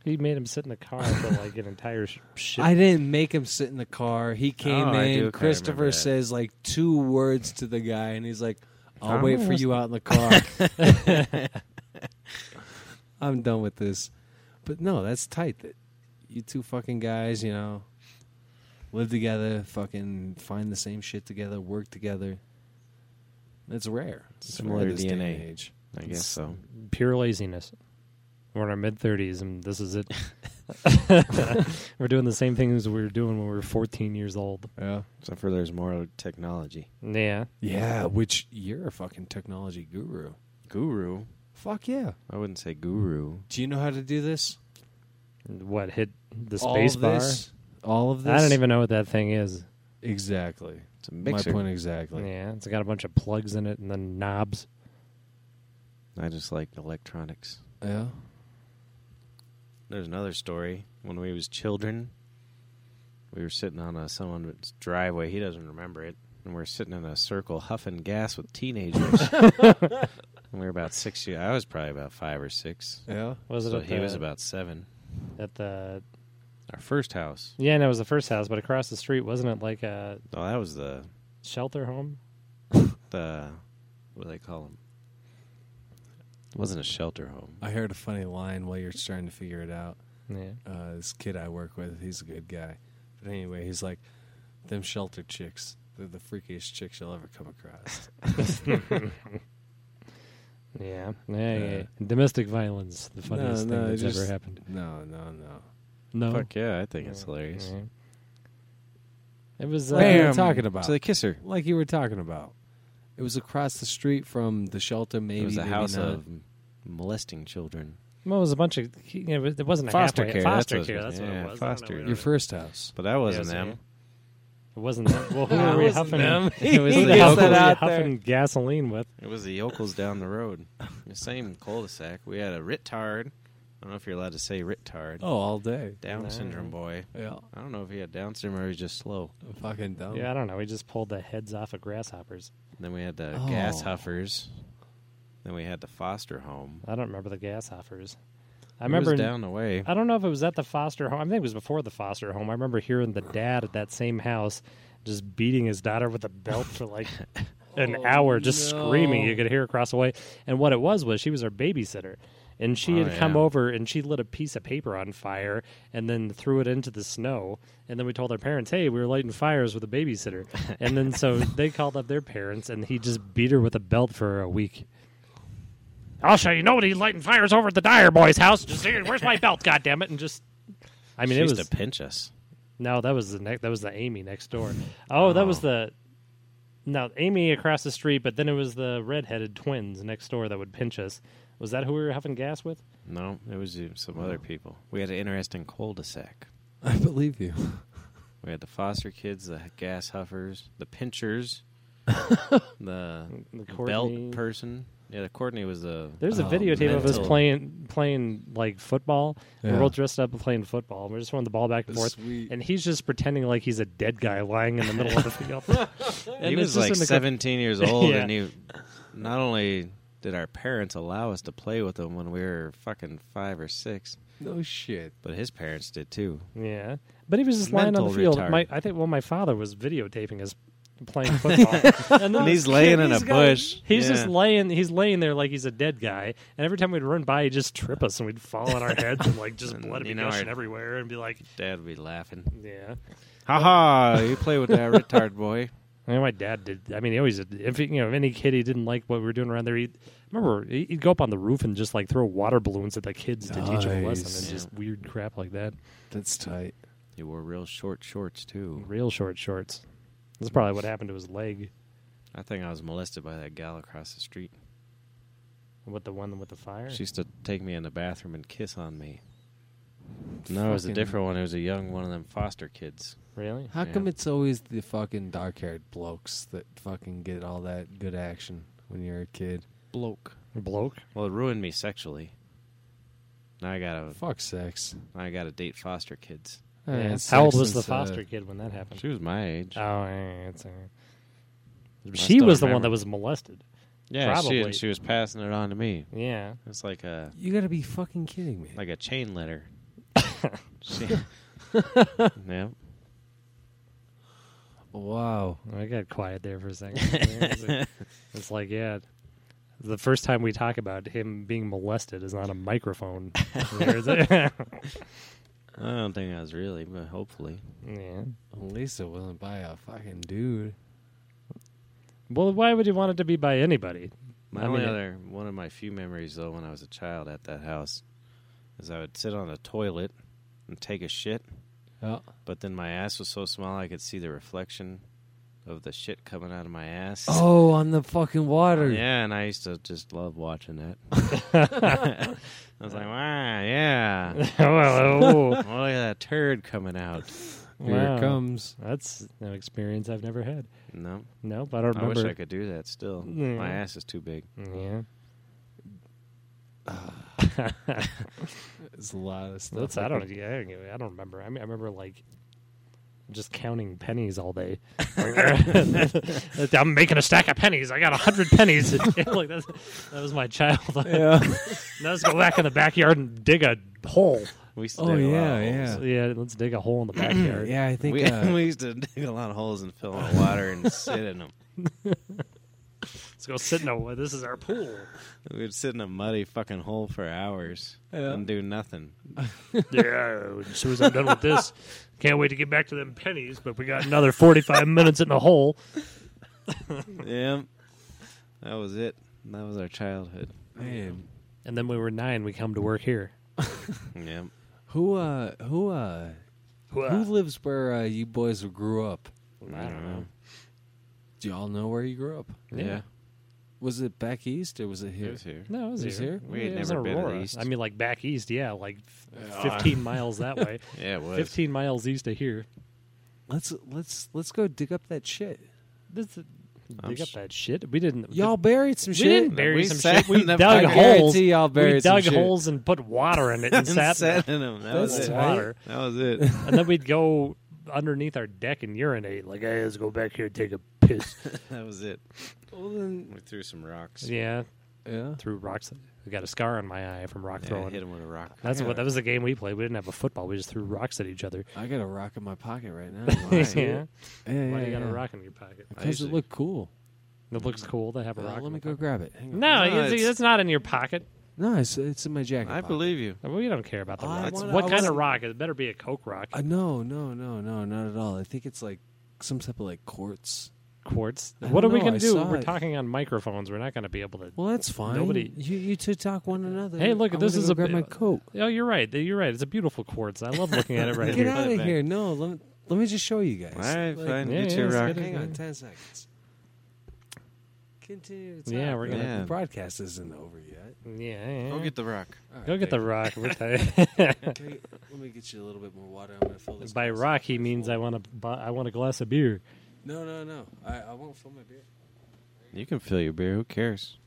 [SPEAKER 2] He made him sit in the car for like an entire sh- shit.
[SPEAKER 3] I didn't make him sit in the car. He came
[SPEAKER 4] Oh, I do
[SPEAKER 3] in.
[SPEAKER 4] kinda
[SPEAKER 3] Christopher
[SPEAKER 4] remember that.
[SPEAKER 3] says like two words to the guy, and he's like, "I'll
[SPEAKER 4] I'm
[SPEAKER 3] wait for
[SPEAKER 4] almost-
[SPEAKER 3] you out in the car." I'm done with this. But no, that's tight. That you two fucking guys, you know, live together, fucking find the same shit together, work together. It's rare. It's
[SPEAKER 4] Similar
[SPEAKER 3] rare this day and
[SPEAKER 4] DNA.
[SPEAKER 3] age.
[SPEAKER 4] I guess so.
[SPEAKER 2] pure laziness. We're in our mid thirties, and this is it. we're doing the same things we were doing when we were fourteen years old.
[SPEAKER 3] Yeah.
[SPEAKER 4] Except for there's more technology.
[SPEAKER 2] Yeah,
[SPEAKER 3] Yeah. Which you're a fucking technology guru.
[SPEAKER 4] Guru?
[SPEAKER 3] Fuck yeah.
[SPEAKER 4] I wouldn't say guru.
[SPEAKER 3] Do you know how to do this?
[SPEAKER 2] what hit the
[SPEAKER 3] All
[SPEAKER 2] space
[SPEAKER 3] of
[SPEAKER 2] bar?
[SPEAKER 3] this- All of this.
[SPEAKER 2] I don't even know what that thing is.
[SPEAKER 3] Exactly.
[SPEAKER 4] It's a mixer.
[SPEAKER 3] My point exactly.
[SPEAKER 2] yeah, it's got a bunch of plugs in it and then knobs.
[SPEAKER 4] I just like electronics.
[SPEAKER 3] Yeah.
[SPEAKER 4] There's another story. When we was children, we were sitting on a someone's driveway. He doesn't remember it, and we are sitting in a circle huffing gas with teenagers. and we were about six. year- I was probably about five or six.
[SPEAKER 3] Yeah.
[SPEAKER 2] Was it?
[SPEAKER 4] So
[SPEAKER 2] at
[SPEAKER 4] he
[SPEAKER 2] the,
[SPEAKER 4] was about seven.
[SPEAKER 2] at the.
[SPEAKER 4] Our first house.
[SPEAKER 2] Yeah, no, it was the first house, but across the street wasn't it like a
[SPEAKER 4] Oh, that was the
[SPEAKER 2] shelter home?
[SPEAKER 4] the what do they call them? It wasn't a shelter home.
[SPEAKER 3] I heard a funny line while you're trying to figure it out.
[SPEAKER 2] Yeah,
[SPEAKER 3] uh, this kid I work with, he's a good guy. But anyway, he's like, them shelter chicks, they're the freakiest chicks you'll ever come across.
[SPEAKER 2] yeah, yeah. yeah. Domestic violence, the funniest
[SPEAKER 3] no,
[SPEAKER 2] thing that's
[SPEAKER 3] just-
[SPEAKER 2] ever happened.
[SPEAKER 3] no, no, no.
[SPEAKER 2] No,
[SPEAKER 4] Fuck yeah, I think it's hilarious.
[SPEAKER 2] Yeah. It was. Uh,
[SPEAKER 3] Like you were talking about.
[SPEAKER 4] So they kiss her.
[SPEAKER 3] like you were talking about. It was across the street from the shelter, maybe.
[SPEAKER 4] it was a
[SPEAKER 3] maybe
[SPEAKER 4] house
[SPEAKER 3] not.
[SPEAKER 4] of molesting children.
[SPEAKER 2] Well, it was a bunch of. You know, it wasn't a
[SPEAKER 4] Foster
[SPEAKER 2] halfway-
[SPEAKER 4] care,
[SPEAKER 2] Foster
[SPEAKER 4] that's what-
[SPEAKER 2] care. That's what
[SPEAKER 4] yeah,
[SPEAKER 2] it was.
[SPEAKER 4] foster
[SPEAKER 2] I don't know,
[SPEAKER 4] care.
[SPEAKER 3] Your first house.
[SPEAKER 4] But that wasn't
[SPEAKER 2] Yeah, so-
[SPEAKER 4] them.
[SPEAKER 2] It wasn't. That. Well, who were we
[SPEAKER 3] wasn't
[SPEAKER 2] huffing?
[SPEAKER 3] them.
[SPEAKER 2] It was
[SPEAKER 3] He
[SPEAKER 2] the
[SPEAKER 3] gets
[SPEAKER 2] hell were
[SPEAKER 3] that
[SPEAKER 2] we
[SPEAKER 3] out there.
[SPEAKER 2] huffing gasoline with.
[SPEAKER 4] It was the yokels down the road. The same cul-de-sac. We had a ritard. I don't know if you're allowed to say ritard.
[SPEAKER 3] Oh, all day.
[SPEAKER 4] Down
[SPEAKER 2] No.
[SPEAKER 4] syndrome boy.
[SPEAKER 3] Yeah.
[SPEAKER 4] I don't know if he had Down syndrome or he was just slow.
[SPEAKER 3] Fucking dumb.
[SPEAKER 2] Yeah, I don't know. We just pulled the heads off of grasshoppers.
[SPEAKER 4] Then we had the gas
[SPEAKER 3] Oh.
[SPEAKER 4] huffers. Then we had the foster home.
[SPEAKER 2] I don't remember the grasshoppers. I
[SPEAKER 4] It was
[SPEAKER 2] remember.
[SPEAKER 4] down the way.
[SPEAKER 2] I don't know if it was at the foster home. I think it was before the foster home. I remember hearing the dad at that same house just beating his daughter with a belt for like an
[SPEAKER 4] Oh,
[SPEAKER 2] hour, just screaming. You could hear across the way. And what it was was she was our babysitter. And she
[SPEAKER 4] Oh,
[SPEAKER 2] had come
[SPEAKER 4] yeah.
[SPEAKER 2] over and she lit a piece of paper on fire and then threw it into the snow. And then we told our parents, hey, we were lighting fires with a babysitter. And then so they called up their parents and he just beat her with a belt for a week. I'll show you. Nobody's lighting fires over at the Dyer boy's house. Just here, where's my belt? God damn it! And just, I mean,
[SPEAKER 4] she
[SPEAKER 2] it
[SPEAKER 4] used
[SPEAKER 2] was
[SPEAKER 4] to pinch us. Oh.
[SPEAKER 2] no. That was the ne- that was the Amy next door. Oh, that was the No, Amy across the street, but then it was the redheaded twins next door that would pinch us. Was that who we were having gas with?
[SPEAKER 4] No, it was uh, some other people. We had an interesting cul-de-sac.
[SPEAKER 3] I believe you.
[SPEAKER 4] We had the foster kids, the gas huffers, the pinchers, the,
[SPEAKER 2] The Courtney.
[SPEAKER 4] belt person. Yeah, the Courtney was the.
[SPEAKER 2] There's a
[SPEAKER 3] Oh,
[SPEAKER 2] videotape of us
[SPEAKER 4] mental.
[SPEAKER 2] playing playing like football.
[SPEAKER 3] Yeah.
[SPEAKER 2] We're all dressed up and playing football. We're just throwing the ball back and forth,
[SPEAKER 3] Sweet.
[SPEAKER 2] and he's just pretending like he's a dead guy lying in the middle of the field.
[SPEAKER 4] he
[SPEAKER 2] it's
[SPEAKER 4] was
[SPEAKER 2] just
[SPEAKER 4] like
[SPEAKER 2] in the-
[SPEAKER 4] 17 years old,
[SPEAKER 2] Yeah.
[SPEAKER 4] and he not only did our parents allow us to play with him when we were fucking five or six,
[SPEAKER 3] No shit.
[SPEAKER 4] but his parents did too.
[SPEAKER 2] Yeah, but he was just lying on the
[SPEAKER 4] Mental
[SPEAKER 2] field.
[SPEAKER 4] retard.
[SPEAKER 2] My, I think well, my father was videotaping us playing football, and then
[SPEAKER 4] And
[SPEAKER 2] this
[SPEAKER 4] he's laying
[SPEAKER 2] kid,
[SPEAKER 4] in a
[SPEAKER 2] he's got-
[SPEAKER 4] bush.
[SPEAKER 2] He's
[SPEAKER 4] Yeah.
[SPEAKER 2] just laying. He's laying there like he's a dead guy. And every time we'd run by, he'd just trip us, and we'd fall on our heads, and like just
[SPEAKER 4] And
[SPEAKER 2] blood would
[SPEAKER 4] you
[SPEAKER 2] be
[SPEAKER 4] know,
[SPEAKER 2] gushing
[SPEAKER 4] our-
[SPEAKER 2] everywhere, and be like,
[SPEAKER 4] Dad would be laughing.
[SPEAKER 2] yeah.
[SPEAKER 4] Ha ha! You play with that retard boy.
[SPEAKER 2] I mean, my dad did. I mean, he always did. If he- you know, if any kid he didn't like what we were doing around there, he remember he- he'd go up on the roof and just like throw water balloons at the kids to teach them a lesson,
[SPEAKER 3] Nice.
[SPEAKER 2] and just weird crap like that.
[SPEAKER 3] That's tight.
[SPEAKER 4] He wore real short shorts too.
[SPEAKER 2] Real short shorts. That's probably what happened to his leg.
[SPEAKER 4] I think I was molested by that gal across the street.
[SPEAKER 2] With the one with the fire?
[SPEAKER 4] She used to take me in the bathroom and kiss on me. No, it was a
[SPEAKER 3] Fucking-
[SPEAKER 4] different one. It was a young one of them foster kids.
[SPEAKER 2] really?
[SPEAKER 3] How
[SPEAKER 4] Yeah.
[SPEAKER 3] come it's always the fucking dark haired blokes that fucking get all that good action when you're a kid?
[SPEAKER 4] Bloke.
[SPEAKER 2] Bloke?
[SPEAKER 4] Well, it ruined me sexually. Now I gotta,
[SPEAKER 3] Fuck sex.
[SPEAKER 4] now I gotta date foster kids.
[SPEAKER 3] Eh,
[SPEAKER 2] Yeah.
[SPEAKER 3] sex
[SPEAKER 2] How old was
[SPEAKER 3] and
[SPEAKER 2] the
[SPEAKER 3] stuff.
[SPEAKER 2] foster kid when that happened?
[SPEAKER 4] She was my age.
[SPEAKER 2] Oh, yeah, it's, uh,
[SPEAKER 4] I
[SPEAKER 2] she
[SPEAKER 4] still
[SPEAKER 2] was the one
[SPEAKER 4] remember.
[SPEAKER 2] that was molested.
[SPEAKER 4] Yeah, she
[SPEAKER 2] probably-
[SPEAKER 4] and she was passing it on to me.
[SPEAKER 2] Yeah.
[SPEAKER 4] It's like a
[SPEAKER 3] You gotta be fucking kidding me.
[SPEAKER 4] like a chain letter. she, yeah.
[SPEAKER 3] wow.
[SPEAKER 2] I got quiet there for a second. Yeah, it's, like, it's like, yeah, the first time we talk about him being molested is on a microphone. There's a-
[SPEAKER 4] I don't think I was really, but hopefully.
[SPEAKER 2] yeah.
[SPEAKER 3] Lisa wasn't by a fucking dude.
[SPEAKER 2] Well, why would you want it to be by anybody?
[SPEAKER 4] My
[SPEAKER 2] I
[SPEAKER 4] only
[SPEAKER 2] mean, it-
[SPEAKER 4] other one of my few memories though when I was a child at that house is I would sit on a toilet and take a shit,
[SPEAKER 3] Oh,
[SPEAKER 4] but then my ass was so small I could see the reflection of the shit coming out of my ass.
[SPEAKER 3] oh on the fucking water.
[SPEAKER 4] Yeah, and I used to just love watching that. I was like, wow, yeah. Look
[SPEAKER 2] well, oh,
[SPEAKER 4] at that turd coming out.
[SPEAKER 3] Here
[SPEAKER 2] wow.
[SPEAKER 3] it comes.
[SPEAKER 2] That's an experience I've never had.
[SPEAKER 4] No,
[SPEAKER 2] Nope, I don't
[SPEAKER 4] I
[SPEAKER 2] remember.
[SPEAKER 4] wish I could do that still.
[SPEAKER 2] Yeah.
[SPEAKER 4] My ass is too big.
[SPEAKER 2] Yeah,
[SPEAKER 3] It's a lot of stuff.
[SPEAKER 2] that's I don't. Yeah, I don't give a- I don't remember. I mean, I remember like just counting pennies all day. I'm making a stack of pennies. I got a hundred pennies. like that's, that was my childhood.
[SPEAKER 3] Yeah.
[SPEAKER 2] Now let's go back in the backyard and dig a hole.
[SPEAKER 4] We used to
[SPEAKER 3] oh
[SPEAKER 4] dig a lot of
[SPEAKER 3] yeah,
[SPEAKER 4] holes.
[SPEAKER 3] yeah.
[SPEAKER 2] Yeah, let's dig a hole in the backyard.
[SPEAKER 3] Yeah, I think
[SPEAKER 4] we,
[SPEAKER 3] uh,
[SPEAKER 4] we used to dig a lot of holes and fill them with water and sit in them.
[SPEAKER 2] Let's go sit in a. This is our pool.
[SPEAKER 4] We'd sit in a muddy fucking hole for hours
[SPEAKER 3] Yeah.
[SPEAKER 4] and do nothing.
[SPEAKER 2] Yeah. As soon as I'm done with this, can't wait to get back to them pennies. But we got another 45 minutes in the hole.
[SPEAKER 4] yeah, that was it. That was our childhood.
[SPEAKER 3] man,
[SPEAKER 2] And then we were nine. We come to work here.
[SPEAKER 4] Yeah,
[SPEAKER 3] who uh who uh who lives where uh, you boys grew up?
[SPEAKER 4] I don't know.
[SPEAKER 3] Do y'all know where you grew up?
[SPEAKER 4] Yeah,
[SPEAKER 3] Was it back east or was it here?
[SPEAKER 4] it was here.
[SPEAKER 2] No, it was
[SPEAKER 3] It was
[SPEAKER 2] here.
[SPEAKER 3] here?
[SPEAKER 4] We had
[SPEAKER 2] Yeah, it was
[SPEAKER 4] never
[SPEAKER 2] in
[SPEAKER 4] been to the
[SPEAKER 2] Aurora.
[SPEAKER 4] east.
[SPEAKER 2] I mean, like back east. Yeah, like f- 15 miles that way.
[SPEAKER 4] Yeah, it was.
[SPEAKER 2] 15 miles east of here.
[SPEAKER 3] Let's let's let's go dig up that shit.
[SPEAKER 2] This.
[SPEAKER 4] I'm
[SPEAKER 2] Dig up
[SPEAKER 4] sh-
[SPEAKER 2] that shit. We didn't.
[SPEAKER 3] Y'all buried some shit.
[SPEAKER 2] didn't bury
[SPEAKER 4] We
[SPEAKER 2] some
[SPEAKER 4] sat
[SPEAKER 2] shit. We
[SPEAKER 4] in the
[SPEAKER 2] dug
[SPEAKER 3] I
[SPEAKER 4] fucking-
[SPEAKER 2] holes.
[SPEAKER 3] guarantee y'all buried
[SPEAKER 2] we
[SPEAKER 3] some
[SPEAKER 2] dug
[SPEAKER 3] shit.
[SPEAKER 2] holes and put water in it and sat,
[SPEAKER 4] sat in them. That was
[SPEAKER 3] That's
[SPEAKER 4] it.
[SPEAKER 3] right.
[SPEAKER 2] water.
[SPEAKER 4] That was it.
[SPEAKER 2] and then we'd go underneath our deck and urinate. Like, hey, let's go back here and take a piss.
[SPEAKER 4] that was it.
[SPEAKER 3] Well, then-
[SPEAKER 4] We threw some rocks.
[SPEAKER 2] yeah,
[SPEAKER 3] Yeah.
[SPEAKER 2] threw rocks. I got a scar on my eye from rock
[SPEAKER 4] Yeah,
[SPEAKER 2] throwing.
[SPEAKER 4] hit him with a rock.
[SPEAKER 2] That's
[SPEAKER 3] Yeah.
[SPEAKER 2] what that was the game we played. We didn't have a football. We just threw rocks at each other.
[SPEAKER 3] I got a rock in my pocket right now.
[SPEAKER 2] yeah.
[SPEAKER 3] Why? yeah, yeah,
[SPEAKER 2] Why do you got
[SPEAKER 3] yeah.
[SPEAKER 2] a rock in your pocket?
[SPEAKER 4] I
[SPEAKER 3] Because it
[SPEAKER 4] usually-
[SPEAKER 3] looked cool.
[SPEAKER 2] It looks cool to have a
[SPEAKER 3] Uh,
[SPEAKER 2] rock.
[SPEAKER 3] let
[SPEAKER 2] in
[SPEAKER 3] me
[SPEAKER 2] your
[SPEAKER 3] go
[SPEAKER 2] pocket.
[SPEAKER 3] grab it. Hang on.
[SPEAKER 2] No,
[SPEAKER 4] No,
[SPEAKER 2] it's,
[SPEAKER 4] it's-
[SPEAKER 2] it's not in your pocket.
[SPEAKER 3] No, it's, it's in my jacket.
[SPEAKER 4] I
[SPEAKER 3] pocket.
[SPEAKER 4] believe you.
[SPEAKER 2] We don't care about the
[SPEAKER 3] I
[SPEAKER 2] rocks.
[SPEAKER 3] wanna-
[SPEAKER 2] what
[SPEAKER 3] I
[SPEAKER 2] kind
[SPEAKER 3] wanna-
[SPEAKER 2] of rock? It better be a coke rock.
[SPEAKER 3] Uh, no, no, no, no, not at all. I think it's like some type of like quartz.
[SPEAKER 2] Quartz.
[SPEAKER 3] I
[SPEAKER 2] What are
[SPEAKER 3] don't
[SPEAKER 2] we
[SPEAKER 3] know.
[SPEAKER 2] going
[SPEAKER 3] I
[SPEAKER 2] to do?
[SPEAKER 3] saw
[SPEAKER 2] We're
[SPEAKER 3] it.
[SPEAKER 2] talking on microphones. We're not going to be able to.
[SPEAKER 3] Well, that's fine.
[SPEAKER 2] Nobody-
[SPEAKER 3] You you two talk one another.
[SPEAKER 2] Hey, look,
[SPEAKER 3] I'm
[SPEAKER 2] this
[SPEAKER 3] gonna
[SPEAKER 2] is
[SPEAKER 3] go
[SPEAKER 2] a
[SPEAKER 3] grab
[SPEAKER 2] bi-
[SPEAKER 3] my coat.
[SPEAKER 2] Oh, you're right. You're right. It's a beautiful quartz. I love looking at it right
[SPEAKER 3] Get
[SPEAKER 2] here.
[SPEAKER 4] Put
[SPEAKER 3] out
[SPEAKER 4] it
[SPEAKER 3] of
[SPEAKER 4] back.
[SPEAKER 3] here! No, let me, let me just show you guys.
[SPEAKER 4] All right,
[SPEAKER 3] Like,
[SPEAKER 4] fine.
[SPEAKER 2] Yeah,
[SPEAKER 4] get
[SPEAKER 2] yeah,
[SPEAKER 4] your
[SPEAKER 2] let's
[SPEAKER 4] rock.
[SPEAKER 2] get it.
[SPEAKER 3] Hang on, ten seconds. continue to talk.
[SPEAKER 2] Yeah, we're
[SPEAKER 3] man.
[SPEAKER 4] gonna-
[SPEAKER 3] The broadcast isn't over yet.
[SPEAKER 2] Yeah.
[SPEAKER 4] Go get the rock.
[SPEAKER 3] All right,
[SPEAKER 2] Go get the
[SPEAKER 3] thank
[SPEAKER 2] rock. We're tired.
[SPEAKER 3] you. Can you- Let me get you a little bit more water. I'm gonna fill this.
[SPEAKER 2] By
[SPEAKER 3] glass
[SPEAKER 2] rock,
[SPEAKER 3] up.
[SPEAKER 2] he means I want to. I want a glass of beer.
[SPEAKER 3] No, no, no. I, I won't fill my beer.
[SPEAKER 4] You can fill your beer. Who cares?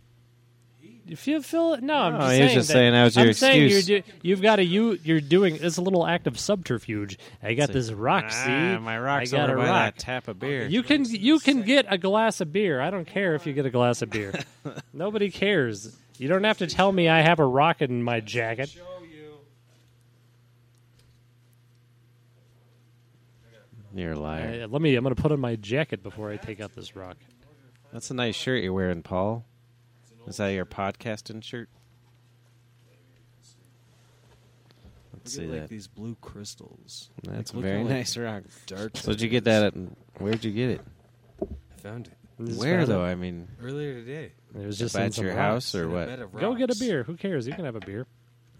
[SPEAKER 2] If you feel no, I'm
[SPEAKER 4] No,
[SPEAKER 2] just
[SPEAKER 4] he
[SPEAKER 2] saying
[SPEAKER 4] was just
[SPEAKER 2] that-
[SPEAKER 4] saying that was your
[SPEAKER 2] I'm saying
[SPEAKER 4] excuse.
[SPEAKER 2] You're do, you've got a you. You're doing it's a little act of subterfuge. I got
[SPEAKER 4] It's a-
[SPEAKER 2] this rock. see,
[SPEAKER 4] Ah, my rock's
[SPEAKER 2] I got
[SPEAKER 4] over
[SPEAKER 2] a
[SPEAKER 4] by
[SPEAKER 2] rock.
[SPEAKER 4] that tap of beer.
[SPEAKER 2] You can you can get a glass of beer. I don't care if you get a glass of beer. Nobody cares. You don't have to tell me I have a rock in my jacket.
[SPEAKER 4] You're a liar.
[SPEAKER 2] Uh, let me. I'm gonna put on my jacket before I take out this rock.
[SPEAKER 4] That's a nice shirt you're wearing, Paul. Is that your podcasting shirt? Let's
[SPEAKER 3] Look
[SPEAKER 4] see
[SPEAKER 3] at, like
[SPEAKER 4] that.
[SPEAKER 3] these blue crystals.
[SPEAKER 4] That's a
[SPEAKER 3] like,
[SPEAKER 4] very
[SPEAKER 3] looking like
[SPEAKER 4] nice rock.
[SPEAKER 3] Dark.
[SPEAKER 4] So did you get that? At, where'd you get it?
[SPEAKER 3] I found it
[SPEAKER 2] Just
[SPEAKER 4] Where
[SPEAKER 2] found
[SPEAKER 4] though? I mean,
[SPEAKER 3] earlier today.
[SPEAKER 2] It It was just in
[SPEAKER 4] at
[SPEAKER 2] some
[SPEAKER 4] your
[SPEAKER 2] rocks.
[SPEAKER 4] house or
[SPEAKER 3] in
[SPEAKER 4] what?
[SPEAKER 3] A bed of
[SPEAKER 2] Go get a
[SPEAKER 3] rocks.
[SPEAKER 2] beer. Who cares? You can have a beer.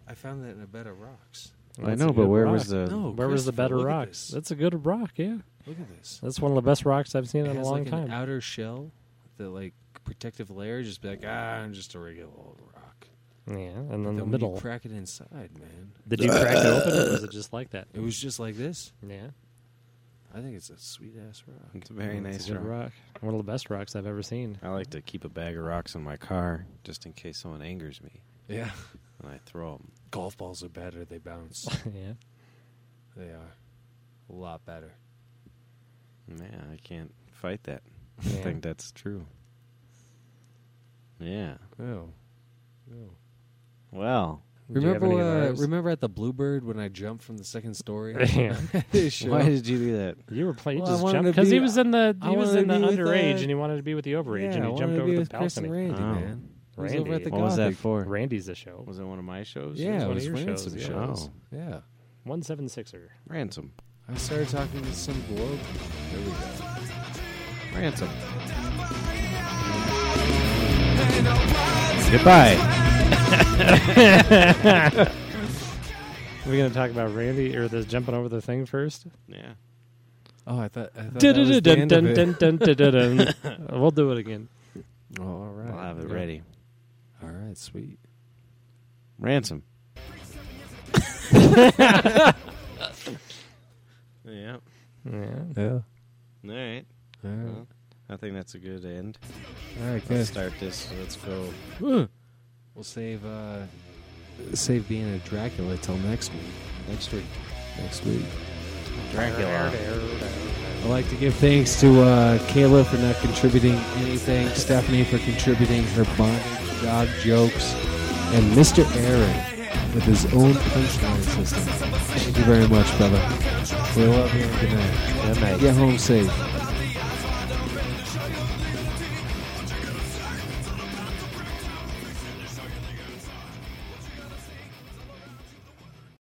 [SPEAKER 3] I found that in a bed of rocks.
[SPEAKER 4] I
[SPEAKER 2] That's
[SPEAKER 4] know,
[SPEAKER 2] a
[SPEAKER 4] but
[SPEAKER 2] good
[SPEAKER 4] where
[SPEAKER 2] rock.
[SPEAKER 4] was the?
[SPEAKER 3] No.
[SPEAKER 2] Uh, Where was the
[SPEAKER 3] Oh, Christopher,
[SPEAKER 2] better
[SPEAKER 3] look at
[SPEAKER 2] rocks?
[SPEAKER 3] this.
[SPEAKER 2] That's a good rock. Yeah,
[SPEAKER 3] Look at this.
[SPEAKER 2] that's one of the best rocks I've seen
[SPEAKER 3] It
[SPEAKER 2] in a
[SPEAKER 3] has
[SPEAKER 2] long
[SPEAKER 3] like
[SPEAKER 2] time.
[SPEAKER 3] an outer shell, the like protective layer. Just be like, ah, I'm just a regular old rock.
[SPEAKER 2] yeah, and then
[SPEAKER 3] Then
[SPEAKER 2] the
[SPEAKER 3] when
[SPEAKER 2] middle.
[SPEAKER 3] you crack it inside, man.
[SPEAKER 2] Did you crack it open, or was it just like that?
[SPEAKER 3] It was just like this.
[SPEAKER 2] Yeah,
[SPEAKER 3] I think it's a sweet ass rock.
[SPEAKER 4] It's a very
[SPEAKER 2] it's
[SPEAKER 4] nice
[SPEAKER 2] a good
[SPEAKER 4] rock.
[SPEAKER 2] rock. One of the best rocks I've ever seen.
[SPEAKER 4] I like to keep a bag of rocks in my car just in case someone angers me,
[SPEAKER 3] Yeah.
[SPEAKER 4] and I throw them.
[SPEAKER 3] Golf balls are better. They bounce.
[SPEAKER 2] yeah,
[SPEAKER 3] they are a lot better.
[SPEAKER 4] Yeah, I can't fight that. I
[SPEAKER 2] Yeah.
[SPEAKER 4] think that's true. Yeah.
[SPEAKER 3] Oh.
[SPEAKER 4] Well,
[SPEAKER 2] Do you have
[SPEAKER 3] Remember,
[SPEAKER 2] any of
[SPEAKER 3] uh,
[SPEAKER 2] those?
[SPEAKER 3] remember at the Bluebird when I jumped from the second story?
[SPEAKER 2] Yeah.
[SPEAKER 3] Sure.
[SPEAKER 4] why did you do that?
[SPEAKER 2] you were playing. You
[SPEAKER 3] Well, I
[SPEAKER 2] just
[SPEAKER 3] wanted
[SPEAKER 2] jumped
[SPEAKER 3] to
[SPEAKER 2] because he
[SPEAKER 3] be-
[SPEAKER 2] was in the
[SPEAKER 3] I
[SPEAKER 2] he was
[SPEAKER 3] wanted
[SPEAKER 2] in the
[SPEAKER 3] to be with,
[SPEAKER 2] underage
[SPEAKER 3] uh,
[SPEAKER 2] and he wanted to be with the overage
[SPEAKER 3] Yeah,
[SPEAKER 2] and
[SPEAKER 3] I
[SPEAKER 2] he
[SPEAKER 3] wanted
[SPEAKER 2] jumped
[SPEAKER 3] to
[SPEAKER 2] over
[SPEAKER 3] be
[SPEAKER 2] the
[SPEAKER 3] with Chris and
[SPEAKER 2] balcony.
[SPEAKER 3] Randy,
[SPEAKER 4] Oh.
[SPEAKER 3] man. It was
[SPEAKER 2] Randy.
[SPEAKER 3] over at the
[SPEAKER 4] What was that
[SPEAKER 3] Gothic.
[SPEAKER 4] for?
[SPEAKER 2] Randy's the show.
[SPEAKER 4] Was it one of my shows?
[SPEAKER 3] Yeah,
[SPEAKER 2] one
[SPEAKER 3] it
[SPEAKER 2] of
[SPEAKER 3] was
[SPEAKER 2] your
[SPEAKER 3] Ransom
[SPEAKER 2] shows, yeah.
[SPEAKER 3] shows.
[SPEAKER 4] Oh.
[SPEAKER 3] Yeah.
[SPEAKER 2] One seven er. sixer.
[SPEAKER 4] Ransom.
[SPEAKER 3] I started talking to some globe. There we go.
[SPEAKER 4] Ransom. Goodbye.
[SPEAKER 2] We're gonna talk about Randy or the jumping over the thing first.
[SPEAKER 4] Yeah.
[SPEAKER 3] Oh, I thought. I thought that was the end of it.
[SPEAKER 2] Dun-dun-dun-dun-dun-dun. We'll do it again.
[SPEAKER 3] Oh, all right.
[SPEAKER 4] I'll have it
[SPEAKER 3] Yeah.
[SPEAKER 4] ready.
[SPEAKER 3] All right, sweet.
[SPEAKER 4] Ransom. yeah.
[SPEAKER 2] Yeah.
[SPEAKER 3] Yeah. All
[SPEAKER 4] All right.
[SPEAKER 3] right.
[SPEAKER 4] I think that's a good end.
[SPEAKER 3] All right,
[SPEAKER 4] Let's
[SPEAKER 3] guys.
[SPEAKER 4] start this. Let's go.
[SPEAKER 3] We'll save uh, save being a Dracula till next week. Next week. Next week.
[SPEAKER 4] Dracula.
[SPEAKER 3] I'd like to give thanks to uh, Kayla for not contributing anything, Stephanie for contributing her bondage job jokes, and Mr. Aaron with his own punchline system. Thank you very much, brother. We love you. Good night. Good night. Get home safe.